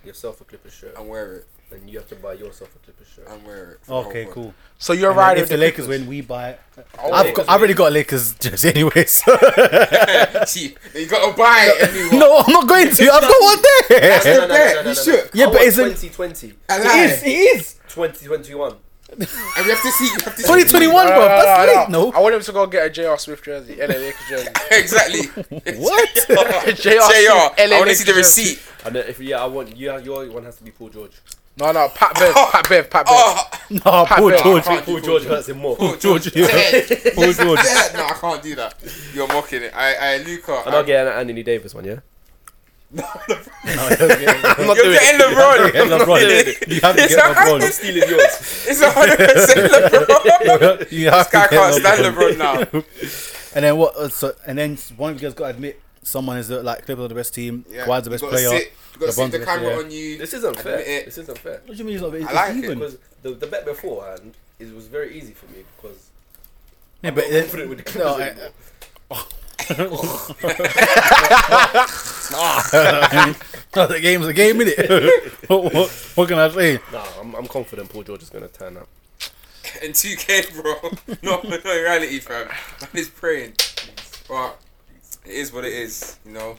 [SPEAKER 5] yourself a Clippers shirt,
[SPEAKER 4] and wear it
[SPEAKER 5] and you have to buy yourself a Clippers shirt.
[SPEAKER 4] and wear it. for the
[SPEAKER 6] okay,
[SPEAKER 4] whole
[SPEAKER 6] cool.
[SPEAKER 3] So you're
[SPEAKER 6] And then
[SPEAKER 3] riding
[SPEAKER 6] if
[SPEAKER 3] with
[SPEAKER 6] the Lakers
[SPEAKER 3] Clippers.
[SPEAKER 6] win, we buy. It.
[SPEAKER 5] Lakers
[SPEAKER 6] I've got, I've already got a Lakers jersey anyway. So
[SPEAKER 4] pod. See, you gotta buy it. Everyone.
[SPEAKER 6] no, I'm not going to. I've got one there.
[SPEAKER 4] That's a bet, you should.
[SPEAKER 6] Yeah,
[SPEAKER 5] I
[SPEAKER 6] but
[SPEAKER 5] want
[SPEAKER 6] isn't-
[SPEAKER 5] 2020,
[SPEAKER 4] And
[SPEAKER 6] He is. He is.
[SPEAKER 5] 2021?
[SPEAKER 4] And we have to see. We have to see.
[SPEAKER 6] 2021, bro. That's late.
[SPEAKER 3] I
[SPEAKER 6] No.
[SPEAKER 3] want him to go get a JR Smith jersey, LA Lakers jersey.
[SPEAKER 4] exactly.
[SPEAKER 6] What?
[SPEAKER 3] JR,
[SPEAKER 4] Jr.
[SPEAKER 3] Smith, LA
[SPEAKER 4] I want to see
[SPEAKER 3] Lakers
[SPEAKER 4] the
[SPEAKER 3] jersey.
[SPEAKER 4] receipt.
[SPEAKER 5] And then if yeah, I want you. Your one has to be Paul George.
[SPEAKER 3] No, no, Pat Bev, Pat Bev, Pat Bev.
[SPEAKER 4] Oh,
[SPEAKER 6] Nah, Paul
[SPEAKER 3] Pat-
[SPEAKER 6] George.
[SPEAKER 4] Pat-
[SPEAKER 5] Paul George hurts him more.
[SPEAKER 4] Paul
[SPEAKER 5] And
[SPEAKER 4] George.
[SPEAKER 6] yeah.
[SPEAKER 4] Yeah.
[SPEAKER 6] Paul George.
[SPEAKER 4] Yeah, no, I can't do that. You're mocking it. I, I, Luca.
[SPEAKER 5] I'll get an Anthony Davis one, yeah.
[SPEAKER 4] I'm You're getting LeBron.
[SPEAKER 6] Yeah, LeBron. You have to
[SPEAKER 4] It's
[SPEAKER 6] get
[SPEAKER 4] a-
[SPEAKER 6] LeBron.
[SPEAKER 5] Stealing yours.
[SPEAKER 4] It's a hundred percent LeBron.
[SPEAKER 6] You have
[SPEAKER 4] This guy
[SPEAKER 6] to
[SPEAKER 4] can't stand
[SPEAKER 6] get LeBron.
[SPEAKER 4] LeBron now.
[SPEAKER 6] And then what? uh, So, and then one of you guys got to admit someone is the, like Clippers are the best team.
[SPEAKER 4] Yeah,
[SPEAKER 6] Kawhi's
[SPEAKER 4] you
[SPEAKER 6] the best
[SPEAKER 4] gotta
[SPEAKER 6] player.
[SPEAKER 4] sit- You gotta
[SPEAKER 6] LeBron's
[SPEAKER 4] sit the
[SPEAKER 6] the best
[SPEAKER 4] camera
[SPEAKER 6] player.
[SPEAKER 4] on you.
[SPEAKER 5] This is unfair.
[SPEAKER 4] Admit it.
[SPEAKER 5] This is unfair
[SPEAKER 6] What do you mean? It's, not- it's
[SPEAKER 4] I like it.
[SPEAKER 6] even.
[SPEAKER 5] because the, the bet beforehand it was very easy for me because
[SPEAKER 6] Yeah, but
[SPEAKER 5] I'm confident with the
[SPEAKER 6] no,
[SPEAKER 5] Clippers.
[SPEAKER 6] I-
[SPEAKER 5] anymore.
[SPEAKER 6] No, the game's a game, innit? what, what, what can I say?
[SPEAKER 5] Nah, I'm, I'm confident Paul George is gonna turn up.
[SPEAKER 4] in 2K, bro. no, no reality, fam. Man is praying. But it is what it is, you know.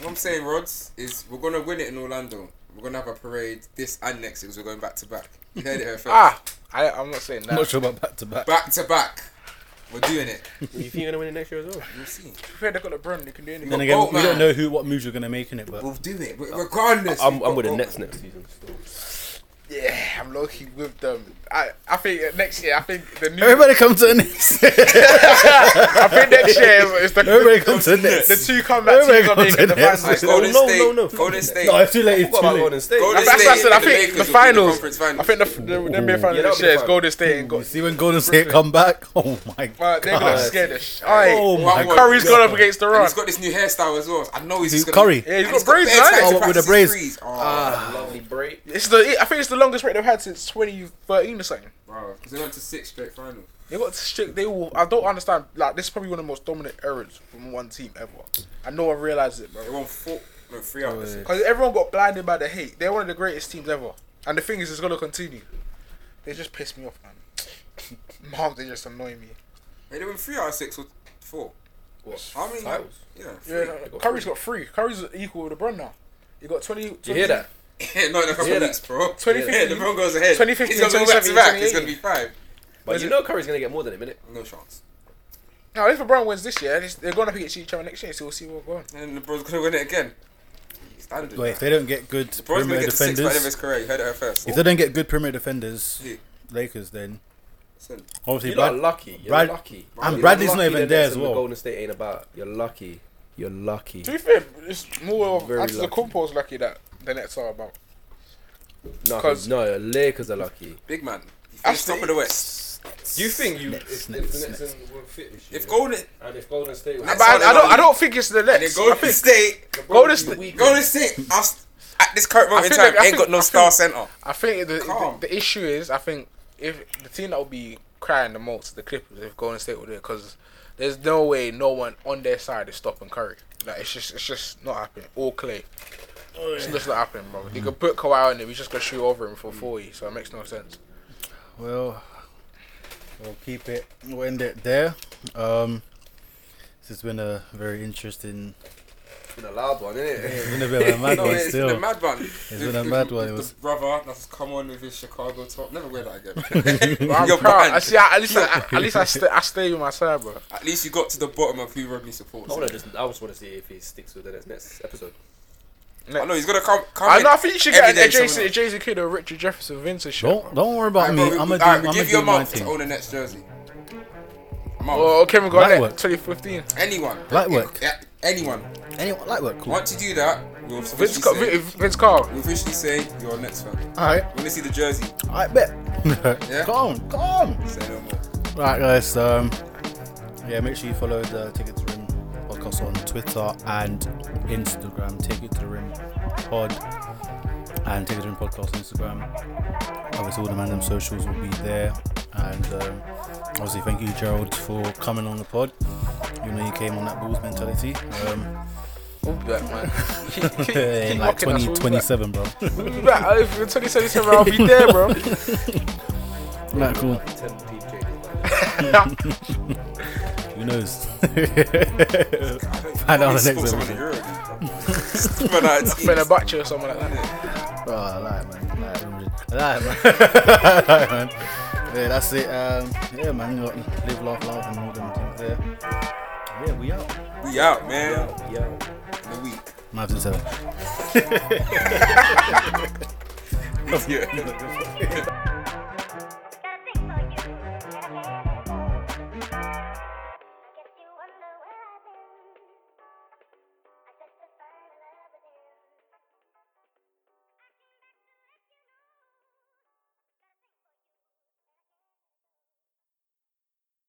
[SPEAKER 4] What I'm saying, Rods, is we're gonna win it in Orlando. We're gonna have a parade this and next because we're going back to back. You heard it here first.
[SPEAKER 3] Ah, I, I'm not saying that.
[SPEAKER 6] I'm not sure about back to back.
[SPEAKER 4] Back to back. We're doing it.
[SPEAKER 5] you think you're gonna win it next year as well?
[SPEAKER 4] We'll see.
[SPEAKER 3] Prepare they got LeBron, they can do anything.
[SPEAKER 6] Then again,
[SPEAKER 4] Bolt,
[SPEAKER 6] we don't
[SPEAKER 4] man.
[SPEAKER 6] know who what moves you're gonna make in it, but
[SPEAKER 4] We'll do it. We- Regardless.
[SPEAKER 5] I'm,
[SPEAKER 4] we've
[SPEAKER 5] I'm
[SPEAKER 4] got
[SPEAKER 5] with the
[SPEAKER 4] Goldman.
[SPEAKER 5] Nets next season. Still.
[SPEAKER 3] Yeah, I'm low key with them. I, I think next year, I think the new.
[SPEAKER 6] Everybody come to the next.
[SPEAKER 3] I think next year is the
[SPEAKER 6] Everybody come to the
[SPEAKER 3] the
[SPEAKER 6] next.
[SPEAKER 3] two comeback
[SPEAKER 6] Everybody
[SPEAKER 3] teams are
[SPEAKER 6] come to
[SPEAKER 3] making the
[SPEAKER 6] next.
[SPEAKER 3] finals.
[SPEAKER 5] Oh,
[SPEAKER 4] Golden
[SPEAKER 5] no,
[SPEAKER 4] State.
[SPEAKER 5] no, no.
[SPEAKER 4] Golden State.
[SPEAKER 6] No, Oh, it's too late. It's
[SPEAKER 5] What
[SPEAKER 6] too
[SPEAKER 5] about
[SPEAKER 6] late.
[SPEAKER 5] Golden State?
[SPEAKER 4] Golden
[SPEAKER 3] That's what I said. I think
[SPEAKER 4] The
[SPEAKER 3] the
[SPEAKER 4] Lakers will be in the
[SPEAKER 3] finals.
[SPEAKER 4] conference finals.
[SPEAKER 3] I think the the, the NBA
[SPEAKER 5] Yeah, that'll be
[SPEAKER 3] finals this year is
[SPEAKER 5] fine.
[SPEAKER 3] Golden State and go,
[SPEAKER 6] See when Golden State come back? Oh my
[SPEAKER 3] uh, they're gonna
[SPEAKER 6] god.
[SPEAKER 3] scare the shit. Oh
[SPEAKER 6] Oh my
[SPEAKER 3] my Curry's
[SPEAKER 6] God.
[SPEAKER 3] gone up against the
[SPEAKER 4] And
[SPEAKER 3] run.
[SPEAKER 4] he's got this new hairstyle as well. I know he's
[SPEAKER 6] Who,
[SPEAKER 4] just gonna-
[SPEAKER 6] Curry?
[SPEAKER 3] Yeah, he's
[SPEAKER 4] And
[SPEAKER 3] got braids,
[SPEAKER 4] bare
[SPEAKER 3] right?
[SPEAKER 4] time to
[SPEAKER 6] Oh, with the
[SPEAKER 4] practice
[SPEAKER 6] braids.
[SPEAKER 4] threes. Oh,
[SPEAKER 5] Ah. Lovely break.
[SPEAKER 3] It's the I think it's the longest break they've had since 2013 or something.
[SPEAKER 4] bro, 'cause they went to six straight finals.
[SPEAKER 3] They got strict. They will. I don't understand. Like this is probably one of the most dominant errors from one team ever, and no one realizes it, bro.
[SPEAKER 4] They won four, no, three out of the six.
[SPEAKER 3] Because everyone got blinded by the hate. They're one of the greatest teams ever, and the thing is, it's gonna continue. They just piss me off, man. Mom, they just annoy me.
[SPEAKER 4] They won three out of six or four.
[SPEAKER 5] What?
[SPEAKER 4] How many?
[SPEAKER 5] Finals?
[SPEAKER 4] Yeah,
[SPEAKER 3] Yeah,
[SPEAKER 4] three.
[SPEAKER 3] no,
[SPEAKER 5] They got
[SPEAKER 3] Curry's
[SPEAKER 5] three.
[SPEAKER 3] got three. Curry's equal with LeBron now. He got 20. 20
[SPEAKER 5] You hear that?
[SPEAKER 4] no, in a couple
[SPEAKER 5] Yeah.
[SPEAKER 4] weeks, bro.
[SPEAKER 3] 2015.
[SPEAKER 4] Yeah, LeBron goes ahead.
[SPEAKER 3] 2015,
[SPEAKER 4] He's gonna go back to back. It's
[SPEAKER 3] 2017,
[SPEAKER 4] gonna be five.
[SPEAKER 5] But you know Curry's gonna get more than a minute.
[SPEAKER 4] No chance.
[SPEAKER 3] Now, if LeBron wins this year, they're going to against each other next year, so we'll see what goes on.
[SPEAKER 4] And then LeBron's gonna win it again. He's standard.
[SPEAKER 6] Wait, if
[SPEAKER 4] LeBron's
[SPEAKER 6] they don't get good
[SPEAKER 4] gonna
[SPEAKER 6] perimeter
[SPEAKER 4] get to six by the end of his
[SPEAKER 6] defenders,
[SPEAKER 4] career. You heard it here first.
[SPEAKER 6] if they don't get good perimeter defenders,
[SPEAKER 4] Who?
[SPEAKER 6] Lakers then
[SPEAKER 4] Listen,
[SPEAKER 6] obviously
[SPEAKER 5] You're not
[SPEAKER 6] Brad,
[SPEAKER 5] lucky. You're
[SPEAKER 6] Brad-
[SPEAKER 5] lucky.
[SPEAKER 6] and
[SPEAKER 5] You're
[SPEAKER 6] Bradley's not
[SPEAKER 5] lucky
[SPEAKER 6] even
[SPEAKER 5] that
[SPEAKER 6] there
[SPEAKER 5] that's
[SPEAKER 6] as
[SPEAKER 5] what
[SPEAKER 6] well.
[SPEAKER 5] Golden State ain't about. You're lucky. You're lucky.
[SPEAKER 3] To be fair, it's more of
[SPEAKER 5] Very lucky.
[SPEAKER 3] Antetokounmpo's lucky that the Nets are about.
[SPEAKER 5] No,
[SPEAKER 3] 'Cause-
[SPEAKER 5] no, Lakers are lucky.
[SPEAKER 4] big man. He finished
[SPEAKER 3] Actually,
[SPEAKER 4] top of the West.
[SPEAKER 5] Do you think you
[SPEAKER 6] Nets,
[SPEAKER 5] if,
[SPEAKER 6] Nets,
[SPEAKER 5] if the Nets,
[SPEAKER 6] Nets.
[SPEAKER 5] in- were fit this year,
[SPEAKER 4] If Golden
[SPEAKER 5] and if Golden State was
[SPEAKER 4] Nets-
[SPEAKER 3] But I,
[SPEAKER 4] why they're
[SPEAKER 3] I don't.
[SPEAKER 4] not
[SPEAKER 3] I don't think it's the
[SPEAKER 4] and then
[SPEAKER 3] Nets. I
[SPEAKER 4] Golden
[SPEAKER 3] think
[SPEAKER 4] State,
[SPEAKER 3] Golden
[SPEAKER 5] Golden
[SPEAKER 3] State-
[SPEAKER 5] State,
[SPEAKER 4] Golden State, us at this current moment in
[SPEAKER 3] think-
[SPEAKER 4] time
[SPEAKER 3] I
[SPEAKER 4] ain't
[SPEAKER 3] think-
[SPEAKER 4] got no
[SPEAKER 3] I
[SPEAKER 4] star
[SPEAKER 3] think-
[SPEAKER 4] center.
[SPEAKER 3] I think the, the,
[SPEAKER 4] Calm.
[SPEAKER 3] the issue is, I think if the team that will be crying the most, the Clippers, if Golden State will do it, because there's no way no one on their side is stopping Curry. Like it's just, it's just not happening. All clay. It's just not happening, bro. You could put Kawhi on him, he's just gonna shoot over him for forty, so it makes no sense.
[SPEAKER 6] Well, we'll keep it. We'll end it there. Um, this has been a very interesting.
[SPEAKER 5] been a loud one, innit?
[SPEAKER 6] It's been a bit of a mad
[SPEAKER 4] No,
[SPEAKER 6] one
[SPEAKER 4] it's
[SPEAKER 6] still.
[SPEAKER 4] been a mad one. It's
[SPEAKER 6] been a mad one, it was-
[SPEAKER 4] The brother that's come on with his Chicago top. Never wear that again.
[SPEAKER 3] But I'm
[SPEAKER 4] You're
[SPEAKER 3] proud.
[SPEAKER 4] banned.
[SPEAKER 3] I see. I, at least, I, at least I, st- I stay with my side, bro.
[SPEAKER 4] At least you got to the bottom of who Rodney supports.
[SPEAKER 5] I want to just, I just want to see if he sticks with the next, next episode.
[SPEAKER 4] I know he's gonna come. come
[SPEAKER 3] I
[SPEAKER 4] in
[SPEAKER 3] know. I think you should
[SPEAKER 4] every
[SPEAKER 3] get
[SPEAKER 4] day
[SPEAKER 3] a Jason, a
[SPEAKER 4] someone-
[SPEAKER 3] Jason Kidd or Richard Jefferson, Vincent. Shit,
[SPEAKER 6] Don't
[SPEAKER 3] bro.
[SPEAKER 6] don't worry about
[SPEAKER 4] Alright,
[SPEAKER 6] me.
[SPEAKER 4] bro, we-
[SPEAKER 6] I'm gonna do,
[SPEAKER 4] alright,
[SPEAKER 6] I'm
[SPEAKER 4] we
[SPEAKER 6] gonna
[SPEAKER 4] give you
[SPEAKER 6] do
[SPEAKER 4] a
[SPEAKER 6] my
[SPEAKER 4] month to
[SPEAKER 6] thing.
[SPEAKER 4] own the next jersey. A month.
[SPEAKER 3] Oh, Kevin Garnett,
[SPEAKER 6] Lightwork.
[SPEAKER 3] 2015.
[SPEAKER 4] anyone.
[SPEAKER 6] Light work.
[SPEAKER 4] Yeah, anyone.
[SPEAKER 6] Anyone like work? Cool.
[SPEAKER 4] Once you do that, we'll officially,
[SPEAKER 3] Vince, Car-
[SPEAKER 4] say,
[SPEAKER 3] Vin- Vince Carl.
[SPEAKER 4] we'll officially say you're a Nets fan.
[SPEAKER 6] All right,
[SPEAKER 4] When they see the jersey,
[SPEAKER 6] all right, bet.
[SPEAKER 4] Yeah.
[SPEAKER 6] Come on, come on.
[SPEAKER 4] say no more.
[SPEAKER 6] Right, guys. Um, yeah, make sure you follow the Ticket to Rim podcast on Twitter and Instagram. Ticket to the Rim pod and Ticket to the Rim podcast on Instagram. Obviously, all the man them socials will be there. And um, obviously, thank you, Gerald, for coming on the pod. You know, you came on that Bulls mentality. Um,
[SPEAKER 3] We'll be back, man. Keep- keep-
[SPEAKER 6] in
[SPEAKER 3] keep
[SPEAKER 6] like
[SPEAKER 3] rocking us,
[SPEAKER 6] 20,
[SPEAKER 3] we'll be back.
[SPEAKER 6] 27, bro.
[SPEAKER 3] We'll be back. If you're 2077, I'll be there, bro.
[SPEAKER 6] Right, cool.
[SPEAKER 5] Ten team changes.
[SPEAKER 6] Who knows?
[SPEAKER 4] I don't
[SPEAKER 6] Find out on the
[SPEAKER 4] you support
[SPEAKER 6] next
[SPEAKER 4] someone in
[SPEAKER 6] episode.
[SPEAKER 4] Europe, bro. But, uh, it's-
[SPEAKER 3] Fenerbahce or something like that.
[SPEAKER 6] Oh, I like it, man. I like it, man. I like it, man. Yeah, that's it. Um, yeah, man. You got live, laugh, love, and all them things there. Yeah, we out.
[SPEAKER 4] We out, man.
[SPEAKER 5] Yo.
[SPEAKER 4] In a week.
[SPEAKER 6] Mavs and seven.
[SPEAKER 4] Yeah.